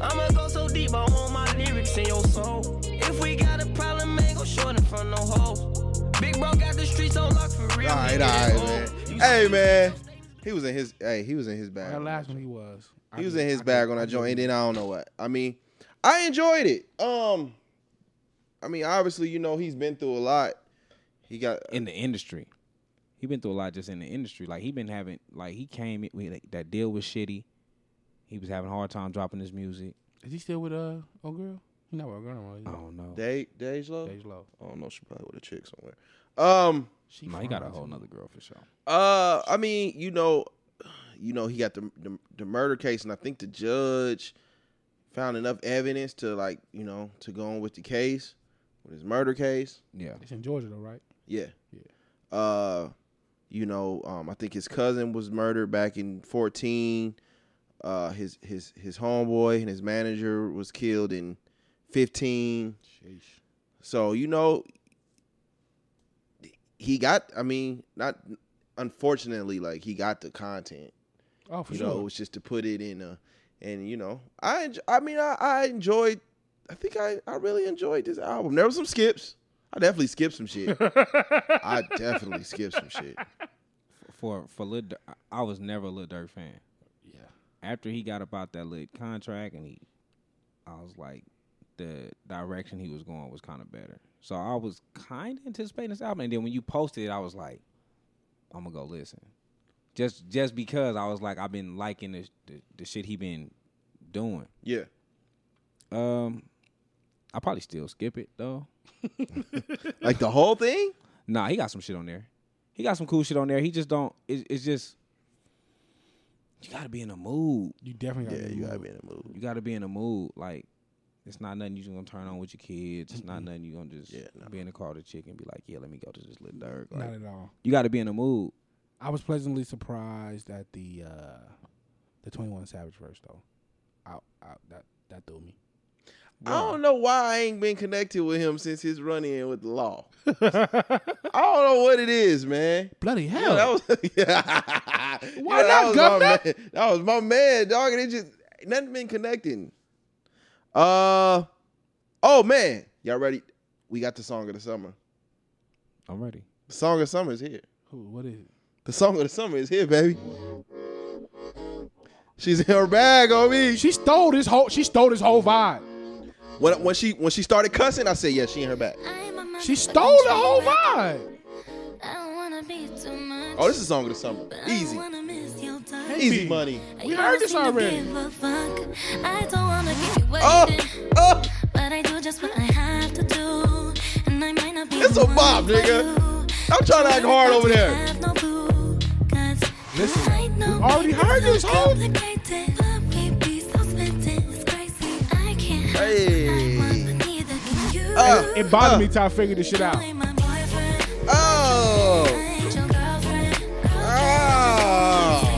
Speaker 8: I'ma go so deep, I want my lyrics in your soul. If we got a problem, ain't go short in front of no hoes. Big bro got the streets on lock for real.
Speaker 3: all right, all right,
Speaker 8: nigga, oh,
Speaker 3: man.
Speaker 8: you
Speaker 3: Hey, man. He was in his. Hey, he was in his bag.
Speaker 2: That last one he was. I
Speaker 3: He was
Speaker 2: did-
Speaker 3: in his
Speaker 2: I
Speaker 3: bag
Speaker 2: did-
Speaker 3: on
Speaker 2: I
Speaker 3: that
Speaker 2: did-
Speaker 3: joint, and then I don't know what. I mean, I enjoyed it. Um, I mean, obviously, you know, he's been through a lot. He got
Speaker 5: in the industry. He been through a lot just in the industry. Like he been having like he came in with like, that deal was shitty. He was having a hard time dropping his music.
Speaker 2: Is he still with uh old girl? He not with old girl no more.
Speaker 5: I
Speaker 2: is
Speaker 5: don't know.
Speaker 3: Dave, Dave's
Speaker 2: he?
Speaker 3: love.
Speaker 2: Dej Low.
Speaker 3: I don't know. She probably with a chick somewhere. Um,
Speaker 2: She
Speaker 5: No, he got a
Speaker 2: fine,
Speaker 5: whole
Speaker 2: too.
Speaker 5: nother girl for sure.
Speaker 3: uh, I mean, you know, you know, he got the the, the murder case, and I think the judge found enough evidence to like, you know, to go on with the case, with his murder case.
Speaker 5: Yeah.
Speaker 2: It's in Georgia though, right?
Speaker 3: Yeah.
Speaker 2: Yeah.
Speaker 3: Uh, you know, um, I think his cousin was murdered back in fourteen. Uh, his his his homeboy and his manager was killed in fifteen.
Speaker 2: Sheesh.
Speaker 3: So you know, he got. I mean, not unfortunately, like he got the content.
Speaker 2: Oh, for
Speaker 3: you
Speaker 2: sure.
Speaker 3: know, it was just to put it in a, and you know, I enj- I mean, I, I enjoyed. I think I I really enjoyed this album. There were some skips. I definitely skipped some shit. I definitely skipped some shit.
Speaker 5: For for Lil, Dur- I- I was never a Lil Durk fan.
Speaker 2: yeah.
Speaker 5: After he got about that Lil contract and he, I was like, the direction he was going was kind of better. So I was kind of anticipating this album, and then when you posted it, I was like, I'm gonna go listen, just just because I was like, I've been liking the the, the shit he been doing.
Speaker 3: Yeah,
Speaker 5: Um, I probably still skip it though.
Speaker 3: like the whole thing.
Speaker 5: Nah, he got some shit on there. He got some cool shit on there. He just don't. It, it's just you gotta be in a mood.
Speaker 2: You definitely got. that move.
Speaker 3: in a mood.
Speaker 5: You gotta be in a mood. Like it's not nothing you just gonna turn on with your kids. It's not nothing you gonna just
Speaker 3: Yeah, no.
Speaker 5: be in the car with a chick and be like, yeah, let me go to this little dirt.
Speaker 2: Not
Speaker 5: Like,
Speaker 2: at all.
Speaker 5: you gotta be in a mood.
Speaker 2: I was pleasantly surprised at the uh the Twenty One Savage verse though. I, I that that threw me.
Speaker 3: I don't know why I ain't been connected with him since his run in with the law. I don't know what it is, man.
Speaker 2: Bloody
Speaker 3: Yeah,
Speaker 2: hell!
Speaker 3: that was yeah.
Speaker 2: Why
Speaker 3: Yeah, that was my
Speaker 2: not, Governor?
Speaker 3: man. That was my man, dog. And it just nothing been connecting. Uh oh man. Y'all ready? We got the song of the summer.
Speaker 5: I'm ready.
Speaker 3: The song of summer is here.
Speaker 2: Who? What is it?
Speaker 3: The song of the summer is here, baby. She's in her bag on me.
Speaker 2: She stole this whole. She stole this whole vibe.
Speaker 3: When, when she when she started cussing, I said, "Yeah, she in her bag."
Speaker 2: She stole the whole vibe.
Speaker 1: I don't wanna be too much.
Speaker 3: Oh, this is the song of the summer.
Speaker 1: but I don't
Speaker 3: Easy,
Speaker 1: wanna miss your touch.
Speaker 3: easy money.
Speaker 1: You
Speaker 2: We
Speaker 1: don't
Speaker 2: heard this
Speaker 1: seem to
Speaker 2: already. Uh,
Speaker 1: give a fuck. I don't wanna keep you
Speaker 3: Oh,
Speaker 1: waiting.
Speaker 3: oh,
Speaker 1: But I do just what I have to do. And I might not be
Speaker 3: It's
Speaker 1: the
Speaker 3: a
Speaker 1: one
Speaker 3: bop,
Speaker 1: for
Speaker 3: nigga.
Speaker 1: you.
Speaker 3: I'm trying to act hard over there.
Speaker 1: Have no boo, 'cause
Speaker 2: Listen,
Speaker 1: I know
Speaker 2: already
Speaker 1: things
Speaker 2: heard
Speaker 1: are
Speaker 2: this, ho.
Speaker 1: complicated. Love can't be so spent, it's crazy.
Speaker 3: Hey.
Speaker 1: Uh,
Speaker 2: It bothered me till I figured this shit out.
Speaker 3: Oh. Ah. Oh.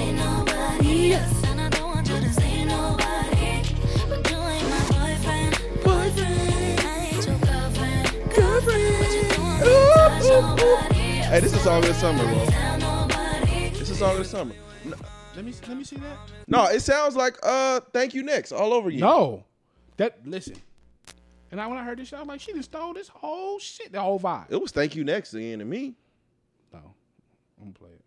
Speaker 3: Hey, this is a song of the summer, bro. This is a song of the summer.
Speaker 2: Let me let me see that.
Speaker 3: No, it sounds like uh, thank you next all over again.
Speaker 2: No, that listen. And I when I heard this shit, I was like, she just stole this whole shit, the whole vibe.
Speaker 3: It was thank you next again to me.
Speaker 2: No, I'm gonna play it.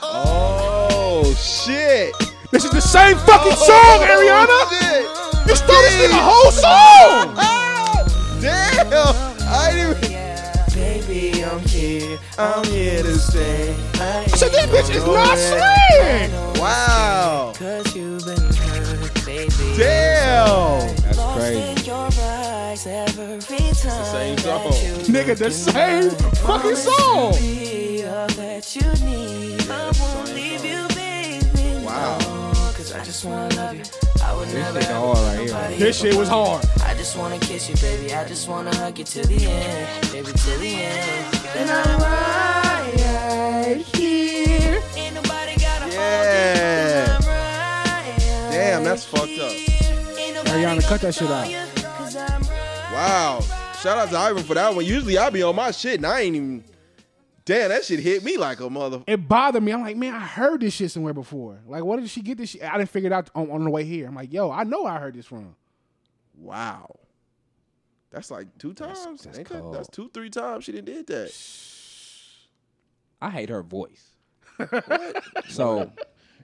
Speaker 3: Oh shit!
Speaker 2: This is the same fucking song, Ariana.
Speaker 3: Oh, shit.
Speaker 2: You stole this nigga whole song.
Speaker 3: Ah, damn! I didn't. even-
Speaker 7: Baby, I'm here. I'm here to stay. I
Speaker 2: So this bitch is not slaying.
Speaker 3: Wow!
Speaker 7: Cause you've been hurt, baby.
Speaker 3: Damn!
Speaker 5: That's
Speaker 7: Lost
Speaker 5: crazy.
Speaker 7: in your eyes every time.
Speaker 3: same
Speaker 7: that
Speaker 3: song.
Speaker 7: you
Speaker 2: Nigga, the same fucking song.
Speaker 7: be all that you need. I won't leave you, baby.
Speaker 3: Wow.
Speaker 7: no, Cause I just wanna love you. I would never
Speaker 5: shit
Speaker 7: ever
Speaker 5: hard
Speaker 7: want
Speaker 5: right here.
Speaker 7: nobody
Speaker 2: This shit was hard.
Speaker 7: I just wanna kiss you, baby. I just wanna hug you till the end, baby, till the end. And I'm right here. Ain't nobody got a
Speaker 3: Yeah.
Speaker 7: hold you, 'cause I'm right
Speaker 3: Damn, that's fucked up.
Speaker 7: here. Ain't nobody
Speaker 2: Ariana, cut that
Speaker 7: gonna
Speaker 2: shit out.
Speaker 7: call you, 'cause I'm right
Speaker 3: Wow! Shout out to Ivan for that one. Usually I be on my shit and I ain't even. Damn, that shit hit me like a mother.
Speaker 2: It bothered me. I'm like, man, I heard this shit somewhere before. Like, what did she get this shit? I didn't figure it out on, on the way here. I'm like, yo, I know I heard this from.
Speaker 3: Wow. That's like two times.
Speaker 5: that's
Speaker 3: ain't that-
Speaker 5: cold.
Speaker 3: that's two, three times she done did that.
Speaker 5: I hate her voice. so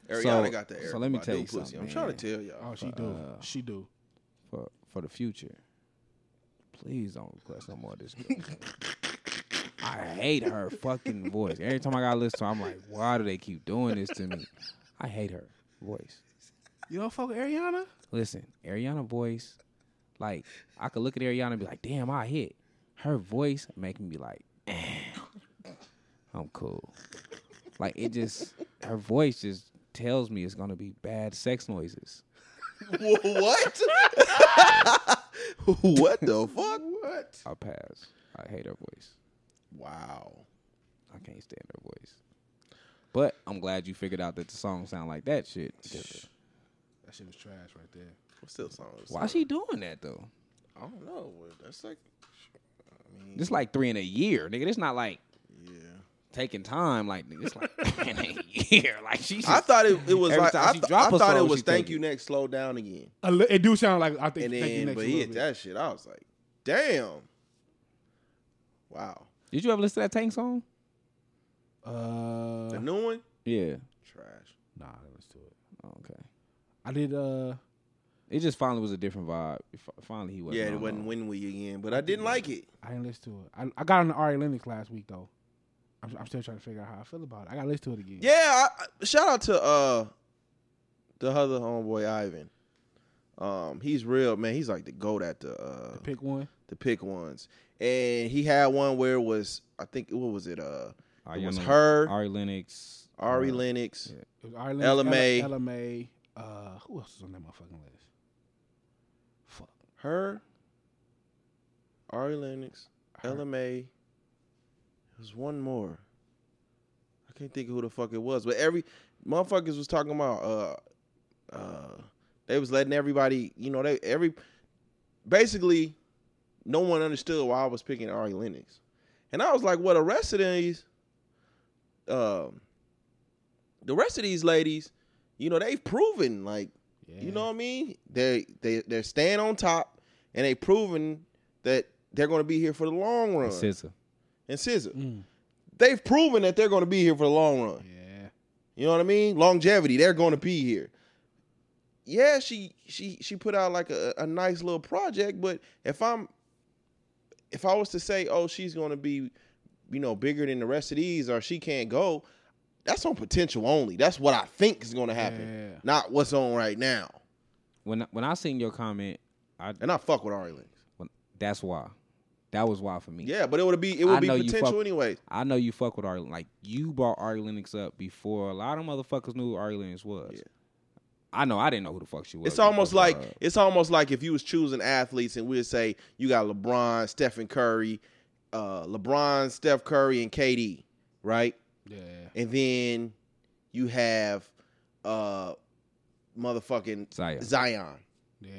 Speaker 3: Ariana
Speaker 5: So-
Speaker 3: got the air.
Speaker 5: so let me tell you something,
Speaker 3: I'm trying to tell
Speaker 2: Oh,
Speaker 3: y'all.
Speaker 2: she do.
Speaker 3: Uh,
Speaker 2: she do.
Speaker 5: for for the future, please don't request no more of this. girl. I hate her fucking voice. Every time I gotta listen to her, I'm like, why do they keep doing this to me? I hate her voice.
Speaker 2: You don't fuck with Ariana?
Speaker 5: Listen, Ariana voice, like I could look at Ariana and be like, damn, I hit. Her voice make me be like, eh, I'm cool. Like it just, her voice just tells me it's gonna be bad sex noises.
Speaker 3: what? what the fuck? What?
Speaker 5: I'll pass. I hate her voice.
Speaker 3: Wow.
Speaker 5: I can't stand her voice. But I'm glad you figured out that the song sound like that shit.
Speaker 2: That shit was trash right there.
Speaker 3: What's still song?
Speaker 5: Why she doing that though?
Speaker 3: I don't know. That's like, Mm-hmm.
Speaker 5: It's like three in a year, nigga. It's not like
Speaker 3: yeah.
Speaker 5: taking time, like nigga. It's like in a year, like she. Just,
Speaker 3: I thought it, it was
Speaker 5: Every
Speaker 3: like
Speaker 5: time
Speaker 3: I,
Speaker 5: she
Speaker 3: th-
Speaker 5: drop
Speaker 3: I
Speaker 5: a
Speaker 3: thought it
Speaker 5: song,
Speaker 3: was
Speaker 5: she
Speaker 3: thank
Speaker 5: take
Speaker 3: you
Speaker 5: it.
Speaker 3: next slow down again
Speaker 2: A li- it do sound like I think.
Speaker 3: and
Speaker 2: thank you
Speaker 3: then
Speaker 2: next
Speaker 3: but
Speaker 2: a
Speaker 3: he hit
Speaker 2: little bit.
Speaker 3: that shit I was like damn wow
Speaker 5: Did you ever listen to that Tank song?
Speaker 2: Uh,
Speaker 3: the new one
Speaker 5: Yeah.
Speaker 3: trash
Speaker 2: nah, I was to it.
Speaker 5: Oh, okay.
Speaker 2: I did. Uh,
Speaker 5: It just finally was a different vibe. F- Finally, he wasn't.
Speaker 3: yeah it
Speaker 5: on uh,
Speaker 3: wasn't
Speaker 5: no-
Speaker 3: win we again but I didn't like it
Speaker 2: I didn't listen to it. I, I got on the Ari Lennox last week though. I'm, I'm still trying to figure out how I feel about it. I gotta listen to it again.
Speaker 3: yeah I, I- shout out to uh the other homeboy Ivan um he's real man he's like the goat at the uh
Speaker 2: Pick one.
Speaker 3: the pick ones and he had one where it was I think what was it uh it was
Speaker 5: Ariana-
Speaker 3: her
Speaker 5: Ari Lennox.
Speaker 3: Ari
Speaker 5: uh,
Speaker 3: Lennox
Speaker 5: yeah.
Speaker 2: It was Ari Lennox, Ella
Speaker 3: Ella May.
Speaker 2: Ella May. Uh, who else was on that motherfucking list? Fuck.
Speaker 3: her Ari Lennox
Speaker 2: Her.
Speaker 3: LMA. There's one more. I can't think of who the fuck it was, but every motherfuckers was talking about uh uh they was letting everybody, you know, they every basically no one understood why I was picking Ari Lennox. And I was like, well the rest of these um the rest of these ladies, you know, they've proven like
Speaker 2: Yeah.
Speaker 3: you know what I mean? They they they're staying on top and they proven that they're going to be here for the long run.
Speaker 5: SZA.
Speaker 3: And Scissor.
Speaker 2: Mm.
Speaker 3: They've proven that they're going to be here for the long run.
Speaker 2: Yeah.
Speaker 3: You know what I mean? Longevity, they're going to be here. Yeah, she she she put out like a, a nice little project, but if I'm if I was to say, "Oh, she's going to be, you know, bigger than the rest of these or she can't go," that's on potential only. That's what I think is going to happen,
Speaker 2: Yeah.
Speaker 3: not what's on right now.
Speaker 5: When when I seen your comment, I
Speaker 3: And I fuck with Ari Lennox.
Speaker 5: when, that's why. That was why for me.
Speaker 3: Yeah, but it would be it
Speaker 5: I
Speaker 3: would be
Speaker 5: know you
Speaker 3: potential
Speaker 5: fuck-
Speaker 3: anyway.
Speaker 5: I know you fuck with Ari. Like you brought Ari Lennox up before a lot of motherfuckers knew who Ari Lennox was.
Speaker 3: Yeah.
Speaker 5: I know I didn't know who the fuck she was.
Speaker 3: It's almost
Speaker 5: before,
Speaker 3: like
Speaker 5: uh,
Speaker 3: it's almost like if you was choosing athletes and we'd say you got LeBron, Stephen Curry, uh, LeBron, Steph Curry, and KD, right?
Speaker 2: Yeah.
Speaker 3: And then you have uh motherfucking
Speaker 5: Zion.
Speaker 3: Zion.
Speaker 2: Yeah. yeah.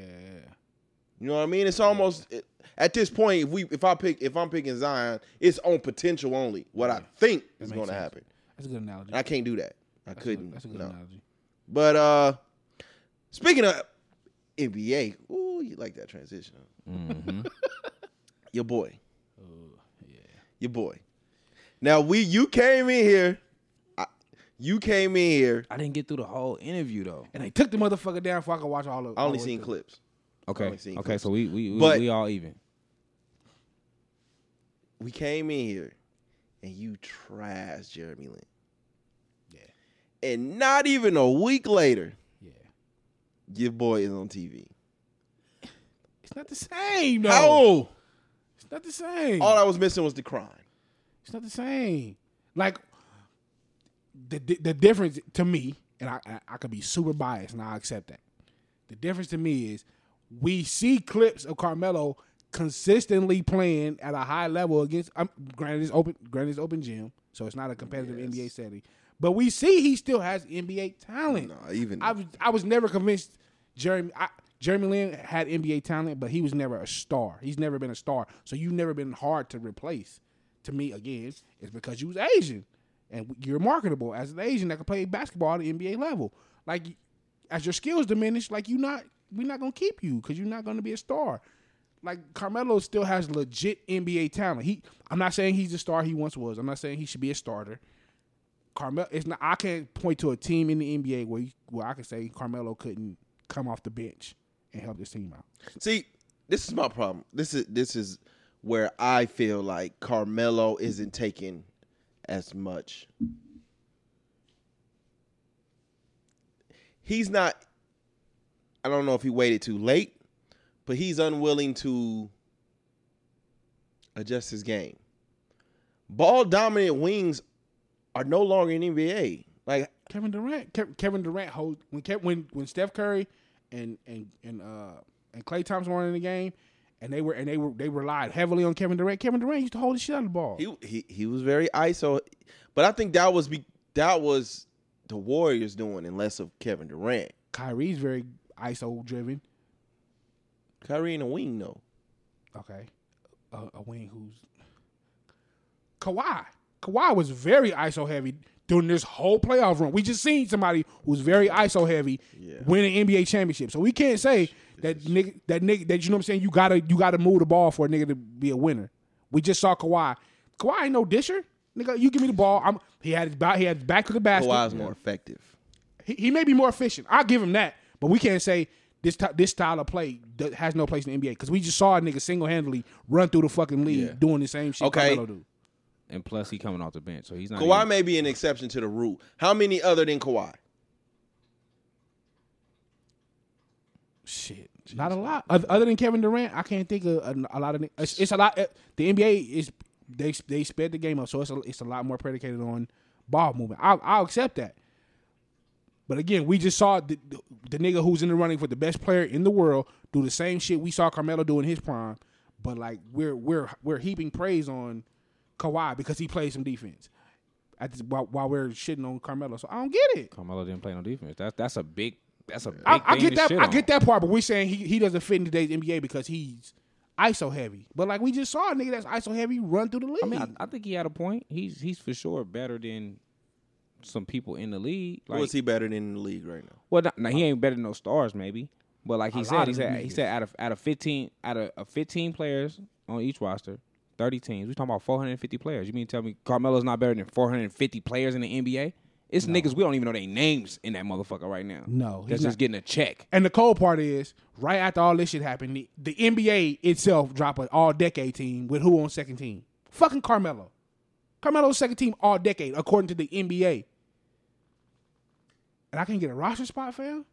Speaker 3: You know what I mean? It's almost it- at this point. If we, if I pick, if I'm picking Zion, it's on potential only. What I think is
Speaker 2: makes
Speaker 3: going to
Speaker 2: sense.
Speaker 3: happen.
Speaker 2: That's a good analogy.
Speaker 3: I can't do that. I
Speaker 2: That's a good-
Speaker 3: couldn't.
Speaker 2: that's a good
Speaker 3: no.
Speaker 2: analogy.
Speaker 3: But uh, speaking of NBA, ooh, you like that transition? huh? Your boy. Your boy. Now we, you came in here. I, you came in here.
Speaker 5: I didn't get through the whole interview though.
Speaker 2: And they took the motherfucker down before I could watch all of.
Speaker 3: I only
Speaker 2: all
Speaker 3: seen
Speaker 2: of it.
Speaker 3: clips.
Speaker 5: Okay,
Speaker 3: only seen
Speaker 5: okay,
Speaker 3: clips.
Speaker 5: so we we we,
Speaker 3: But-
Speaker 5: we all even.
Speaker 3: we came in here and you trashed Jeremy Lin. Yeah. And not even a week later,
Speaker 2: Yeah.
Speaker 3: your boy is on TV.
Speaker 2: It's not the same though.
Speaker 3: How?
Speaker 2: It's not the same.
Speaker 3: All I was missing was the crime.
Speaker 2: It's not the same. Like the the, the difference to me, and I, I I could be super biased, and I accept that. The difference to me is we see clips of Carmelo consistently playing at a high level against. Um, granted, it's open. Granted, it's open gym, so it's not a competitive NBA setting. But we see he still has NBA talent.
Speaker 3: Nah, even-
Speaker 2: I was I was never convinced Jeremy. I, Jeremy Lin had NBA talent, but he was never a star. He's never been a star, so you've never been hard to replace. To me, again, it's because you was Asian, and you're marketable as an Asian that can play basketball at the NBA level. Like, as your skills diminish, like you not, we're not gonna keep you because you're not gonna be a star. Like Carmelo still has legit NBA talent. He, I'm not saying he's the star he once was. I'm not saying he should be a starter. Carmelo, it's not. I can't point to a team in the NBA where you, where I can say Carmelo couldn't come off the bench and help this team out.
Speaker 3: See, this is my problem. This is this is where I feel like Carmelo isn't taking as much. He's not I don't know if he waited too late, but he's unwilling to adjust his game. Ball dominant wings are no longer in the NBA. Like
Speaker 2: Kevin Durant, Kev- Kevin Durant hold when Kev- when when Steph Curry and and and uh and Clay Thompson weren't in the game, and they were and they were they relied heavily on Kevin Durant. Kevin Durant used to hold the shit out of the ball.
Speaker 3: He he he was very ISO, but I think that was be that was the Warriors doing and less of Kevin Durant.
Speaker 2: Kyrie's very ISO driven.
Speaker 3: Kyrie in the wing though.
Speaker 2: Okay, a, a wing who's Kawhi. Kawhi was very ISO heavy during this whole playoff run. We just seen somebody who's very ISO heavy win an NBA championship. So we can't say that nigga that nigga that you know what I'm saying. You gotta you gotta move the ball for a nigga to be a winner. We just saw Kawhi. Kawhi ain't no disher. Nigga, you give me the ball. I'm he had his back. He had his back to the basket.
Speaker 3: Kawhi's more effective.
Speaker 2: He, he may be more efficient. I'll give him that. But we can't say this ty- this style of play d- has no place in the NBA because we just saw a nigga single handedly run through the fucking league doing the same shit.
Speaker 3: Okay.
Speaker 2: Carmelo do.
Speaker 5: And plus, he coming off the bench, so he's not.
Speaker 3: Kawhi
Speaker 5: even-
Speaker 3: may be an exception to the rule. How many other than Kawhi?
Speaker 2: Shit, not a lot. Oth- Other than Kevin Durant, I can't think of a, a lot of. ni- It's, it's a lot. uh, The NBA is they they sped the game up, so it's a, it's a lot more predicated on ball movement. I'll, I'll accept that. But again, we just saw the, the, the nigga who's in the running for the best player in the world do the same shit we saw Carmelo do in his prime. But like we're we're we're heaping praise on Kawhi because he played some defense. At this, while, while we're shitting on Carmelo, so I don't get it.
Speaker 5: Carmelo didn't play no defense. That's that's a big. That's a big
Speaker 2: I, I
Speaker 5: thing
Speaker 2: get
Speaker 5: to
Speaker 2: that.
Speaker 5: shit
Speaker 2: I
Speaker 5: on.
Speaker 2: get that part, but we're saying he, he doesn't fit in today's NBA because he's ISO heavy. But like we just saw a nigga that's ISO heavy run through the league.
Speaker 5: I mean, I, I think he had a point. He's he's for sure better than some people in the league.
Speaker 3: Who
Speaker 5: Like,
Speaker 3: is he better than in the league right now?
Speaker 5: Well, not, now he ain't better than no stars, maybe. But like he
Speaker 2: Uh, lot
Speaker 5: said, he
Speaker 2: of
Speaker 5: said he
Speaker 2: niggas.
Speaker 5: said out of out of fifteen out of, of fifteen players on each roster, thirty teams. We talking about four hundred and fifty players. You mean to tell me Carmelo's not better than four hundred and fifty players in the NBA? It's niggas we don't even know their names in that motherfucker right now.
Speaker 2: No, he's
Speaker 5: that's
Speaker 2: not.
Speaker 5: just getting a check.
Speaker 2: and the cold part is, right after all this shit happened, the, the NBA itself dropped an all decade team with who on second team? Fucking Carmelo. Carmelo's second team all decade, according to the NBA. And I can't get a roster spot, fam.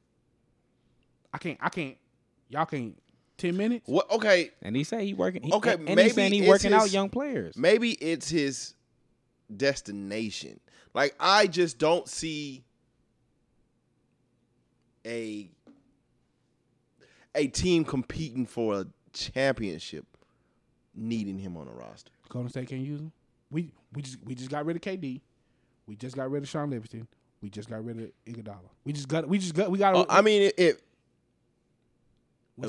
Speaker 2: I can't. I can't. Y'all can't. Ten minutes.
Speaker 3: What? Okay,
Speaker 5: And he said he working. He,
Speaker 3: Okay,
Speaker 5: okay, and, and
Speaker 3: maybe
Speaker 5: he saying he
Speaker 3: it's
Speaker 5: working out
Speaker 3: his-
Speaker 5: young players.
Speaker 3: maybe it's his destination. Like I just don't see a a team competing for a championship needing him on the roster.
Speaker 2: Golden State can't use him. We we just we just got rid of KD. We just got rid of Sean Livingston. We just got rid of Iguodala. We just got we just got we got.
Speaker 3: Uh, I mean, it, it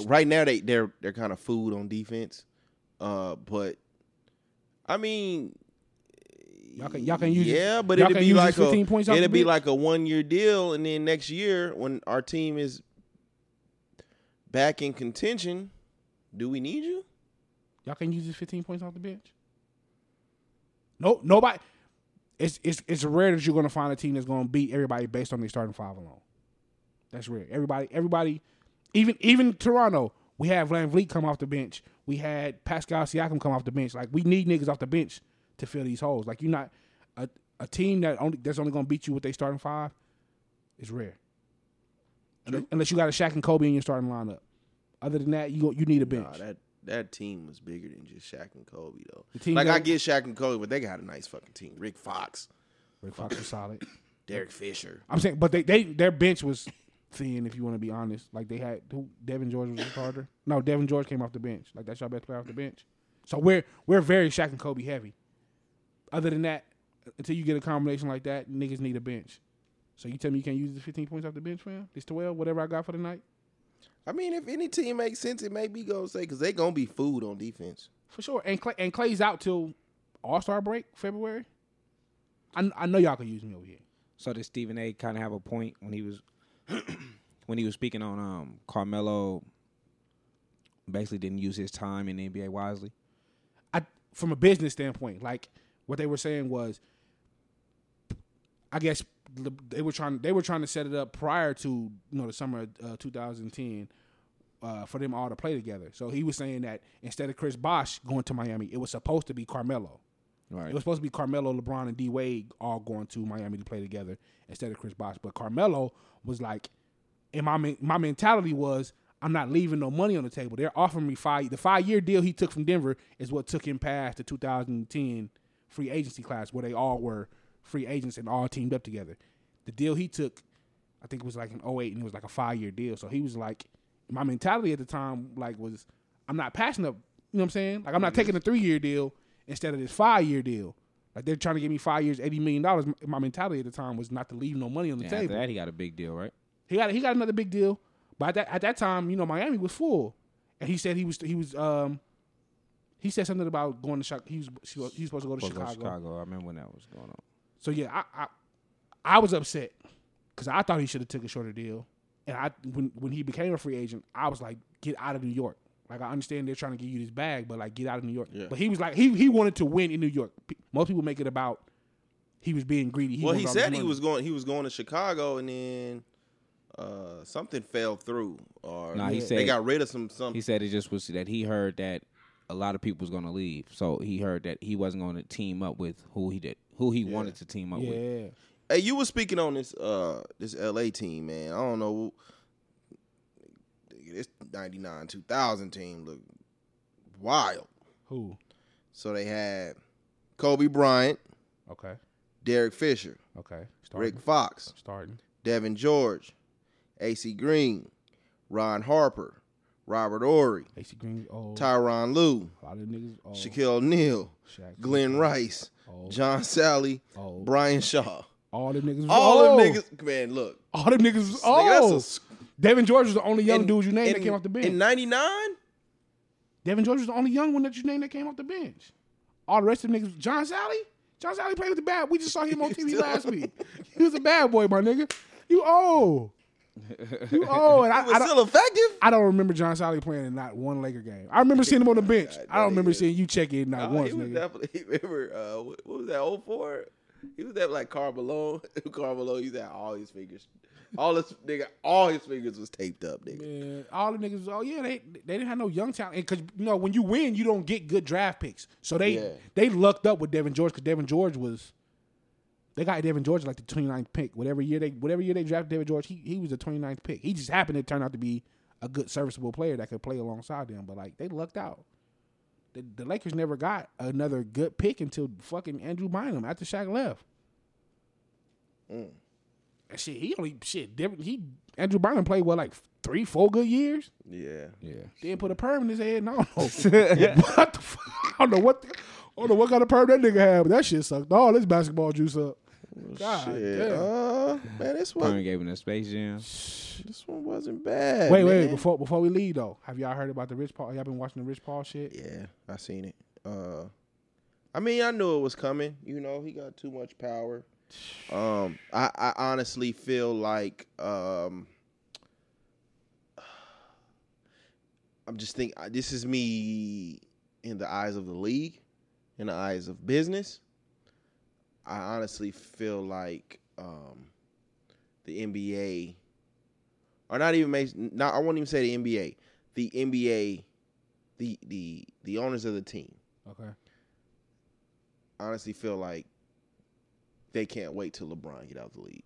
Speaker 3: right now they they're they're kind of food on defense, uh, but I mean,
Speaker 2: y'all can y'all can use
Speaker 3: yeah, but
Speaker 2: y'all
Speaker 3: it'd
Speaker 2: can
Speaker 3: be
Speaker 2: use
Speaker 3: like
Speaker 2: his
Speaker 3: a,
Speaker 2: 15 points off the
Speaker 3: it'd be
Speaker 2: bench.
Speaker 3: like a one year deal, and then next year when our team is back in contention, do we need you?
Speaker 2: y'all can use his fifteen points off the bench. Nope, nobody. It's it's it's rare that you're gonna find a team that's gonna beat everybody based on their starting five alone. That's rare. Everybody everybody, even even Toronto. We had Van Vliet come off the bench. We had Pascal Siakam come off the bench. Like we need niggas off the bench to fill these holes. Like you're not a, a team that only that's only gonna beat you with their starting five. It's rare. Unless, unless you got a Shaq and Kobe in your starting lineup. Other than that, you go- you need a bench.
Speaker 3: Nah, that that team was bigger than just Shaq and Kobe though.
Speaker 2: The team
Speaker 3: like I
Speaker 2: got-
Speaker 3: get Shaq and Kobe, but they got a nice fucking team. Rick Fox,
Speaker 2: Rick Fox was solid.
Speaker 3: Derek Fisher.
Speaker 2: I'm saying, but they, they their bench was thin. If you want to be honest, like they had who, Devin George was a starter. No, Devin George came off the bench. Like that's your best player off the bench. So we're we're very Shaq and Kobe heavy. Other than that, until you get a combination like that, niggas need a bench. So you tell me you can't use the 15 points off the bench, fam? This 12, whatever I got for the night,
Speaker 3: I mean, if any team makes sense, it may be gonna say because they gonna be food on defense.
Speaker 2: for sure. And Clay, and Clay's out till All Star break February. I I know y'all could use me over here.
Speaker 5: So did Stephen A. kind of have a point when he was when he was speaking on um, Carmelo? Basically, didn't use his time in the NBA wisely.
Speaker 2: I from a business standpoint, like what they were saying was, I guess the- they were trying they were trying to set it up prior to you know the summer of uh, 2010 uh, for them all to play together. So he was saying that instead of Chris Bosh going to Miami, it was supposed to be Carmelo.
Speaker 5: Right.
Speaker 2: It was supposed to be Carmelo, LeBron, and D Wade all going to Miami to play together instead of Chris Bosh. But Carmelo was like, and my men- my mentality was, I'm not leaving no money on the table. They're offering me five. The five year deal he took from Denver is what took him past the 2010 free agency class where they all were free agents and all teamed up together. The deal he took, I think it was like an 08 and it was like a five year deal. So he was like, my mentality at the time like was, I'm not passing up. You know what I'm saying? Like I'm not taking a three year deal instead of this five year deal. Like they're trying to give me five years, eighty million dollars. My mentality at the time was not to leave no money on the
Speaker 5: And
Speaker 2: table.
Speaker 5: after that, he got a big deal, right?
Speaker 2: He got he got another big deal, but at that, at that time, you know, Miami was full, and he said he was he was um he said something about going to Chicago. He was he was supposed to go to
Speaker 5: Supposed to go to
Speaker 2: Chicago.
Speaker 5: Chicago. I remember when that was going on.
Speaker 2: So yeah, I I, I was upset because I thought he should have took a shorter deal, and I when when he became a free agent, I was like, get out of New York. Like I understand they're trying to give you this bag, but like get out of New York. But he was like he he wanted to win in New York. P- Most people make it about he was being greedy.
Speaker 3: well,
Speaker 2: wanted
Speaker 3: he
Speaker 2: all this
Speaker 3: said he
Speaker 2: money.
Speaker 3: was going. He was going to Chicago, and then uh, something fell through, or
Speaker 5: Nah, he
Speaker 3: they
Speaker 5: said-
Speaker 3: got rid of some some.
Speaker 5: He said it just was that he heard that a lot of people was going to leave, so he heard that he wasn't going to team up with who he did, who he wanted to team up with.
Speaker 2: yeah.
Speaker 3: Hey, you were speaking on this uh this LA team, man. I don't know. This 99 2000 team look wild.
Speaker 2: Who?
Speaker 3: So they had Kobe Bryant,
Speaker 2: Okay.
Speaker 3: Derek Fisher,
Speaker 2: Okay. Starting.
Speaker 3: Rick Fox,
Speaker 2: Starting.
Speaker 3: Devin George, AC Green, Ron Harper, Robert Ory,
Speaker 2: AC Green. Oh.
Speaker 3: Tyron Lue,
Speaker 2: A lot of niggas. Oh,
Speaker 3: Shaquille O'Neal,
Speaker 2: Shaq.
Speaker 3: Glenn Rice,
Speaker 2: Oh.
Speaker 3: John Sally,
Speaker 2: Oh.
Speaker 3: Brian Shaw.
Speaker 2: All them niggas.
Speaker 3: All
Speaker 2: oh,
Speaker 3: them niggas, man, look.
Speaker 2: All them niggas. was-
Speaker 3: Nigga, that's a
Speaker 2: Oh.
Speaker 3: s-
Speaker 2: Devin George was the only young
Speaker 3: in-
Speaker 2: dude you named
Speaker 3: in-
Speaker 2: that came off the bench.
Speaker 3: In 99?
Speaker 2: Devin George was the only young one that you named that came off the bench. All the rest of them niggas. John Sally. John Sally played with the bad. We just saw him on TV last week. He was a bad boy, my nigga. You old. You old. And I,
Speaker 3: Was
Speaker 2: I don't-
Speaker 3: still effective?
Speaker 2: I don't remember John Sally playing in not one Laker game. I remember seeing him on the bench. I don't remember
Speaker 3: nigga.
Speaker 2: seeing you check in not
Speaker 3: Nah,
Speaker 2: once,
Speaker 3: Uh, he was
Speaker 2: nigga.
Speaker 3: definitely, remember, uh, what, what was that, 04? He was that like Carmelo. Carmelo, he had all his fingers. All his, nigga, all his fingers was taped up, nigga.
Speaker 2: Yeah, all the niggas. Oh yeah, they they didn't have no young talent because you know when you win, you don't get good draft picks. So they
Speaker 3: Yeah.
Speaker 2: they lucked up with Devin George because Devin George was. They got Devin George like the 29th pick. Whatever year they whatever year they drafted Devin George, he, he was the 29th pick. He just happened to turn out to be a good serviceable player that could play alongside them. But like they lucked out. The, the Lakers never got another good pick until fucking Andrew Bynum after Shaq left. And shit, he only shit different. He Andrew Bynum played what like three, four good years.
Speaker 3: Yeah.
Speaker 5: Yeah.
Speaker 2: Then put a perm in his head. And I
Speaker 3: Oh.
Speaker 2: don't know what the fuck. I don't know what. The, I don't know what kind of perm that nigga had. But that shit sucked all this basketball juice up. God
Speaker 3: Shit.
Speaker 2: damn.
Speaker 3: Uh, man, this
Speaker 5: Perm
Speaker 3: one
Speaker 5: gave him a space jam.
Speaker 3: this one wasn't bad.
Speaker 2: Wait, wait,
Speaker 3: man.
Speaker 2: wait, before before we leave though, have y'all heard about the Rich Paul? Y'all been watching the Rich Paul shit?
Speaker 3: Yeah, I seen it. Uh, I mean, I knew it was coming. You know, he got too much power. Um, I, I honestly feel like um, I'm just think I- this is me in the eyes of the league, in the eyes of business. I honestly feel like um, the NBA, or not even make not. I won't even say the NBA. The NBA the the the owners of the team
Speaker 2: Okay.
Speaker 3: honestly feel like they can't wait till LeBron get out the league.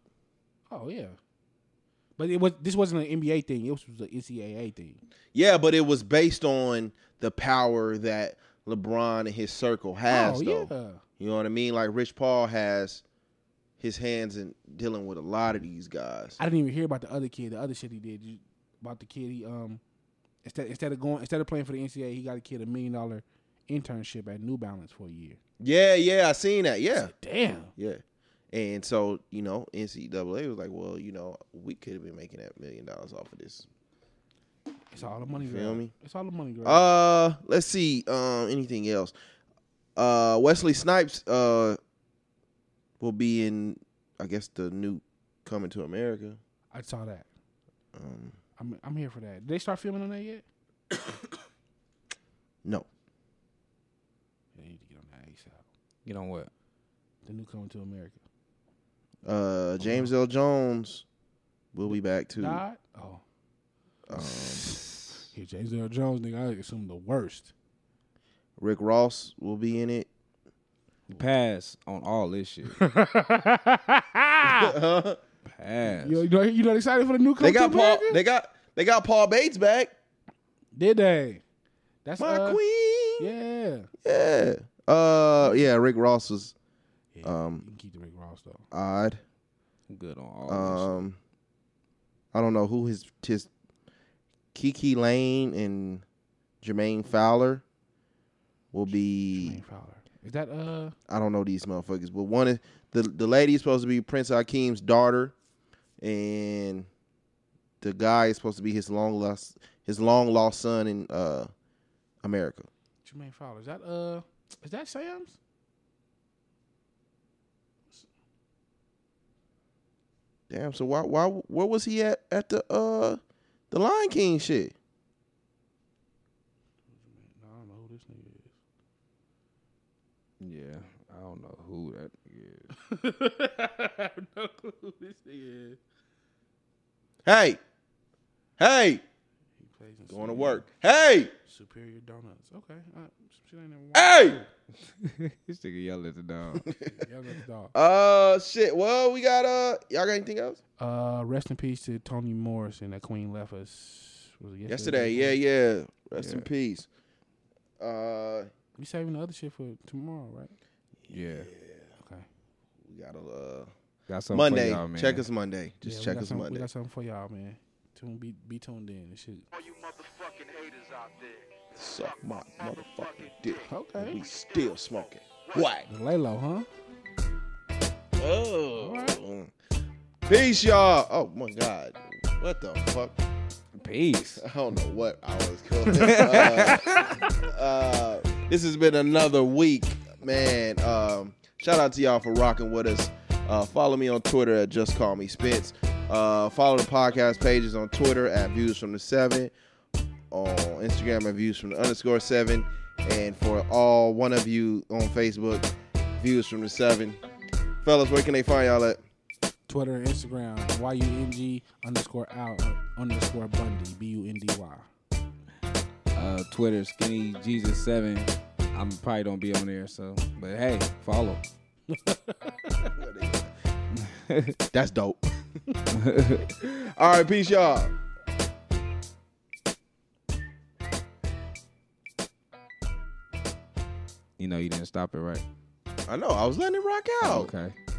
Speaker 2: Oh yeah. But it was this wasn't an NBA thing. It was an NCAA thing.
Speaker 3: Yeah, but it was based on the power that LeBron and his circle has.
Speaker 2: oh
Speaker 3: though.
Speaker 2: yeah.
Speaker 3: You know what I mean? Like Rich Paul has his hands in dealing with a lot of these guys.
Speaker 2: I didn't even hear about the other kid. The other shit he did you, about the kid. He um instead instead of going instead of playing for the NCAA, he got a kid a million dollar internship at New Balance for a year.
Speaker 3: yeah, yeah, I seen that. Yeah,
Speaker 2: Damn.
Speaker 3: yeah. And so you know, NCAA was like, well, you know, we could have been making that million dollars off of this.
Speaker 2: It's all the money.
Speaker 3: Feel
Speaker 2: girl.
Speaker 3: me?
Speaker 2: It's all the money, girl.
Speaker 3: Uh, let's see. Um, anything else? Uh, Wesley Snipes. Uh, will be in. I guess the new Coming to America. Um,
Speaker 2: I saw that. I'm I'm here for that. Did they start filming on that yet?
Speaker 3: No.
Speaker 2: They need to get on that ASAP.
Speaker 5: Get on what?
Speaker 2: The new coming to America.
Speaker 3: Uh, James L. Jones will be back too.
Speaker 2: Died? Oh.
Speaker 3: Mm. Um,
Speaker 2: Yeah, James Earl Jones, nigga, I assume the worst.
Speaker 3: Rick Ross will be in it.
Speaker 5: Pass on all this shit. Pass.
Speaker 2: You, you know, you know, excited for the new.
Speaker 3: They
Speaker 2: Come
Speaker 3: got
Speaker 2: to
Speaker 3: Paul.
Speaker 2: America?
Speaker 3: They got they got Paul Bates back.
Speaker 2: Did they? That's
Speaker 3: My
Speaker 2: uh,
Speaker 3: queen.
Speaker 2: Yeah,
Speaker 3: Yeah. Uh, yeah. Rick Ross was
Speaker 2: yeah.
Speaker 3: Um,
Speaker 2: you can keep the Rick Ross though.
Speaker 3: odd.
Speaker 5: Good on all
Speaker 2: Uh,
Speaker 5: this
Speaker 3: Um, I don't know who his his Kiki Lane and Jermaine Fowler will be. Mm.
Speaker 2: Jermaine Fowler. Is that uh?
Speaker 3: I don't know these motherfuckers, but one is the the lady is supposed to be Prince Hakeem's daughter, and the guy is supposed to be his long lost his long lost son in uh America.
Speaker 2: Jermaine Fowler. Is that uh? Is that Sam's?
Speaker 3: Damn. So why why where was he at at the uh the Lion King shit?
Speaker 2: No, I don't know who this nigga is.
Speaker 5: shit. Yeah. I don't know who that nigga is.
Speaker 2: I have no clue who this nigga is.
Speaker 3: Hey, hey,
Speaker 2: He plays in
Speaker 3: going to
Speaker 2: Superior-
Speaker 3: work. Hey,
Speaker 2: Superior Donuts. Okay, I, some shit I ain't never watched.
Speaker 3: hey.
Speaker 5: this nigga yelled at the dog.
Speaker 2: Y'all got the dog.
Speaker 3: Uh, shit. Well, we got uh, y'all got anything else?
Speaker 2: Uh, rest in peace to Toni Morrison. That queen left us was it yesterday.
Speaker 3: Yesterday, yeah, yeah. Rest in peace. Uh,
Speaker 2: We saving the other shit for tomorrow, right?
Speaker 5: yeah.
Speaker 2: Okay.
Speaker 3: we got a
Speaker 5: Got
Speaker 3: uh,
Speaker 5: something
Speaker 3: Monday.
Speaker 5: For y'all, man.
Speaker 3: Check us Monday. Just
Speaker 2: Yeah, we
Speaker 3: check
Speaker 2: got
Speaker 3: us
Speaker 2: some- We
Speaker 3: Monday.
Speaker 2: got something for y'all, man. Tune, be, be tuned in. and Shit.
Speaker 3: Suck my motherfucking dick.
Speaker 2: Okay.
Speaker 3: We still smoking. What?
Speaker 2: The Lalo, huh?
Speaker 3: Oh. Peace, y'all. Oh my God. What the fuck?
Speaker 5: Peace.
Speaker 3: I don't know what I was calling. uh, uh, this has been another week, man. Um, shout out to y'all for rocking with us. Uh, follow me on Twitter at Just Call Me Spence. Uh, follow the podcast pages on Twitter at Views from the Seven, on Instagram at Views from the underscore Seven, and for all one of you on Facebook, Views from the Seven. Fellas, where can they find y'all at?
Speaker 2: Twitter and Instagram. Y-U-N-G underscore out underscore Bundy. B-U-N-D-Y.
Speaker 5: Uh, Twitter, Skinny Jesus Seven. I'm probably don't be on there, so but hey, follow.
Speaker 3: That's dope. all right, peace, y'all.
Speaker 5: You know you didn't stop it right.
Speaker 3: I know. I was letting it rock out.
Speaker 5: Okay.